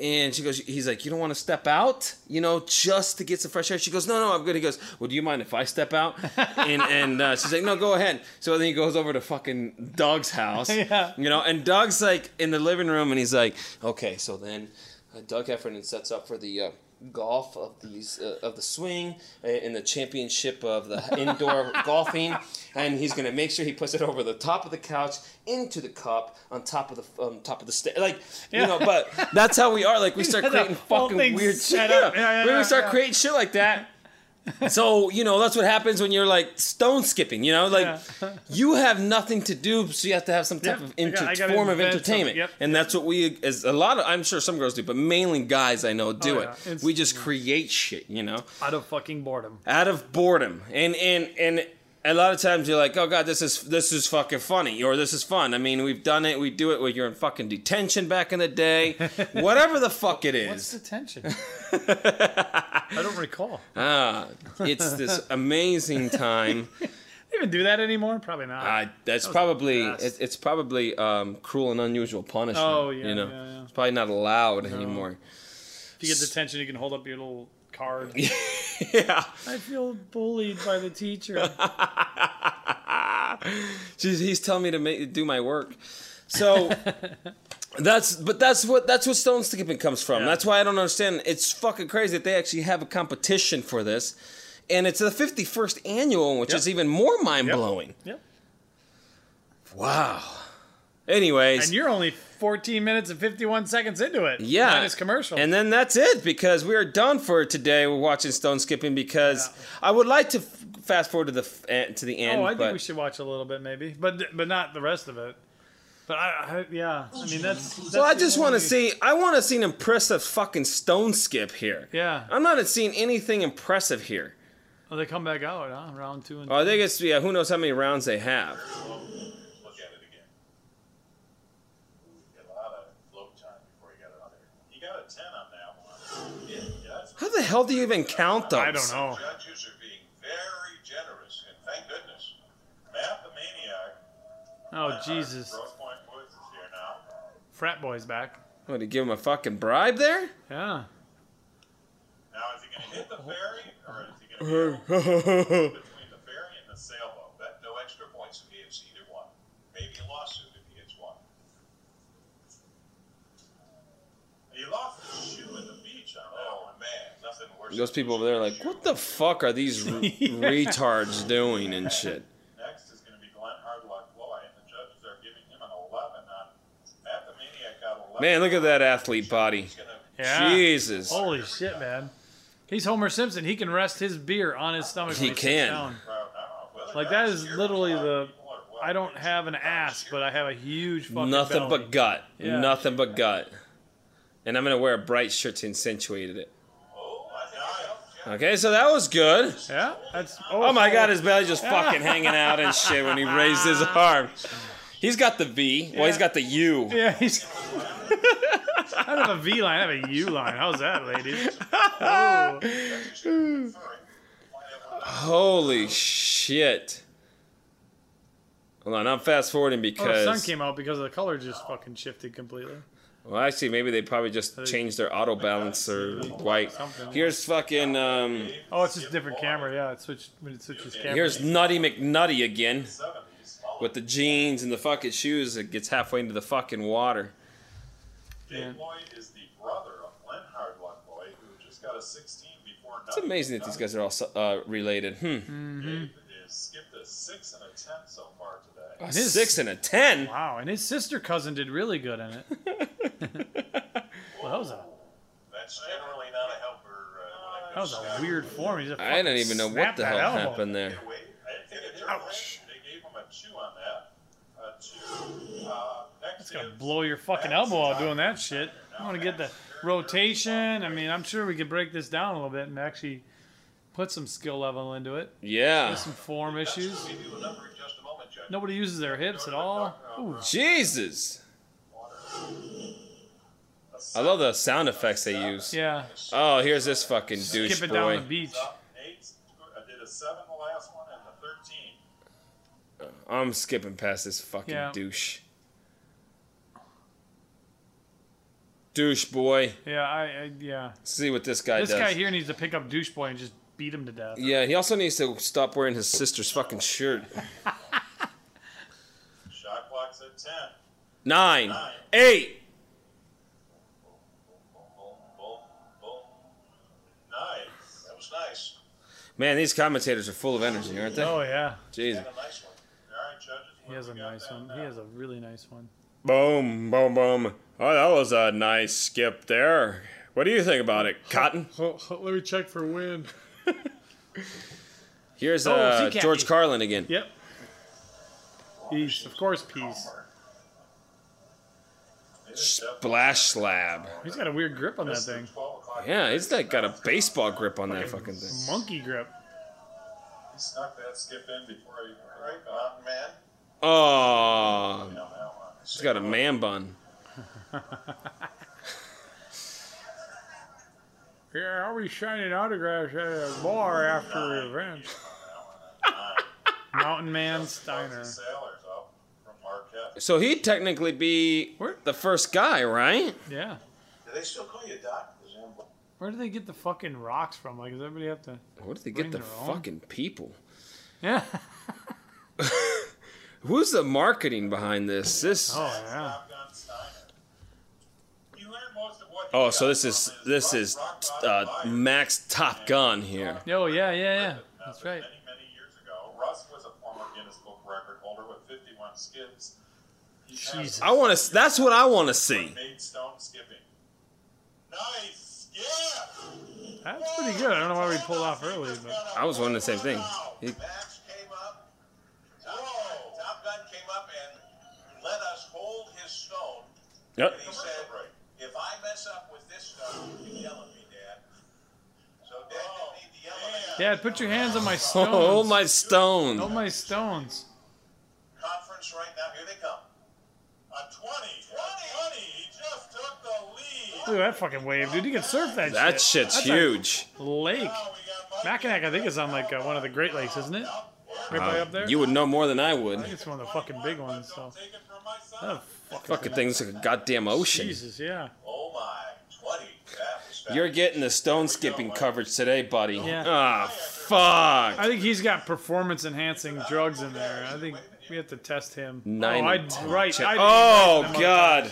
And she goes, he's like, you don't want to step out, you know, just to get some fresh air. She goes, no, no, I'm good. He goes, well, do you mind if I step out? And and uh, she's like, no, go ahead. So then he goes over to fucking Doug's house, Yeah. you know, and Doug's like in the living room, and he's like, okay, so then uh, Doug Heffernan sets up for the. Uh, golf of these uh, of the swing uh, in the championship of the indoor golfing and he's gonna make sure he puts it over the top of the couch into the cup on top of the on top of the sta- like you Yeah. know but that's how we are. Like [laughs] we start had creating the whole fucking thing weird shit. set up. Yeah, yeah, we yeah, start yeah. creating shit like [laughs] that. so you know that's what happens when you're like stone skipping. You know, like [laughs] you have nothing to do, so you have to have some type Yeah, of I inter- gotta- I gotta form of invent entertainment. something, yep. And that's what we, as a lot of, I'm sure some girls do, but mainly guys I know do Oh, it. yeah. It's- We just create shit. You know [laughs] Out of fucking boredom. out of boredom and and and a lot of times you're like oh god this is this is fucking funny or this is fun i mean we've done it we do it when you're in fucking detention back in the [laughs] day whatever the fuck it What's is the [laughs] tension? I don't recall. They ah it's this amazing [laughs] time even do that anymore? Probably not. I, that's was the probably best. it's, it's probably um, cruel and unusual punishment Oh, yeah, you know yeah, yeah. it's probably not allowed [laughs] anymore if you get the tension, you can hold up your little card. yeah I feel bullied by the teacher. She's, he's telling me to make, do my work. [laughs] So that's but that's what that's what stone skipping comes from. That's why I don't understand. It's fucking crazy that they actually have a competition for this, and it's the fifty first annual, which Yep. is even more mind blowing. Yep. Wow. Anyways, And you're only 14 minutes and 51 seconds into it. Yeah. Minus commercial. And then that's it because we are done for today. We're watching Stone Skipping because I would like to f- fast forward to the f- eh, to the end. oh, I think but we should watch a little bit maybe, but but not the rest of it. But I, I yeah, I mean that's. that's Well, I the just want to only- see. I want to see an impressive fucking stone skip here. Yeah. I'm not seeing anything impressive here. Oh, they come back out, huh? Round two and. Oh, I think it's yeah. Who knows how many rounds they have? Look at it again. Get a lot of float time before you got it on there. You got a 10 on that one. Yeah, yeah, that's How the hell do you even count those? I don't know. Judges are being very generous, and thank goodness. Mathemaniac. Oh Jesus! Gross Point Woods is here now. Frat boy's back. What, to give him a fucking bribe [laughs] there? Yeah. Now, is he going to hit the ferry, or is he going to be between the ferry and the sailboat? That no extra points if he hits either one. Maybe a lawsuit if he hits one. He lost his shoe in the beach on that one. Man, nothing worse. Those than people over losing there are your like, shoe. what the fuck are [laughs] these r- retards doing and shit? Next is going to be Glenn Hardlock Loy, and the judges are giving him an 11 on Mathemaniac got 11. Man, look at that athlete body. He's going to Yeah. Jesus. Holy shit, man! He's Homer Simpson. He can rest his beer on his stomach. He when sits can. down. proud now. Well, Like that is cheer literally a lot the. of people are well I don't pleased. have an ass, but I have a huge fucking. Nothing belly. but gut. Yeah. Nothing but gut. And I'm gonna wear a bright shirt to accentuate it. Oh, I think I helped you. Okay, so that was good. Yeah, that's. Oh my god, his belly [laughs] just fucking hanging out and shit when he raised his arm. He's got the V. Well, he's got the U. Yeah, [laughs] he's. I don't have a V line. I have a U line. How's that, ladies? Oh, Holy shit. Hold on, I'm fast forwarding Oh, the sun because. came out because the color just fucking shifted completely. well, actually, maybe they probably just changed their auto balance or white. Here's fucking. um Oh, it's just a different camera. Yeah, it switched when it switches camera. Here's Nutty McNutty again 70s. with the jeans and the fucking shoes that gets halfway into the fucking water. Dave Lloyd is the brother of Glenn Hardlock Lloyd, who just got a 16 before It's amazing that these guys are all so- uh, related. Hmm. Mm. Mm-hmm. Dave has skipped a 6 and a 10 so far today. A His- six and a [laughs] ten. [laughs] wow, and his sister cousin did really good in it. well, that was a That's generally not a helper. Uh, that was a weird form. He just I fucking don't even know what snapped the that hell elbow. happened there. Wait, I think it turned red. They gave him a uh, 2 on that. gonna blow your fucking elbow out doing that shit. I want to get the rotation. I mean, I'm sure we could break this down a little bit and actually put some skill level into it. Yeah. There's some form issues. Nobody uses their hips at all. Ooh. Jesus. I love the sound effects they use. Yeah. Oh, here's this fucking douche Skip it boy. down the beach. Uh, I did a seven the last one and a thirteen. I'm skipping past this fucking Yeah. douche. Douche boy. Yeah, I, I yeah. See what this guy this does. guy here needs to pick up douche boy and just beat him to death. Yeah, he also needs to stop wearing his sister's fucking shirt. Shot clock's at ten. Nine, eight. Nice. That was nice. Man, these commentators are full of energy, aren't they? Oh yeah. Jesus. A nice one. All right, judges. He has a nice one. He has a really nice one. Boom, boom, boom. Oh, that was a nice skip there. What do you think about it, Cotton? let me check for win. Here's Oh, uh, sea cat. George Carlin again. Yep. Peace. Of course, peace. Splash slab. He's got a weird grip on that thing. Yeah, he's like got a baseball grip on that fucking thing. Monkey grip. He snuck that skip in before he right on man. Oh, he's got a man bun. Yeah, I'll be signing autographs at a bar after the event. [laughs] Mountain Man Steiner. Sailors up from Marquette. So he'd technically be Where- the first guy, right? Yeah. Do they still call you Doc? Is that- Where do they get the fucking rocks from? Like, does everybody have to? Where did they Bring get the their own. fucking people? Yeah. Who's the marketing behind this? This. Oh yeah. Top Gun Steiner. You learn most of what he Oh, so got this is from his this rock- is rock bottom uh, fire. Max Top Gun here. Yo, yeah, yeah, yeah. That's Method right. Many, many years ago, Russ was a former Guinness Book record holder with 51 skips. He passed Jesus. I want to. That's what I want to see. Made stone skipping. Nice. Yeah. That's pretty good. I don't know why we pulled off early, but I was wondering the same thing. He- Max came up. Whoa. Top Gun came up and let us hold his stone. Yep. [laughs] And he said, if I mess up with this stone, you can yell at me, Dad. So Dad didn't need to yell at me. Dad, put your hands on my stones. Oh my Hold stone! my stones. conference right now. Here they come. A 20. 20. He just took the lead. Look at that fucking wave, dude. You can surf that. That shit. shit's That's a huge. Lake. Now we got Mike. Mackinac, I think, is on like uh, one of the Great Lakes, isn't it? Right by up there. Uh, You would know more than I I think would. it's one of the fucking big ones. So. Take it from my son. That fucking Fucking thing's like a goddamn ocean. Jesus, yeah. Oh my. 20. That was fast. You're getting the stone skipping coverage today, buddy. Yeah. Ah, fuck. I think he's got performance enhancing drugs in there. I think we have to test him. Nine and Oh, I'd, right. Check- I'd, oh I'd- god.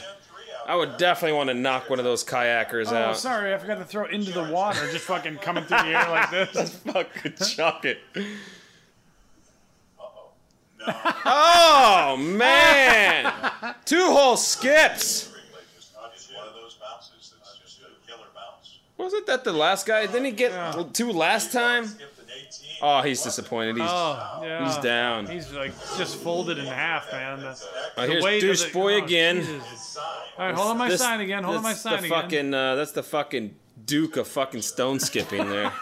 I would definitely want to knock one of those kayakers Oh, out. sorry, I forgot to throw into the water. Just fucking coming through the air like this. [laughs] [laughs] Fucking chuck it. No. Oh [laughs] man! Two whole skips. Just not just one of those bounces that's just a killer bounce. Wasn't that the last guy? Didn't he get two last time? Skipped an 18. Oh, he's disappointed. He's Oh, yeah. he's down. He's like just folded in half, man. The, Oh, the here's weight of douche the- boy oh, again. Jesus. [laughs] Sign. All right, hold on my This- sign again. Hold on my that's sign the again. Fucking, uh, that's the fucking Duke of fucking stone skipping [laughs] there.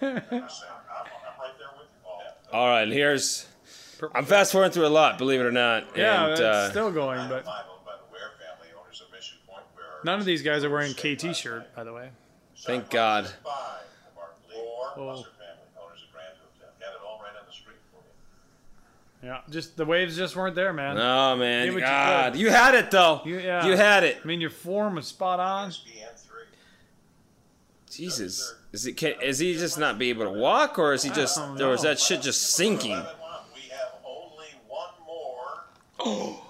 I'm, I'm right there with you, Paul. All right, here's. I'm fast forwarding through a lot, believe it or not. yeah, and, it's uh, still going, but Five owned by the Ware family, owners of Mission Point Ware. none of these guys are wearing KT shirt, by the way. thank God. Five of our four Oh. Buster family, owners of Grand Hotel. Had it all right on the street for me. Yeah, just the waves just weren't there, man. Oh Give man, it your God, good. you had it though. You- yeah. had it. I mean, your form was spot on. SBN three. Jesus, is it? Can, is he just not be able to walk, or is he just, don't or is know. that shit just sinking? Eleven one. We have only one more.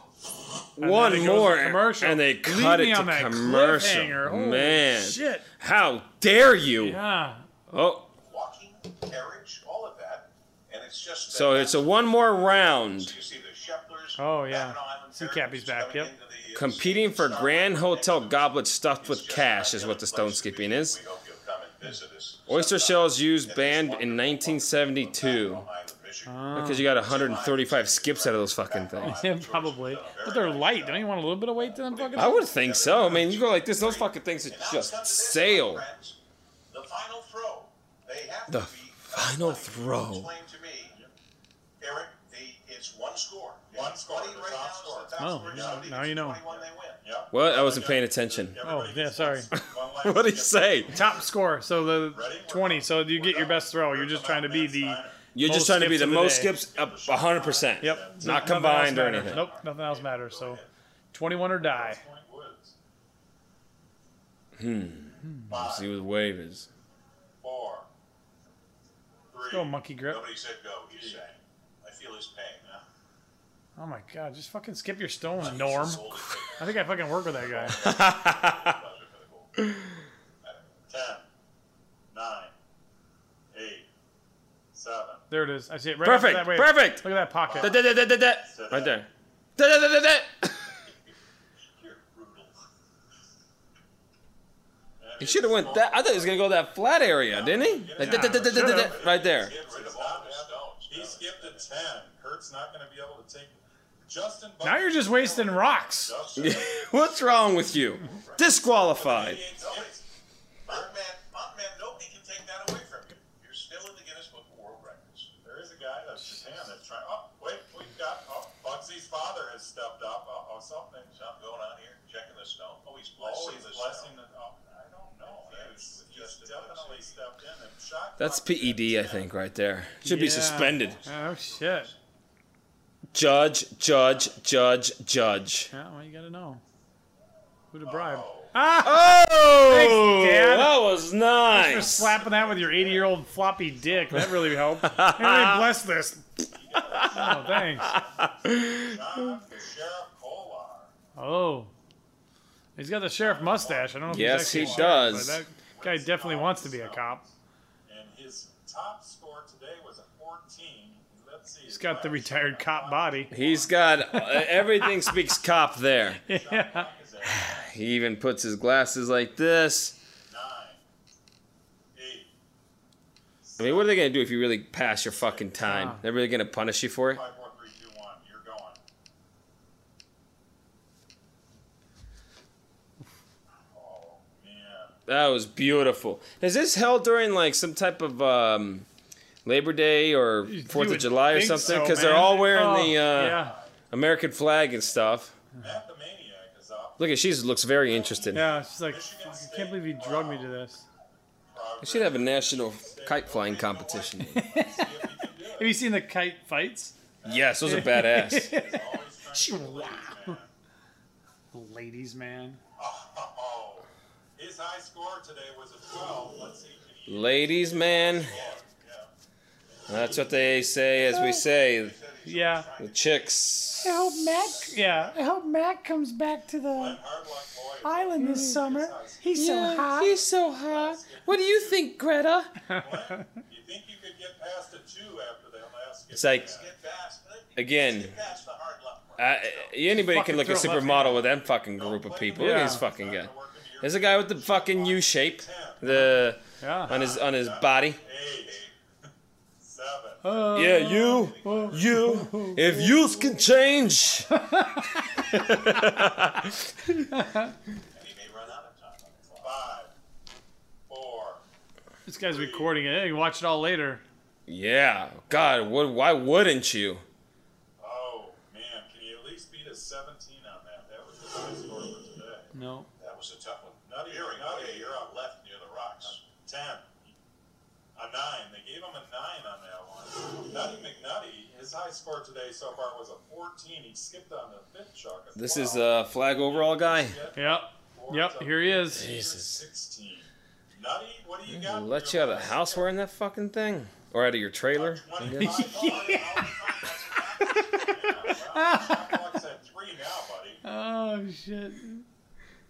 then One it goes more to commercial. and they Leave cut me it on to that cliffhanger. commercial. Holy Man, shit. how dare you? Yeah. [laughs] Oh, Walking, carriage, all of that, and it's just. so it's a one more round. You see the Sheplers. Oh, yeah. Mackinac Island See Ferries Cappy's back, coming yep. into the, uh, Competing for Star- Grand Hotel goblet stuffed It's with just cash not is the what the place stone to skipping be. is. We hope you'll come and visit us Oyster sometime. shells used banned in 1972. Island Ah. Because you got 135 skips out of those fucking [laughs] things. Yeah, probably. But they're light. Don't you want a little bit of weight to them fucking? I would think so. I mean, you go like this, those fucking things are just sail. The final throw. They have Oh, The to be. final throw. Explain to me, Eric. They, it's one score. One score. Right now is the top Oh, score. now- Somebody now gets you know. 21, they win. What? I wasn't paying attention. [laughs] Oh [laughs] yeah, sorry. What did he say? Top score. So the twenty. So you get your best throw. You're just trying to be the. You're just Most trying to be skips the of the most day. skips up 100%. Yep. Nothing Not else combined or matters. anything. Nope. Nothing else matters. So, twenty-one or die. Hmm. Hmm. See what the wave is. Four. Let's go monkey grip. Nobody said go. He sang. I feel his pain. Huh? Oh my god! Just fucking skip your stone, Norm. I think I fucking work with that guy. [laughs] [laughs] Ten, nine, eight, seven. There it is. I see it. Right Perfect, after that wave. perfect. Look at that pocket. Da, da, da, da, da, da. Right there. Da, da, da, da, da. You're brutal. He should have went that. I thought he was gonna go that flat area, didn't he? Like, da, da, da, da, da, da, da, right there. Get rid of all the stones. He skipped a ten. Hurt's not going to be able to take. Justin. Now you're just wasting rocks. What's wrong with you? Disqualified. Montman, Montman, nobody can take that away from you. You're still in the Guinness Book of World Records. There is a guy that's Japan that's trying. Oh, wait, we've got. Oh, Bugsy's father has stepped up. Oh, oh something, something going on here. Checking the snow. Oh, he's blessing Oh, he's the blessing snow. The, oh, I don't know. He's, he's definitely stepped in and shot. That's E PED, I think, right there. Should be Yeah. suspended. Oh shit! Judge, judge, judge, judge. Yeah, well, you gotta know who to bribe. Oh, Thanks, Dad. that was [laughs] For nice. slapping that with your 80 year old floppy dick. That [laughs] really helped. Everybody bless this. Oh, thanks. John Sheriff Kolar. Oh. He's got the sheriff mustache. I don't know if Yes, he's he actually a sheriff, does. but that guy definitely wants to be a cop. And his top score today was a 14. Let's see. He's got the retired cop body. He's got uh, everything speaks cop there. [laughs] Yeah. He even puts his glasses like this. Nine, eight, I mean, what are they gonna do if you really pass your fucking time? They're really gonna punish you for it? five, four, three, two, one. You're going. Oh man. That was beautiful. Is this held during like some type of um, Labor Day or Fourth of would July or think something? so, Because they're man. all wearing Oh, the uh, yeah. American flag and stuff. Matt the Maniac is up. Look at she looks very interested. Yeah, she's like, "Fuck, I can't believe he drugged me to this. We should have a national kite flying competition. Have you seen the kite [laughs] fights? yes, those are [laughs] badass. Ladies, man. Oh, his high score today was a 12. Let's see. Can he Ladies, man. That's what they say, as we say, Yeah. the chicks. I hope Matt. Yeah. I hope Matt comes back to the hard luck boy? island this summer. He's Yeah, so hot. He's so hot. What do you think, Greta? You think you could get past a two after that last skip? It's like Get past, again. get past the hard luck boy. I, eh, anybody can look at throw it left supermodel with that fucking group of people. Look Yeah. at this fucking guy. Work into your There's a guy with the fucking U shape, the Yeah. on his on his body. eight, [laughs] seven. Oh, Yeah, you, you. If you can change, And he may run out of time. Five, four. This guy's recording it. You can watch it all later. yeah. God, what? Why wouldn't you? Oh man, can you at least beat a 17 on that? That was the high score for today. No. That was a tough one. Nutty, you're, nutty, you're out left near the rocks. Ten. A nine. They gave him a nine on that one. Nutty McNutty, his high score today so far was a 14. He skipped on the fifth chuck. a This 12. is uh, a flag overall guy. Yep. Yep. Here he is. Jesus. 16. Nutty, what do you got? Let you out of the house wearing that fucking thing, or out of your trailer? I guess. 25. [laughs] Well, Chuck at three now, buddy. Oh shit!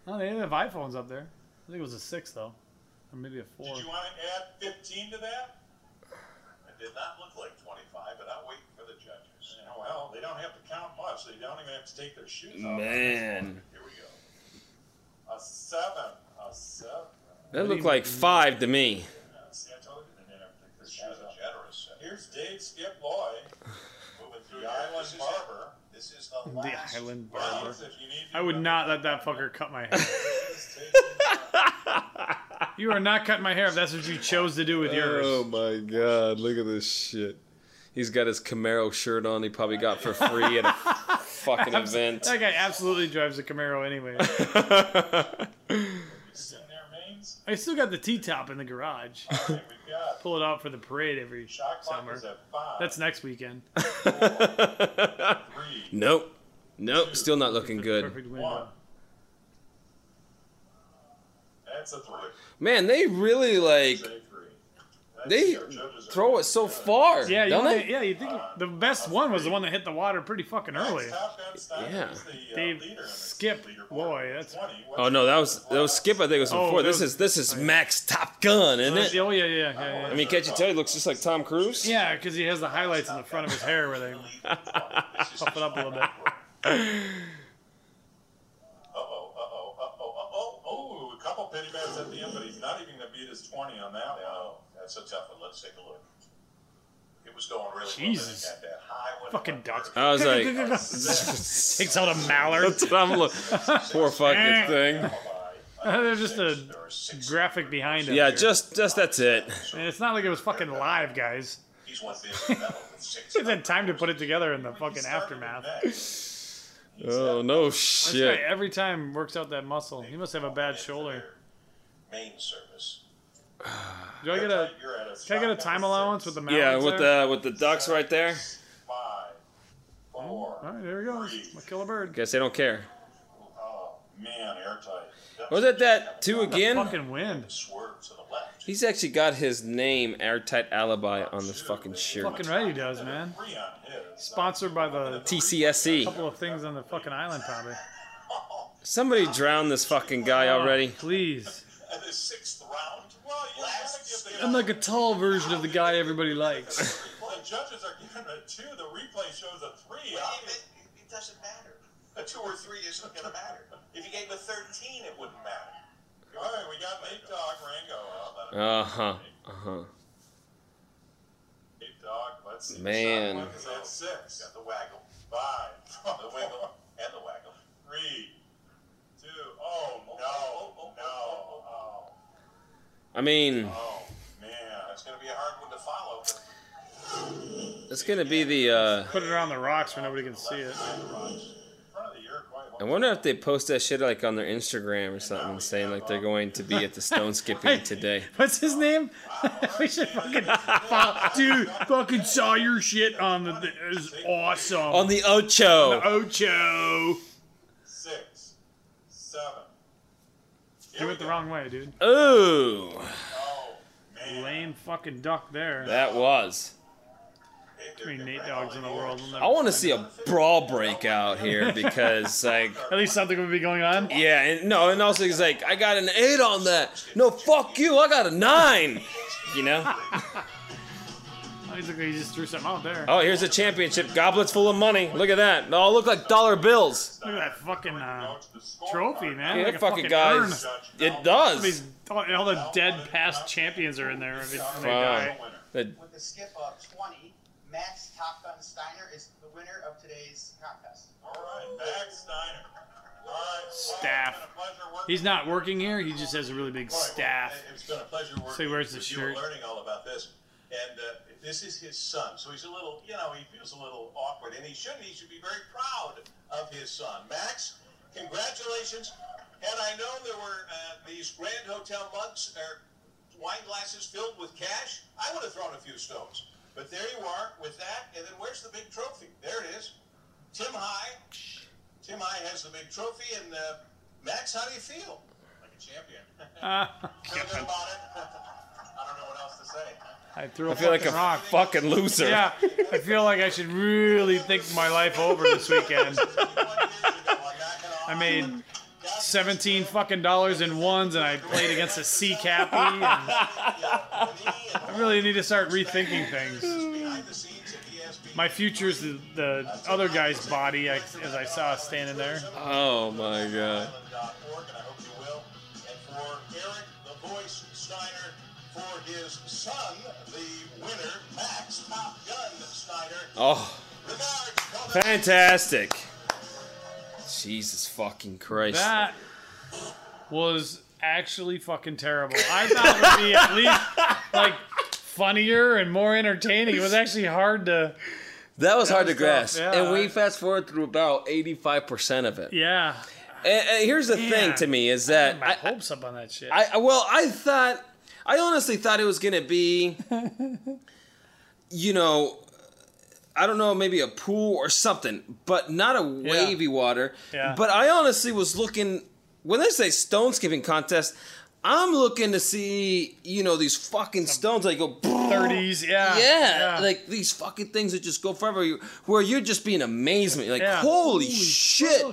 Oh, they didn't have iPhones up there. I think it was a six though, or maybe a four. Did you want to add 15 to that? It did not look like 25, but I'm waiting for the judges. Yeah, well, they don't have to count much. They don't even have to take their shoes off. Man, Here we go. A seven. A seven. that looked like five to me. See, I told you they didn't have to take their shoes off. Generous. Here's Dave Skip Boy. [laughs] The Island Barber. This is the The last island round. barber. If you need I would not let that fucker cut my [laughs] hair. [laughs] you are not cutting my hair if that's what you chose to do with yours. Oh my god, look at this shit. He's got his Camaro shirt on he probably got for free at a fucking Abs- event. That guy absolutely drives a Camaro anyway. I still got the T top in the [laughs] garage. Pull it out for the parade every summer. That's next weekend. [laughs] Nope. Nope, still not looking good. Perfect window. That's a three. Man, they really like Say three. they throw it so far, Yeah, you don't wanna- they? yeah. You think the best one was the one that hit the water pretty fucking early. Top down style Yeah. is the uh, Dave leader in this Skip, leader board. boy, that's 20. What's Oh no, that was that was Skip. I think it was Oh, before. that this was- is this is Max Top Gun, isn't it? oh yeah, yeah, yeah, yeah. I mean, can't you tell he looks just like Tom Cruise? Yeah, because he has the highlights in the front of his hair [laughs] where they [laughs] puff it up a [laughs] little bit. Uh-oh, uh-oh, uh-oh, uh-oh, oh, a couple pity bats at the end, but he's not even going to beat his 20 on that one. Oh. That's a tough one. Let's take a look. It was going really Jesus. well. then it got that high one. Fucking ducks. I [laughs] was like, Takes out a [laughs] mallard. [laughs] that's what I'm looking. Poor fucking thing. There's [laughs] just a graphic behind it. Yeah, just just that's it. And it's not like it was fucking live, guys. He's won big medal with six. They had time to put it together in the fucking aftermath. Oh no, This guy shit. every time works out that muscle. He must have a bad shoulder. Main service. Do I get a? You're at a Can I get a time allowance with the mountains Yeah, with there? the with the ducks right there. Five, four. All right, Oh, there we go. I'm kill a bird. Guess they don't care. Oh, man, airtight. That's Was it that two again? Fucking wind. swerve to the left. He's actually got his name airtight alibi on this fucking shirt. Fucking right, he does, man. Three on his. Sponsored by the TCSE. couple of things on the fucking island, probably. Somebody drowned this fucking guy already. Please. And the sixth round. Well, you Last gotta give the, I'm like a tall version of the guy everybody likes. well, the judges are giving a two. The replay shows a three. Obvi- It doesn't matter. A two or three isn't going to matter. If you gave a 13, it wouldn't matter. All right, we got Nate Dog Rango. out. Let him- Uh huh. Uh huh. Nate Dog, let's see. Man. Shot one is at six. Got the waggle. Five. The [laughs] wiggle and the waggle. Three. Two. Oh, no. no. Oh, I mean, oh, man. That's going to be a hard one to follow. But it's gonna be the. uh Put it on the rocks where nobody can see it. in front of the Iroquois. I wonder if they post that shit like on their Instagram or something, saying like they're going to be at the stone skipping today. What's his name? [laughs] we should fucking fo- dude. Fucking saw your shit on the. It was awesome. On the Ocho. Ocho. Six. Seven. You went the wrong way, dude. Ooh, Lame fucking duck there. that was. Too many Nate dogs in the world. We'll never- I want to see a brawl break out here [laughs] because like. At least something would be going on. Yeah, and no, and also he's like, I got an eight on that. No, fuck you, I got a nine. You know? Oh, He's like, he just threw something out there. Oh, here's a championship goblets full of money. Look at that. They all look like dollar bills. Look at that fucking uh, trophy, man. Yeah, like that a fucking fucking guy's. urn. It I does. mean, all, all the dead past champions are in there. If they when they Wow. die. The- With the skip of 20, Max Top Gun Steiner is the winner of today's contest. All right, Max Steiner. All right. Staff. He's not working here. He just has a really big staff. It's been a pleasure working So he wears with the you shirt. and learning all about this. And uh, this is his son, so he's a little, you know, he feels a little awkward, and he shouldn't. He should be very proud of his son. Max, congratulations. And I know there were uh, these Grand Hotel mugs or wine glasses filled with cash. I would have thrown a few stones. But there you are with that, and then where's the big trophy? There it is. Tim High. Tim High has the big trophy, and uh, Max, how do you feel? Like a champion. [laughs] Ah, Feel good about it? [laughs] I don't know what else to say. I threw a I feel like fucking a rock. fucking loser. Yeah, I feel like I should really think my life over this [laughs] weekend. 51 years ago, I'm not gonna I argue. made God's 17 fucking dollars in ones, and I played against a C Cappy. and I [laughs] E really need to start rethinking things. behind the scenes E at ESPN. My future is the, the other guy's body, I, as I saw standing there. Oh my god. Island.org, and I hope you will. And for Eric the Voice Steiner, for his son, the winner, Max Top Gun Steiner, Oh, Fantastic. Jesus fucking Christ. That was actually fucking terrible. I thought it would be at least like funnier and more entertaining. It was actually hard to. That was hard was to grasp. tough, yeah. And we fast forward through about 85% of it. Yeah. And, and here's the thing Yeah. Oh, to me is that My I, hopes up on that shit. I, I- well, I thought, I honestly thought it was gonna [laughs] be, you know, I don't know, maybe a pool or something, but not a wavy water. Yeah. But I honestly was looking when they say stone skipping contest. I'm looking to see, you know, these fucking stones that go 30s, yeah. yeah, yeah. like these fucking things that just go forever. You, where you're just being amazement, like Yeah. holy, shit,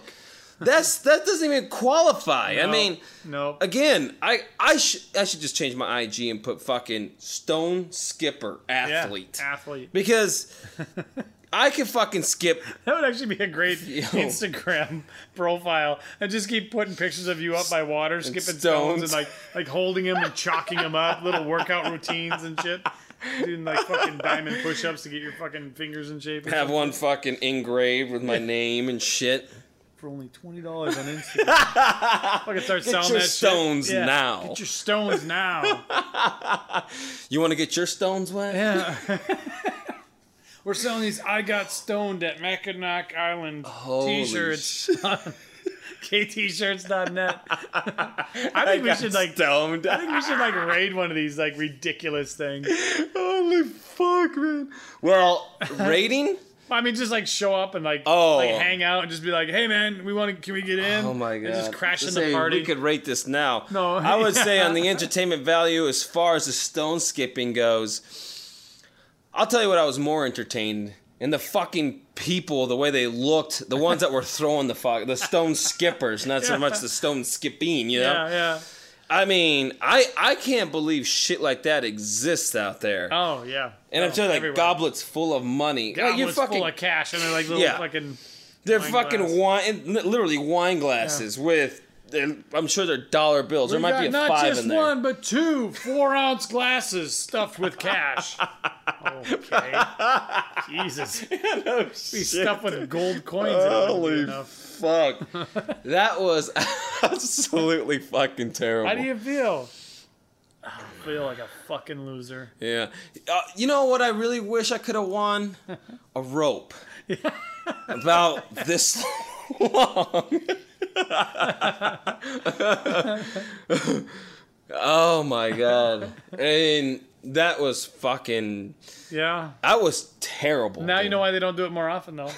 that's that doesn't even qualify. I No, mean, no. Again, I I should I should just change my IG and put fucking stone skipper Yeah, athlete Athlete. [laughs] because I can fucking skip. That would actually be [laughs] a great Instagram [laughs] profile. And just keep putting pictures of you up by water, skipping stones, stones. and like like holding him and chalking him up, little workout routines and shit. Doing like fucking diamond push ups to get your fucking fingers in shape. Have one fucking engraved with my name and shit. for only twenty dollars [laughs] on Instagram. Fucking start Get selling your that stones shit. Yeah. now. Get your stones [laughs] now. You want to get your stones wet? We're selling these I Got Stoned at Mackinac Island Holy t-shirts. [laughs] [laughs] KT-shirts.net. I think we got should like stoned. I think we should like raid one of these like ridiculous things. [laughs] Holy fuck, man. Well, [laughs] rating? I mean, just like show up and like, Oh. like hang out and just be like, "Hey, man, we want to? Can we get in?" Oh my god! And just crash Just in the say party. We could rate this now. No. I would say on [laughs] the entertainment value, as far as the stone skipping goes, I'll tell you what I was more entertained in the fucking people, the way they looked, the ones that were throwing the fuck, the stone skippers, not so much the stone skipping. You know, yeah, yeah. I mean, I I can't believe shit like that exists out there. Oh yeah. and I'm Oh, telling you, like everywhere. goblets full of money. like, Goblets you're fucking full of cash and they're like little Yeah. fucking. They're Wine fucking glass. wine, li- literally wine glasses with. they're- I'm sure they're dollar bills. there We might got be a not five just in there. one, but two four ounce glasses stuffed with cash. [laughs] okay. [laughs] Jesus. Oh, Be shit. stuffed with gold coins. that wouldn't be Holy enough. fuck! [laughs] that was [laughs] absolutely fucking terrible. How do you feel? I feel like a fucking loser. yeah, uh, you know what? I really wish I could have [laughs] won a rope about this [laughs] long. [laughs] oh my god! And that was fucking. Yeah. That was terrible. Now you dude. know why they don't do it more often though.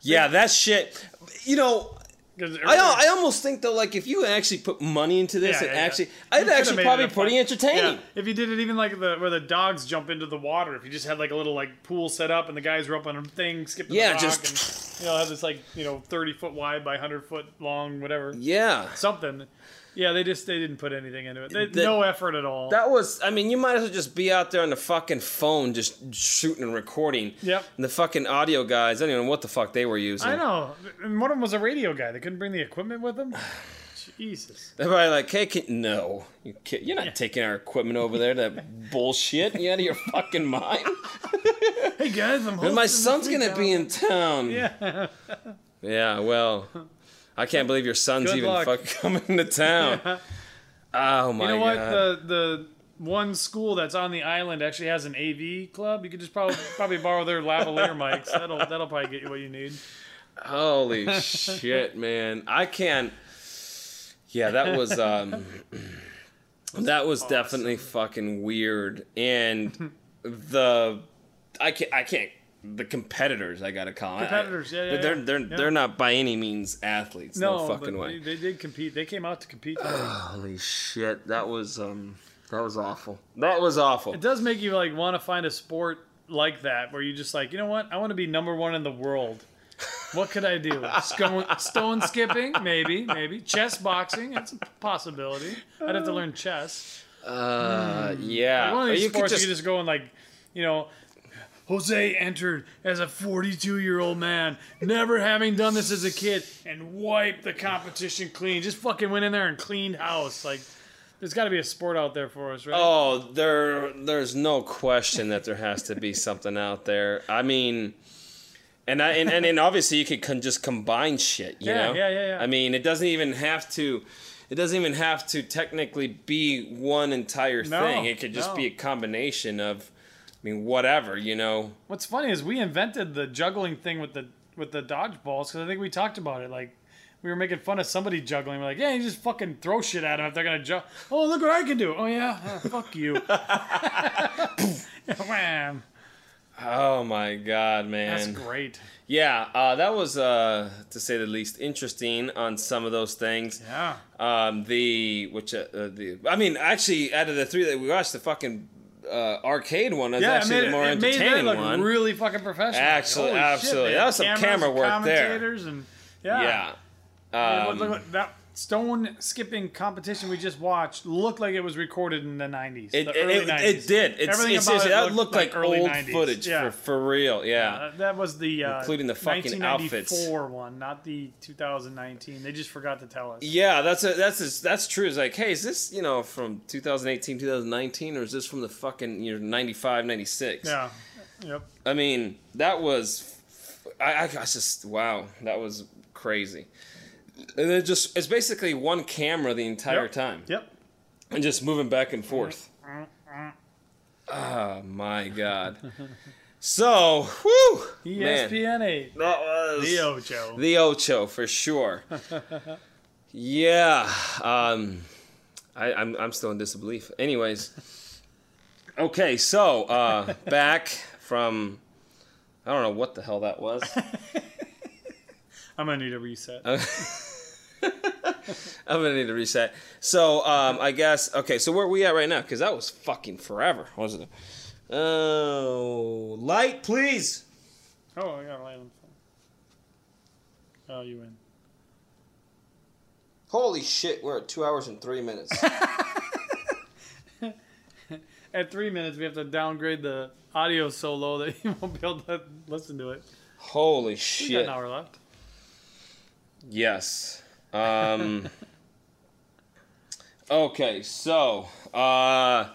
Yeah, that shit. You know, 'Cause I, everybody- I almost think though, like if you actually put money into this, Yeah, it yeah, yeah. actually, You I'd could've actually made it probably a pretty fun- entertaining. Yeah. If you did it even like the where the dogs jump into the water, if you just had like a little like pool set up and the guys were up on a thing, skipping Yeah, the rock just- and you know, have this like, you know, thirty foot wide by hundred foot long, whatever. Yeah. Something. Yeah, they just they didn't put anything into it. They, That- no effort at all. That was, I mean, you might as well just be out there on the fucking phone, just shooting and recording. Yep. And the fucking audio guys, I don't even know what the fuck they were using. I know. And one of them was a radio guy. They couldn't bring the equipment with them. [sighs] Jesus. They're probably like, hey, can, no, you can't, you're not taking our equipment over there. [laughs] That bullshit. You out of your fucking mind? Hey guys, I'm. And my son's gonna be in town. Yeah. Yeah, well, I can't believe your son's Good even luck. fucking [laughs] coming to town. Oh my You know what? uh, god! The the one school that's on the island actually has an AV club. You could just probably probably borrow their [laughs] lavalier mics. That'll that'll probably get you what you need. Holy [laughs] shit, man! I can't. Yeah, that was um, [clears throat] that was definitely fucking weird, and the I can't I can't the competitors I gotta call 'em. I- Competitors, yeah, yeah, they're yeah. they're Yeah. they're not by any means athletes, no, No, fucking but way. They, they did compete. They came out to compete. Holy shit, that was um, that was awful. That was awful. it does make you like want to find a sport like that where you just like you know what? I want to be number one in the world. What could I do? Stone, stone skipping, maybe, maybe chess boxing. That's a possibility. I'd have to learn chess. Uh, yeah. One Or of these you could sports just, you could just go and like, you know, Jose entered as a 42 year old man, never having done this as a kid, and wiped the competition clean. Just fucking went in there and cleaned house. Like, there's got to be a sport out there for us, right? Oh, there, there's no question that there has to be something out there. I mean, And I, and, and then obviously you could con- just combine shit, you Yeah, know? yeah, yeah, yeah. I mean, it doesn't even have to it doesn't even have to technically be one entire No, thing. It could just no. be a combination of I mean, whatever, you know. What's funny is we invented the juggling thing with the with the dodgeballs because I think we talked about it. Like we were making fun of somebody juggling. We're like, yeah, you just fucking throw shit at them if they're gonna juggle. Oh, look what I can do. Oh yeah, Ah, [laughs] fuck you. [laughs] Wham. Oh my god, man. That's great. Yeah, uh, that was uh, to say the least interesting on some of those things. Yeah. Um, the which uh, uh, the I mean, actually, out of the three that we watched, the fucking uh, arcade one is yeah, it actually made, the more it made entertaining that look one. really fucking professional. Actually- Holy shit, absolutely. they That had was some cameras camera and work there. commentators And, yeah. yeah. I mean, Um, look- look- that stone skipping competition we just watched looked like it was recorded in the 90s. it, the it, early it, 90s. it did. It's, Everything it's, about seriously, it that looked looked like, early old 90s. footage for, Yeah. for real. Yeah. Uh, that was the uh, Including the fucking outfits. 1994 one, not the 2019. They just forgot to tell us. Yeah, that's a, that's a, that's true. It's like, hey, is this you know from 2018, 2019, or is this from the fucking year 95, 96? Yeah. Yep. I mean, that was, I, I, I just wow, that was crazy. And it just it's basically one camera the entire Yep. time, Yep. Uh-huh. and just moving back and forth. Oh [laughs] my god. So, whoo, E man, ESPN 8. that was The Ocho. the Ocho for sure. yeah, um, I, I'm I'm still in disbelief. Anyways, okay, so uh, back from I don't know what the hell that was. I'm going to need a reset. I'm gonna need to reset. So um, I guess okay. So where are we at right now? Because that was fucking forever, wasn't it? Oh, light, please. oh, I got a light on the phone. Oh, you win. Holy shit, we're at two hours and three minutes. At three minutes, we have to downgrade the audio so low that [laughs] you won't be able to listen to it. [laughs] Holy We got shit. an hour left. Yes. Um, [laughs] okay, so uh,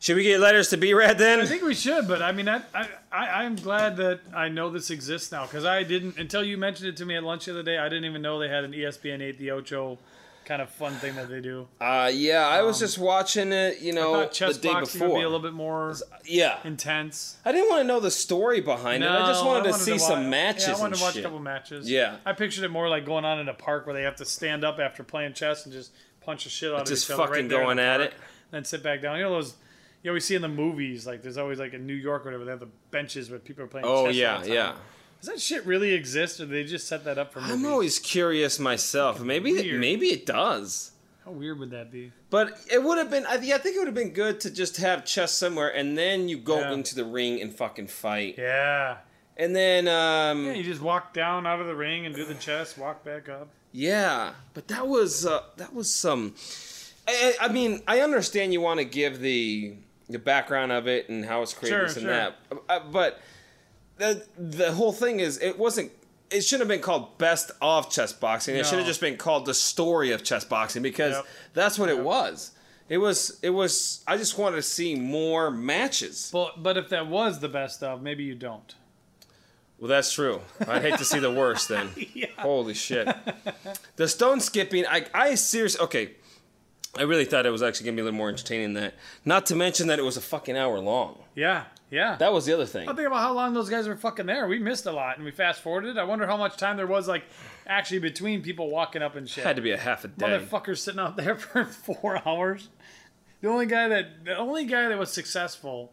should we get letters to be read I then? think we should, but I mean, I, I, I, I'm glad that I know this exists now because I didn't until you mentioned it to me at lunch the other day. I didn't even know they had an E ESPN eight the Ocho kind of fun thing that they do. Uh, yeah, I was just watching it, you Um, I know, thought Oh, the chess day boxing would before. uh, be a little bit more yeah, intense. I didn't want to know the story behind it. I just No, wanted, to see wa- some matches Yeah, I wanted and to watch shit. a couple matches. Yeah. I pictured it more like going on in a park where they have to stand up after playing chess and just punch the shit out of just each other. fucking right there in going the at park, it. Then sit back down. You know those. You always see in the movies, like there's always like in New York or whatever, they have the benches where people are playing. Oh chess all yeah, the time. yeah. Does that shit really exist, or they just set that up for movies? I'm always curious myself. Maybe it, weird. maybe it does. How weird would that be? But it would have been. I, yeah, I think it would have been good to just have chess somewhere, and then you go Yeah. into the ring and fucking fight, Yeah. and then um, You just walk down out of the ring and do the chess, walk back up. Yeah, but that was uh, that was some. I, I I mean, I understand you want to give the the background of it and how it's created Sure, this and sure. that, Uh, but the the whole thing is it wasn't. It shouldn't have been called best of chess boxing. It should have No. just been called the story of chess boxing because Yep. that's what it was. It was. It was. I just wanted to see more matches. But but if that was the best of, maybe you don't. Well, that's true. I'd hate to see the worst then. [laughs] Holy shit. The stone skipping, I, I seriously, okay. I really thought it was actually going to be a little more entertaining than that. Not to mention that it was a fucking hour long. Yeah, yeah. That was the other thing. I think about how long those guys were fucking there. We missed a lot, and we fast forwarded. I wonder how much time there was, like, actually between people walking up and shit. had to be a half a day. Motherfuckers sitting out there [laughs] for four hours. The only guy that the only guy that was successful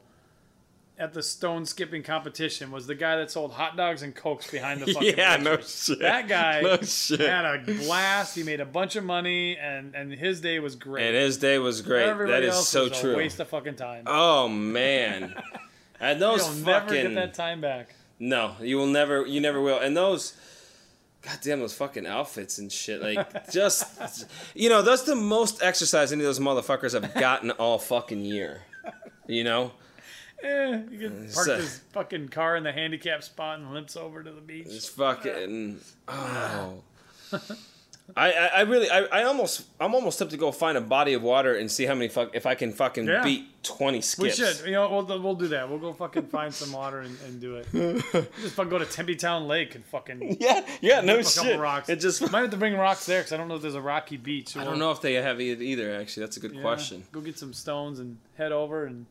at the stone skipping competition was the guy that sold hot dogs and cokes behind the [laughs] [laughs] fucking. yeah, no bleachers. shit. That guy No shit. had a blast. He made a bunch of money, and and his day was great. and his day was great. Everybody that is else so was true. A waste of fucking time. oh, [laughs] man. And those You'll never fucking. get that time back. No, you will never. You never will. And those, goddamn, those fucking outfits and shit. [laughs] Like, just, you know, that's the most exercise any of those motherfuckers have gotten all fucking year. You know, Eh, you can park So- his fucking car in the handicap spot and limps over to the beach. just fucking. Oh. I, I, I really I, I almost I'm almost tempted to go find a body of water and see how many fuck if I can fucking Yeah. beat twenty We skips. should. You know, we'll, we'll do that. We'll go fucking find some water and, and do it. Just fucking go to Tempe Town Lake and fucking [laughs] Yeah, yeah, no flip a couple shit. rocks. It just might have to bring rocks there because I don't know if there's a rocky beach. I don't know if they have it either. Actually, that's a good question. Go get some stones and head over and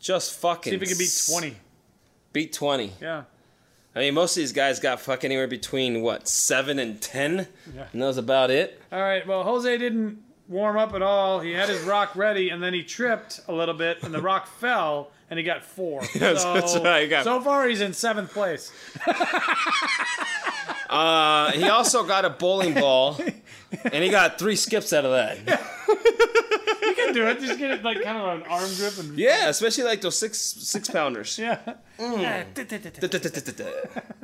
Just fucking see if we can beat s- twenty. Beat twenty. Yeah. I mean, most of these guys got fuck anywhere between what seven and ten, Yeah. and that was about it. All right. Well, Jose didn't warm up at all. He had his rock ready, and then he tripped a little bit, and the rock [laughs] fell, and he got four. [laughs] Yes, so, that's right, he got- so far, he's in seventh place. Uh, he also got a bowling ball, and he got three skips out of that. You can do it. Just get it like kind of an arm grip and Yeah, especially like those six six pounders. yeah. [laughs]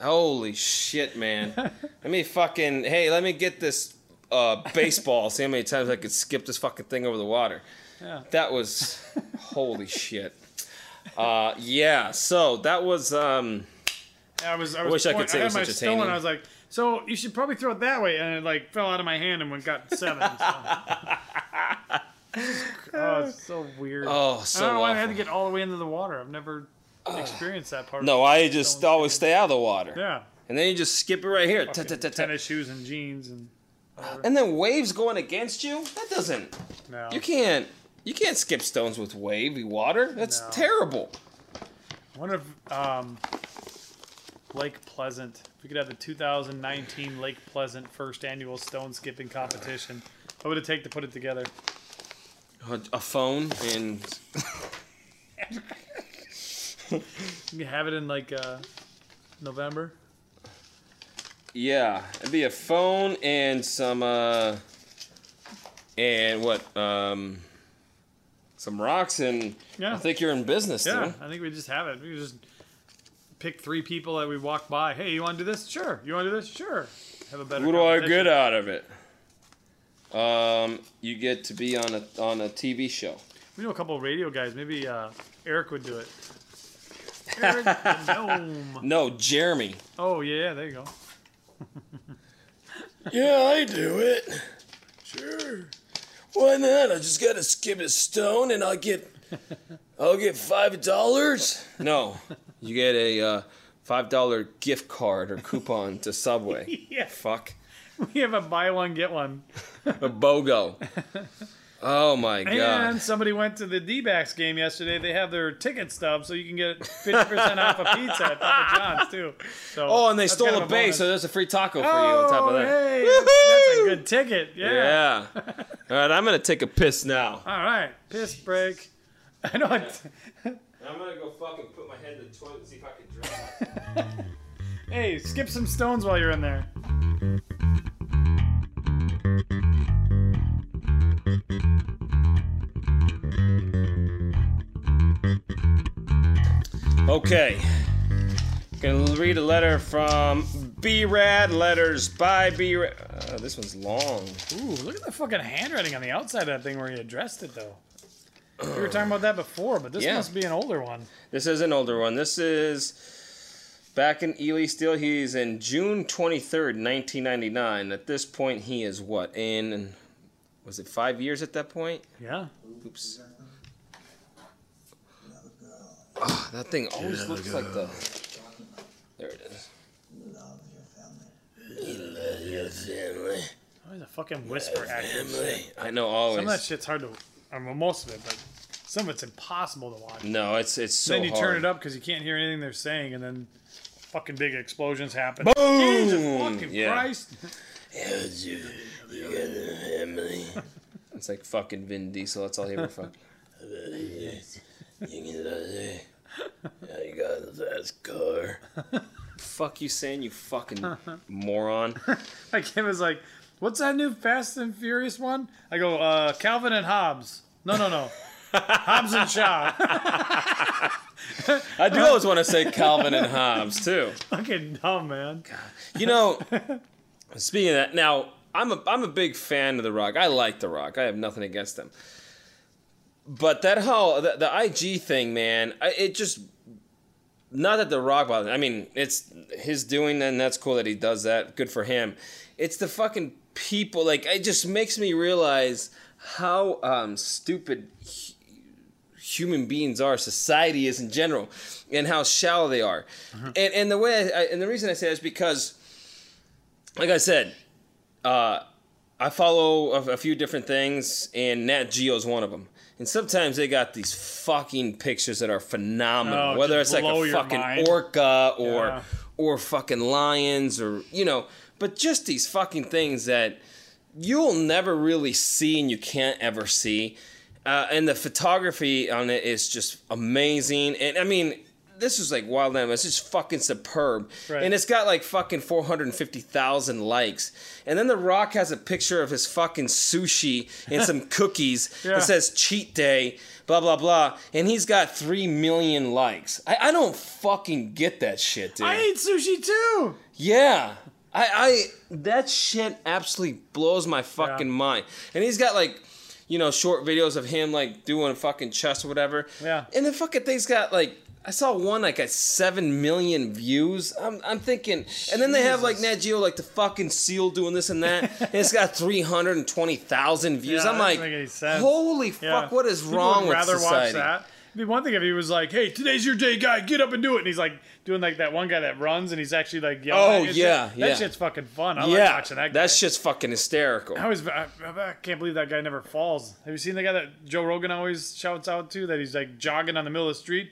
Holy shit, man! Let me fucking hey, let me get this uh, baseball. See how many times I could skip this fucking thing over the water. Yeah. That [laughs] was holy shit. Uh, yeah, so that was um, I was. I was wish I could point- say it was had my entertaining. stone, I was like, so you should probably throw it that way, and it like fell out of my hand and went got [laughs] seven. so. oh, it's so weird. oh so. I don't know why I had awful. to get all the way into the water. I've never experienced that part. No, Of I just always stay out of the water. yeah. And then you just skip it right here. Ta- ta- ta- ta. Tennis shoes and jeans and And then waves going against you? That doesn't. no. You can't. You can't skip stones with wavy water. That's No. terrible. I wonder if um, Lake Pleasant, if we could have the 2019 Lake Pleasant first annual stone skipping competition, what would it take to put it together? A, a phone and Can you have it in like uh, November? yeah, it'd be a phone and some uh and what um some rocks and Yeah. I think you're in business, Yeah, dude. I think we just have it. We could just pick three people that we walk by. Hey, you want to do this? Sure. You want to do this? Sure. Have a better. What do I competition. get out of it? Um, you get to be on a on a TV show. We know a couple of radio guys. Maybe uh, Eric would do it. [laughs] Eric the Gnome. No, Jeremy. Oh yeah, there you go. Yeah, I do it. Sure. Why not? I just gotta skip a stone and I'll get I'll get five dollars. No. You get a uh, five dollar gift card or coupon to [laughs] Subway. [laughs] Yeah. Fuck. We have a buy one get one. A BOGO. Oh my And god. somebody went to the D-backs game yesterday. They have their ticket stub, so you can get 50% off a pizza at Papa John's too. So Oh, and they that's stole kind a of base, bonus. so there's a free taco for you oh, on top of that. hey, that's, that's a good ticket. Yeah. Yeah. All right, I'm gonna take a piss now. All right, piss break. [laughs] I know. It, I'm gonna go fucking put my head in the toilet and see if I can drown. hey, skip some stones while you're in there. Okay. Gonna read a letter from B Rad Letters by B Rad. Uh, this one's long. Ooh, look at the fucking handwriting on the outside of that thing where he addressed it though. We were talking about that before, but this Yeah. must be an older one. This is an older one. This is back in Ely still. He's in June 23rd, 1999. At this point, he is what? In. Was it five years at that point? Yeah. Oops. Ah, [sighs] that thing always looks like the. There it is. Always a fucking whisper actor. I know always. Some of that shit's hard to. I mean, most of it, but some of it's impossible to watch. No, it's it's so then you hard. turn it up because you can't hear anything they're saying, and then fucking big explosions happen. Jesus Boom! fucking yeah. Christ! It's like fucking Vin Diesel. That's all he ever fucking. Fuck you, saying you fucking moron. [laughs] Like it was like, what's that new Fast and Furious one? I go, uh, Calvin and Hobbes. No, no, [laughs] no. Hobbs and Shaw. I do always want to say Calvin and Hobbes too. [laughs] fucking dumb, man. You know, speaking of that, now I'm a I'm a big fan of The Rock. I like The Rock. I have nothing against him. But that whole the, the IG thing, man, I, it just not that The Rock bothers. I mean, it's his doing, and that's cool that he does that. Good for him. It's the fucking people like it just makes me realize how um, stupid hu- human beings are society is in general and how shallow they are Uh-huh. and and the way I, I, and the reason i say that is because like i said uh, i follow a, a few different things and nat geo's one of them and sometimes they got these fucking pictures that are phenomenal Oh, whether it's just like blow a your fucking mind. orca or Yeah. or fucking lions or you know but just these fucking things that you'll never really see and you can't ever see uh, and the photography on it is just amazing and i mean this is like wild animal it's just fucking superb Right. and it's got like fucking 450000 likes and then the rock has a picture of his fucking sushi and [laughs] some cookies Yeah. that says cheat day blah blah blah and he's got 3 million likes i, I don't fucking get that shit dude I ate sushi too. yeah. I, I that shit absolutely blows my fucking Yeah. mind. And he's got like, you know, short videos of him like doing fucking chest or whatever. Yeah. And the fucking thing's got like I saw one like at seven million views. I'm, I'm thinking, and then they have like Nat Geo, like the fucking seal doing this and that, and it's got three hundred and twenty thousand views. Yeah, I'm that like, doesn't make any sense. holy fuck, Yeah. what is People wrong would with rather society? watch that. It'd be one thing if he was like, "Hey, today's your day, guy. Get up and do it." And he's like doing like that one guy that runs, and he's actually like, yelling Oh, at you. yeah, that yeah. shit's fucking fun. I yeah, like watching that. Guy. that shit's fucking hysterical. I always, I, I I can't believe that guy never falls. Have you seen the guy that Joe Rogan always shouts out to that he's like jogging on the middle of the street?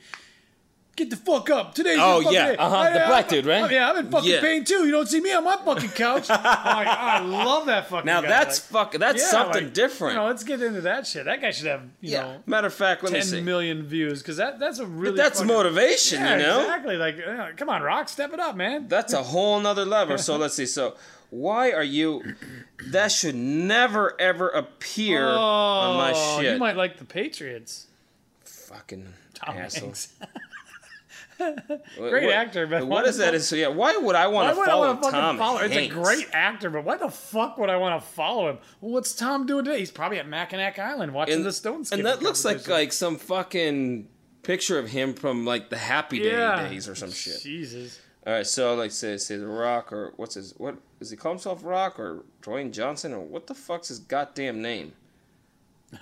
Get the fuck up. Today's your Oh, fucking yeah, day. uh-huh, I- the I- black I- dude, right? I- yeah, I'm in fucking Yeah. pain too. You don't see me on my [laughs] fucking couch. I'm like, I love that fucking now guy. that's Like, fuck. That's yeah, something like, different. You know, let's get into that shit. That guy should have, you yeah. know, Matter of fact, let me see. ten million views because that, that's a really. But that's fucking- motivation, Yeah, you know? Exactly. Like, yeah, come on, Rock, step it up, man. That's a whole nother level. So let's see. So why are you that should never ever appear on my Oh, shit. You might like the Patriots. Fucking Tom asshole. Hanks. Wha- Great what- actor, but why what the is that? fuck- Is so yeah, why would I want Why to would I follow want to fucking Tom follow? It's Hanks? a great actor, but why the fuck would I want to follow him? Well, what's Tom doing today? He's probably at Mackinac Island watching and, the Stone and Skipping that looks like competition. like some fucking picture of him from like the Happy Day Yeah. days or some shit. Jesus. All right, so like say say the Rock or what's his what does he call himself Rock or Dwayne Johnson or what the fuck's his goddamn name?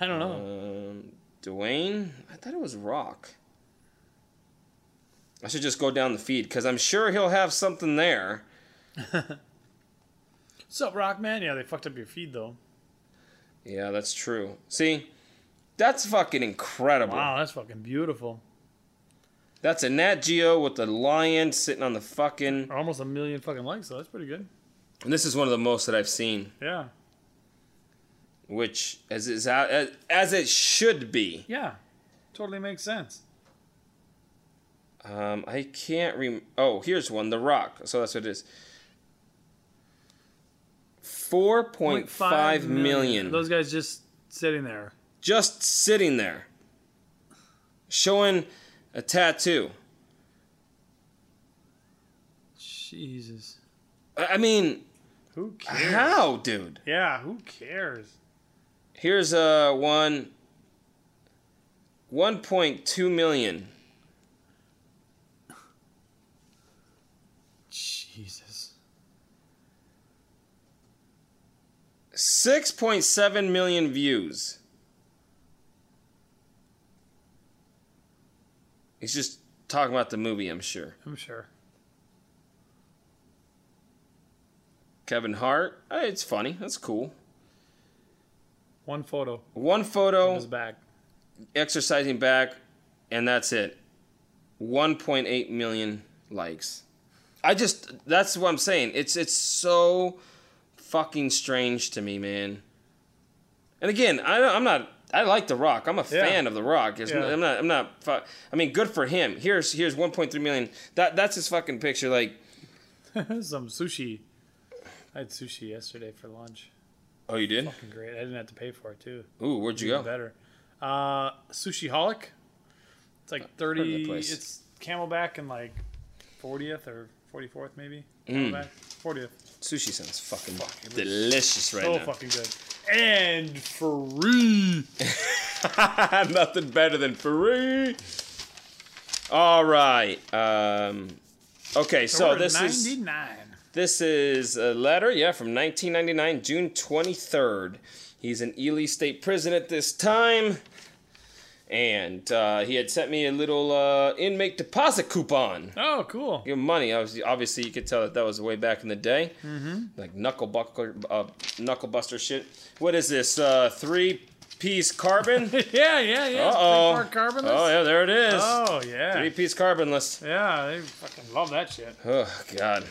I don't know. Um, Dwayne? I thought it was Rock. I should just go down the feed because I'm sure he'll have something there. What's up, Rockman? Yeah, they fucked up your feed though. Yeah, that's true. See, that's fucking incredible. Wow, that's fucking beautiful. That's a Nat Geo with the lion sitting on the fucking. Almost a million fucking likes though. That's pretty good. And this is one of the most that I've seen, Yeah. which as is how- as, as it should be. Yeah. Totally makes sense. Um, I can't rem. Oh, here's one. The Rock. So that's what it is. Four point five million. Those guys just sitting there. just sitting there showing a tattoo. Jesus. I I mean, Who [laughs] cares? how, dude? Yeah, who cares? Here's uh, one 1.2 million. Jesus. 6.7 million views. He's just talking about the movie, I'm sure. I'm sure. Kevin Hart. eh, It's funny. That's cool. One photo One on photo, his back. exercising back, and that's it. 1.8 million likes. I just that's what I'm saying. It's it's so fucking strange to me, man. And again, I don't- I'm not I like The Rock. I'm a Yeah. fan of The Rock. It's- Yeah. I'm not I'm not fu- I mean, good for him. Here's here's 1.3 million. That that's his fucking picture like, [laughs] Some sushi. I had sushi yesterday for lunch. "Oh, you did? Fucking great. I didn't have to pay for it too. Ooh, where'd you go?" Even better. Uh, sushi Holic. It's like of that thirty. place. It's Camelback and like fortieth or forty fourth maybe. Mm. Fortieth. Sushi sounds fucking delicious right So now. fucking good. And free. [laughs] Nothing better than free. All right. Um, okay, so this is ninety nine. This is a letter, yeah, from 1999, June 23rd. He's in Ely State Prison at this time. And uh, he had sent me a little uh, inmate deposit coupon. Oh, cool. Give him money. I was, obviously, you could tell that that was way back in the day. Mm-hmm. Like knuckle, buckler, uh, knuckle buster shit. What is this? Uh, three piece [laughs] carbon? yeah, yeah, yeah. It's Uh-oh. three-part carbonless. Oh, yeah, there it is. Oh, yeah. Three piece carbonless. Yeah, they fucking love that shit. Oh, God.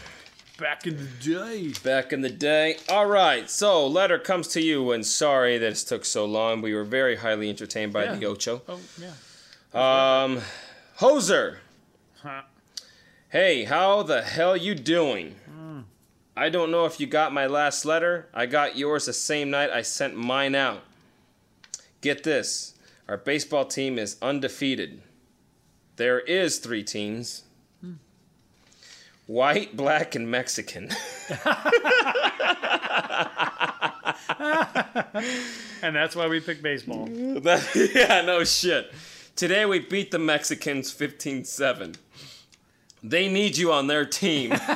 Back in the day. Back in the day. All right, so letter comes to you, and sorry that it took so long. We were very highly entertained by Yeah. the Ocho. Oh, yeah. Um, Hoser, Huh. hey, how the hell you doing? I don't know if you got my last letter. I got yours the same night I sent mine out. Get this, our baseball team is undefeated. There is three teams. White, black, and Mexican. [laughs] And that's why we picked baseball. That- yeah, no shit. Today we beat the Mexicans 15 7. They need you on their team. yes.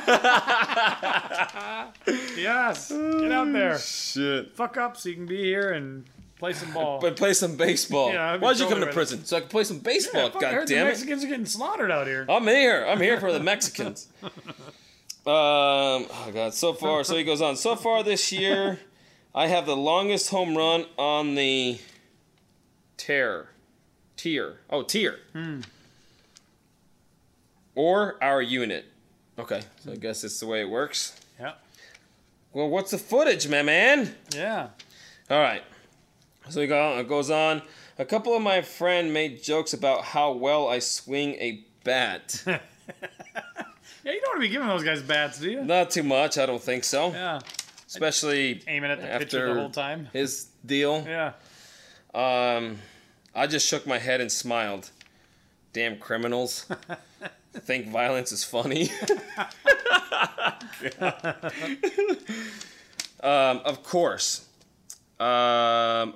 Get out there. shit. Fuck up so you can be here and play some ball. But play some baseball. [laughs] Yeah, I'd be Why'd you totally come to ready. prison? So I could play some yeah, baseball, fuck, I heard the goddammit. Mexicans are getting slaughtered out here. I'm here. I'm here for [laughs] the Mexicans. um, oh god. So far, so he goes on. So far this year, I have the longest home run on the tear, tier. Oh, tier. Hmm. Or our unit. Okay, so Hmm. I guess that's the way it works. Yeah. Well, what's the footage, my man? Yeah. All right. So he go, it goes on. A couple of my friend made jokes about how well I swing a bat. Yeah, you don't want to be giving those guys bats, do you? Not too much, I don't think so. Yeah. Especially Aiming at the pitcher After- the whole time. his deal. Yeah. Um, I just shook my head and smiled. Damn criminals. Think violence is funny. um, of course. Um,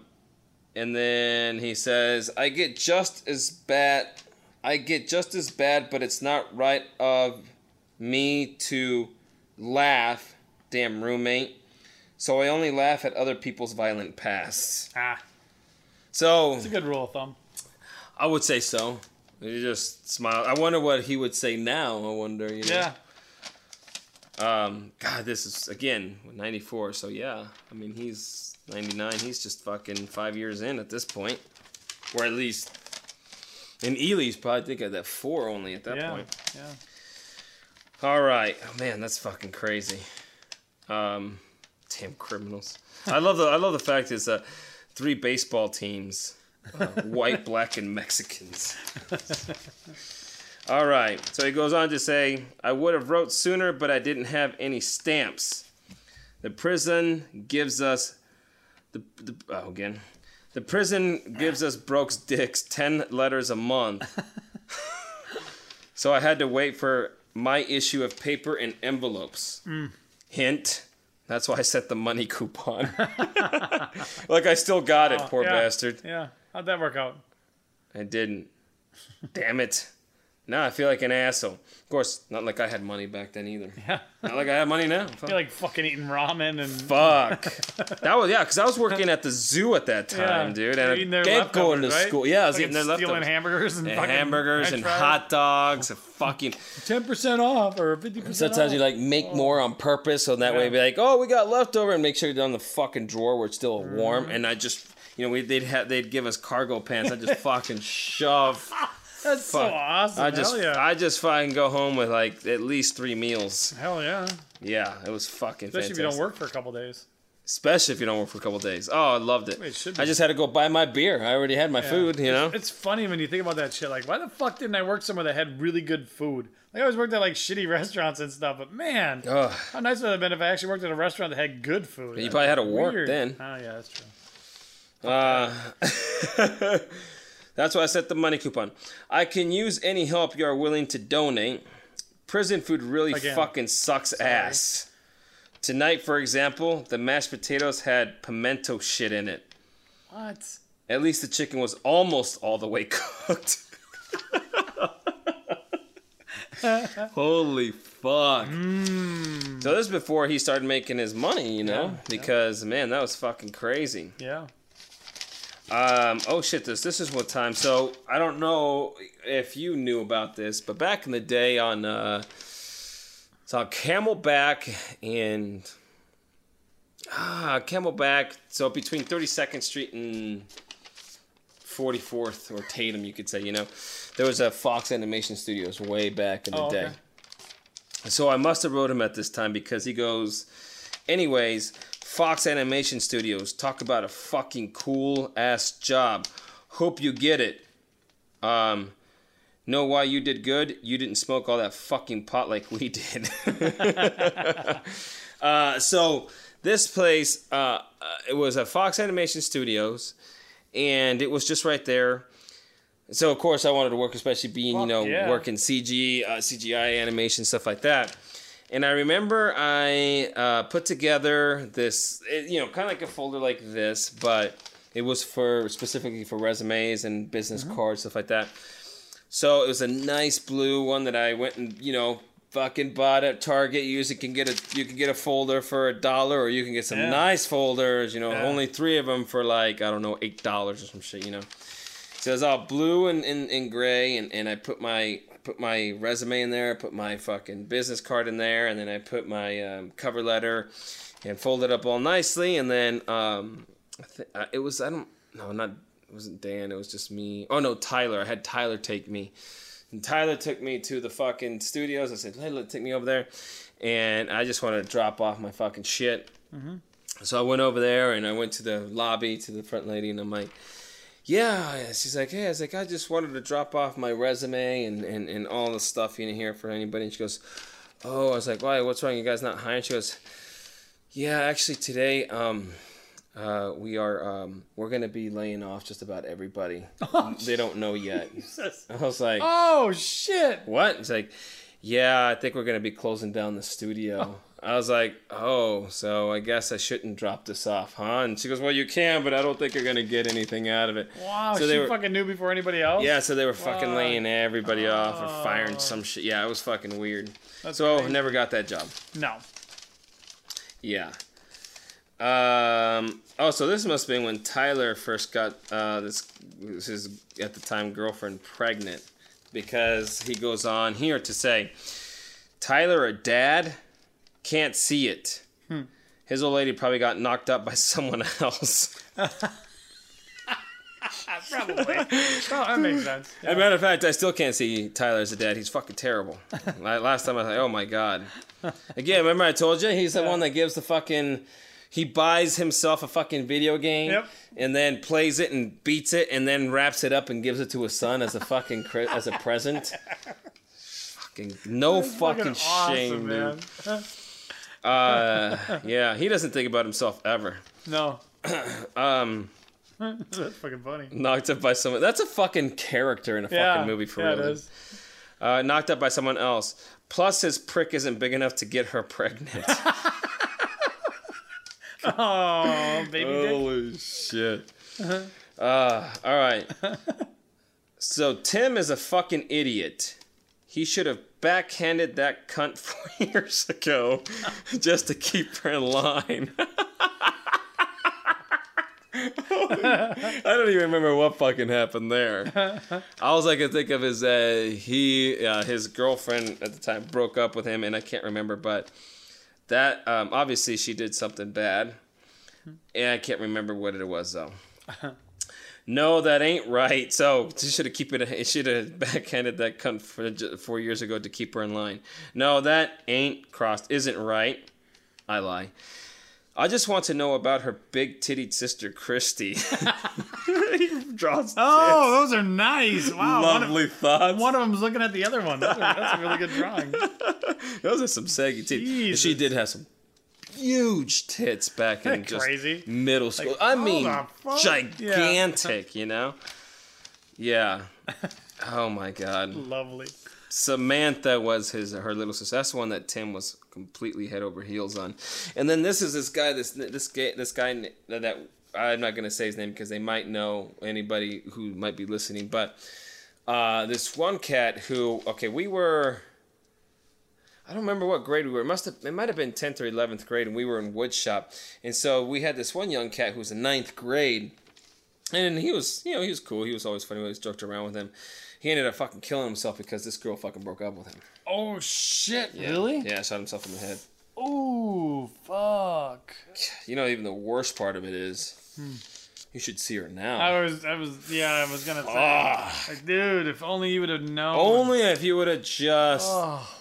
and then he says, I get just as bad. I get just as bad, but it's not right of me to laugh, damn roommate. So I only laugh at other people's violent pasts. Ah, So it's a good rule of thumb. I would say so. He just smiled. I wonder what he would say now. I wonder. You know? Yeah. Um. God, this is again '94. So yeah. I mean, he's '99. He's just fucking five years in at this point, or at least. And Ely's probably think of that four only at that yeah. point. Yeah. All right. Oh man, that's fucking crazy. Um, damn [laughs] criminals. I love the I love the fact is uh, three baseball teams, uh, white, black, and Mexicans. All right. So he goes on to say, I would have wrote sooner, but I didn't have any stamps. The prison gives us the, the oh again. The prison gives us Brooks dicks ten letters a month. So I had to wait for my issue of paper and envelopes. Hint. That's why I set the money coupon. [laughs] like I still got it, poor yeah. bastard. Yeah. How'd that work out? I didn't. Damn it. Now I feel like an asshole. Of course, not like I had money back then either. [laughs] Yeah. Not like I have money now. Fuck. You're like fucking eating ramen and Fuck. that was yeah, because I was working at the zoo at that time, Yeah. dude, You're and I eating their kept going to leftovers, right? school. Yeah, I was Fucking eating their stealing leftovers. hamburgers and And fucking hamburgers and hot dogs and fucking Ten percent off or fifty percent. Sometimes you like make more on purpose, so that way Oh. Yeah. be like, oh, we got leftover, and make sure you're on the fucking drawer where it's still Mm. warm. And I just, you know, we, they'd have they'd give us cargo pants. I [laughs] just fucking shove. That's so fuck. awesome. I just Hell yeah. I just fucking go home with like at least three meals. Hell yeah. Especially Yeah, it was fucking. if you don't fantastic. work for a couple days. Especially if you don't work for a couple days. Oh, I loved it. Wait, it should be. I just had to go buy my beer. I already had my Yeah. food. You know. It's, it's funny when you think about that shit. Like, why the fuck didn't I work somewhere that had really good food? Like, I always worked at like shitty [laughs] restaurants and stuff, but man, Ugh. how nice would it have been if I actually worked at a restaurant that had good food? You probably had to work Weird. then. Oh yeah, that's true. Uh, that's why I set the money coupon. I can use any help you are willing to donate. Prison food really Again. fucking sucks ass. Tonight, for example, the mashed potatoes had pimento shit in it. What? At least the [laughs] chicken was almost all the way cooked. Holy fuck. So this is before he started making his money, you know, because man, that was fucking crazy. Yeah. Um, oh shit, this this is what time. So I don't know if you knew about this, but back in the day on uh it's on Camelback and ah Camelback, so between 32nd Street and 44th or Tatum, you could say, you know, there was a Fox Animation Studios way back in the Oh, day. okay. So I must have wrote him at this time because he goes, anyways, Fox Animation Studios, talk about a fucking cool ass job. Hope you get it. Um, know why you did good? You didn't smoke all that fucking pot like we [laughs] did. uh, so this place, uh, uh, it was at Fox Animation Studios, and it was just right there. So of course I wanted to work, especially being you Fuck know yeah. working CG, uh, CGI animation stuff like that. And I remember I uh, put together this, it, you know, kind of like a folder like this, but it was for specifically for resumes and business Mm-hmm. cards stuff like that. So it was a nice blue one that I went and you know fucking bought at Target. You usually can get a you can get a folder for a dollar, or you can get some Yeah. nice folders. You know, Yeah. only three of them for like I don't know eight dollars or some shit. You know, so it was all blue and, and, and gray, and, and I put my I put my resume in there, I put my fucking business card in there, and then I put my um, cover letter and folded up all nicely, and then um, I th- uh, it was I don't no not it wasn't Dan, it was just me. Oh no, Tyler. I had Tyler take me. And Tyler took me to the fucking studios. I said, Tyler, take me over there. And I just wanted to drop off my fucking shit. So I went over there and I went to the lobby to the front lady and I'm like, yeah. And She's like, hey. I was like, I just wanted to drop off my resume and, and, and all the stuff in here for anybody. And she goes, oh. I was like, why? What's wrong? You guys not hiring? She goes, yeah. Actually, today, um, uh, we are um, we're gonna be laying off just about everybody. they don't know yet. I was like, Oh shit! what? It's like, yeah, I think we're gonna be closing down the studio. I was like, oh, so I guess I shouldn't drop this off, huh? And she goes, well, you can, but I don't think you're gonna get anything out of it. Wow, So they she were- fucking knew before anybody else. Yeah, so they were fucking Wow. laying everybody off or firing some shit. Yeah, it was fucking weird. Oh. That's so crazy. never got that job. No. Yeah. Um. Oh, so this must have been when Tyler first got uh, this was his at the time girlfriend pregnant, because he goes on here to say, Tyler, a dad, can't see it. His old lady probably got knocked up by [laughs] someone else. [laughs] Probably. no, that makes sense. As a matter of fact, I still can't see Tyler as a dad. He's fucking [laughs] terrible. La- Last time I was like, oh my god. Again, remember I told you he's the one that gives the fucking. He buys himself a fucking video game Yep. and then plays it and beats it and then wraps it up and gives it to his son as a fucking cri- as a present. Fucking no fucking, shame, dude. Uh, yeah, he doesn't think about himself ever. No. [clears throat] Um, [laughs] That's fucking funny. knocked up by someone. That's a fucking character in a Yeah. fucking movie for yeah, real. It dude. is. uh, knocked up by someone else. Plus, his prick isn't big enough to get her [laughs] pregnant. Oh, baby dick. Uh-huh. Holy shit. Uh, all right. [laughs] So, Tim is a fucking idiot. He should have backhanded that cunt [laughs] four years ago [laughs] just to keep her in line. [laughs] I don't even remember what fucking happened [laughs] there. All I could think of is that he, uh, his girlfriend at the time, broke up with him, and I can't remember, but that um, obviously she did something bad. Yeah, I can't remember what it was [laughs] though. no, that ain't right. So she should have keep it. [laughs] It should have backhanded that cunt for j- four years ago to keep her in line. No, that ain't crossed. Isn't right. I lie. I just want to know about her big titted sister [laughs] Christy. [laughs] he draws [laughs] Oh, those are nice. Wow. one of- lovely thoughts. One of them's looking at the other one. That's a, that's a really good [laughs] drawing. Those are some saggy titties. And She Jesus. did have some huge tits back in just Crazy. middle school. I hold mean, the fuck? gigantic, you know? [laughs] Yeah. Oh my God. Lovely. Samantha was his her little sister. That's the one that Tim was completely head over heels on. And then this is this guy this this guy this guy that, that I'm not gonna say his name because they might know anybody who might be listening. But uh, this one cat who okay we were I don't remember what grade we were. It must have it might have been tenth or eleventh grade, and we were in woodshop. And so we had this one young cat who was in ninth grade, and he was you know he was cool. He was always funny. We always joked around with him. He ended up fucking killing himself because this girl fucking broke up with him. Oh shit! Yeah. Really? Yeah, shot himself in the head. Ooh, fuck. You know, even the worst part of it is, you should see her now. I was, I was, yeah, I was gonna say, Fuck. like, dude, if only you would have known. Only if you would have just, Oh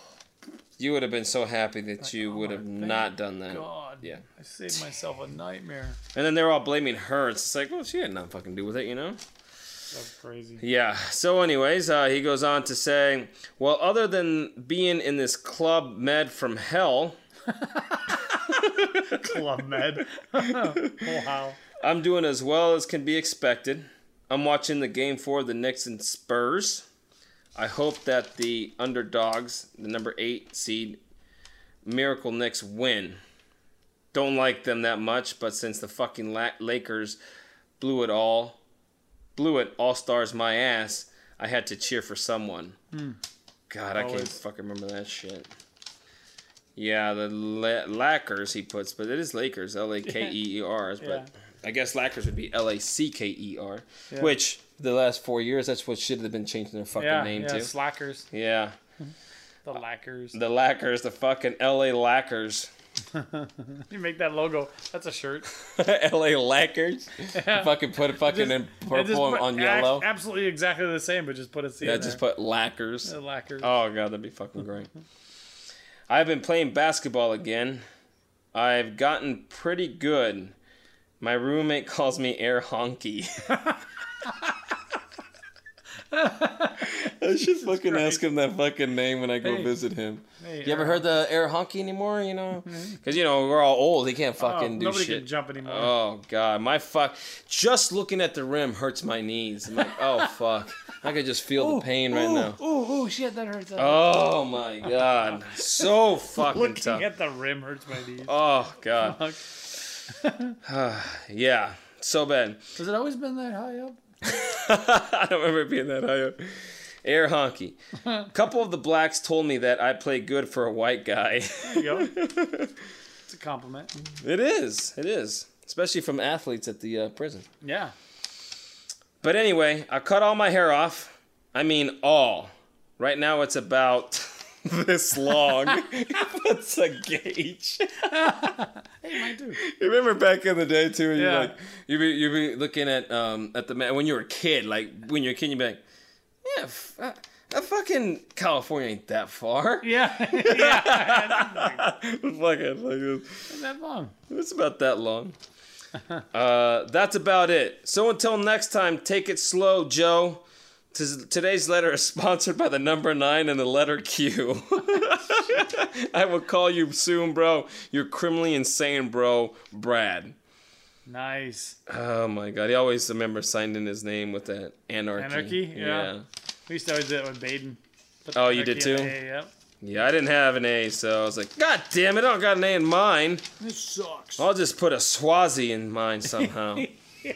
you would have been so happy that you would have not done that. God. Yeah. I saved myself a nightmare. And then they're all blaming her. It's just like, well, she had nothing fucking to do with it, you know? That's crazy. Yeah. So, anyways, uh, he goes on to say, well, other than being in this club med from hell, Club [laughs] med. wow. I'm doing as well as can be expected. I'm watching the game for the Knicks and Spurs. I hope that the underdogs, the number eight seed, Miracle Knicks win. Don't like them that much, but since the fucking La- Lakers blew it all, blew it all stars my ass, I had to cheer for someone. God, I can't Always. fucking remember that shit. Yeah, the la- Lakers he puts, but it is Lakers, L A K E E R. But I guess Lakers would be L A C K E R, Yeah. which the last four years that's what should have been changing their fucking Yeah, name yeah, to. slackers, yeah, the lackers. the Lakers, the fucking L A Lakers, you make that logo. That's a shirt. [laughs] L A Lakers. Fucking put it fucking in Just- and just purple put- on ac- yellow. absolutely exactly the same, but just put a C. yeah, in just there. put Lakers. The lackers. Oh god, that'd be fucking great. I've been playing basketball again. I've gotten pretty good. My roommate [laughs] calls me Air Honky. [laughs] I should fucking ask him that fucking name when I go Hey. visit him. Hey, You ever uh, heard the Air Honky anymore? You know, because you know we're all old. He can't oh, fucking do nobody shit. can jump anymore. Oh god, my fuck! Just looking at the rim hurts my knees. I'm like, oh [laughs] fuck! I could just feel the pain right now. Ooh, ooh, shit, that hurts. Oh my god. So fucking [laughs] Looking tough. at the rim hurts my knees. oh god. Fuck. [sighs] Yeah. So bad. [laughs] Has it always been that high up? I don't remember it being that high up. Air honky. [laughs] A couple of the blacks told me that I play good for a white guy. [laughs] There you go. It's a compliment. it is. It is. Especially from athletes at the uh, prison. Yeah. But anyway, I cut all my hair off. I mean, all. Right now, it's about [laughs] this [laughs] long. [laughs] That's a gauge. I do. You remember back in the day too, when Yeah. you like you be you be looking at um at the man when you were a kid, like when you're a kid, you'd be like, yeah, f- uh, uh, fucking California ain't that far. Yeah. yeah. fucking [laughs] like it's- It's that long. it's about that [laughs] long. uh, that's about it. So until next time, take it slow, Joe. Tis- Today's letter is [laughs] sponsored by the number nine and the letter [laughs] Q. [laughs] I will call you soon, bro. You're criminally insane, bro. Brad. Nice. Oh my god, he always remember signed in his name with that anarchy. Anarchy? Yeah. We used to always do that with Baden. Put the Oh, you did turkey in too? the hay, yep. Yeah, I didn't have an A, so I was like, God damn it, I don't got an A in mine. This sucks. I'll just put a Swazi in mine [laughs] somehow.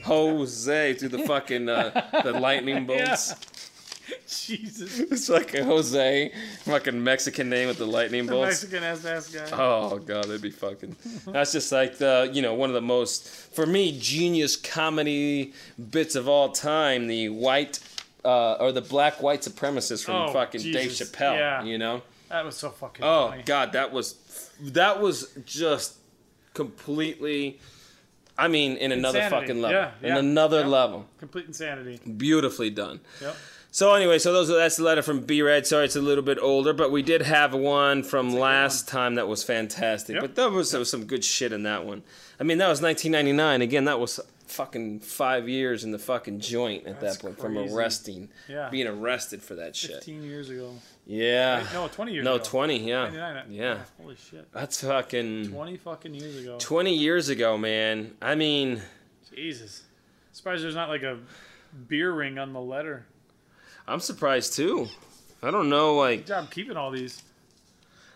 Jose through the fucking uh, the [laughs] lightning bolts. [laughs] Jesus. It's like a Jose, fucking Mexican name with the lightning The bolts. Mexican ass ass guy. Oh god, that'd be fucking. That's just like the you know one of the most for me genius comedy bits of all time. The white uh, or the black white supremacist from Oh, fucking Dave Jesus, Chappelle. yeah. You know. That was so fucking Oh funny. god, that was that was just completely. I mean, in another Insanity. fucking level. Yeah, yeah, in another yeah. level. Complete insanity. Beautifully done. Yep. So anyway, so those that's the letter from B Red. Sorry, it's a little bit older, but we did have one from last time that was fantastic. Yep. But that was, there was some good shit in that one. I mean, that was 1999. Again, that was fucking five years in the fucking joint at That's that point from crazy. arresting, Yeah. being arrested for that shit. 15 years ago. Yeah. No, 20 years No, ago. 20. Yeah. 99. Yeah. Holy shit. That's fucking 20 fucking years ago. 20 years ago, man. I mean. Jesus. Surprised there's not like a beer ring on the letter. I'm surprised too. I don't know, like, Good job keeping all these.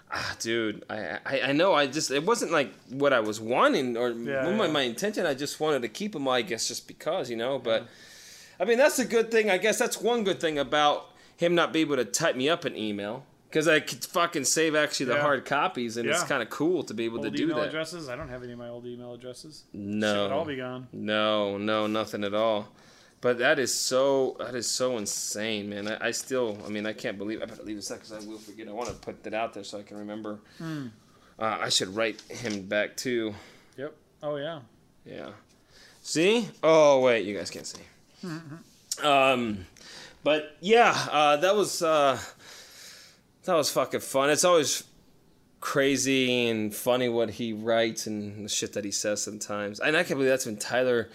ah, dude. I, I I know. I just it wasn't like what I was wanting or Yeah, my, yeah. my intention. I just wanted to keep them. I guess just because you know. But I mean, that's a good thing. I guess that's one good thing about him not being able to type me up an email. Because I could fucking save actually the Yeah. hard copies, and it's Yeah. kind of cool to be able Old to do email that. addresses. I don't have any of my old email addresses. Shit No, would all be gone. No, no, nothing at all. But that is so that is so insane, man. I, I still, I mean, I can't believe. I better leave this out because I will forget. I want to put that out there so I can remember. Mm. Uh, I should write him back too. Yep. Oh yeah. Yeah. See? Oh wait, you guys can't see. Um, but yeah, uh, that was uh, that was fucking fun. It's always crazy and funny what he writes and the shit that he says sometimes. And I can't believe that's when Tyler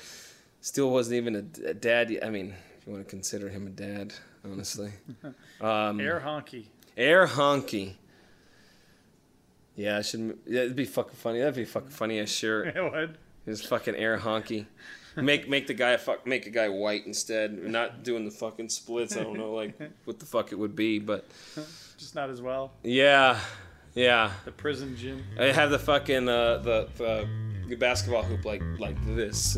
still wasn't even a, a dad. yet. I mean, if you want to consider him a dad, honestly. Um, Air [laughs] honky. Air honky. Yeah, I should. yeah, That'd be fucking funny. That'd be fucking funny as sure. It would. His fucking air honky. Make make the guy fuck make a guy white instead. Not doing the fucking splits. I don't know like what the fuck it would be, but Just not as well. yeah, yeah. The prison gym. I have the fucking uh, the, the the basketball hoop like like this.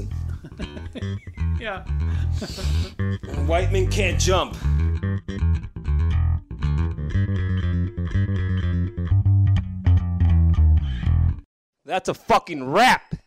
Yeah. White men can't jump. That's a fucking rap.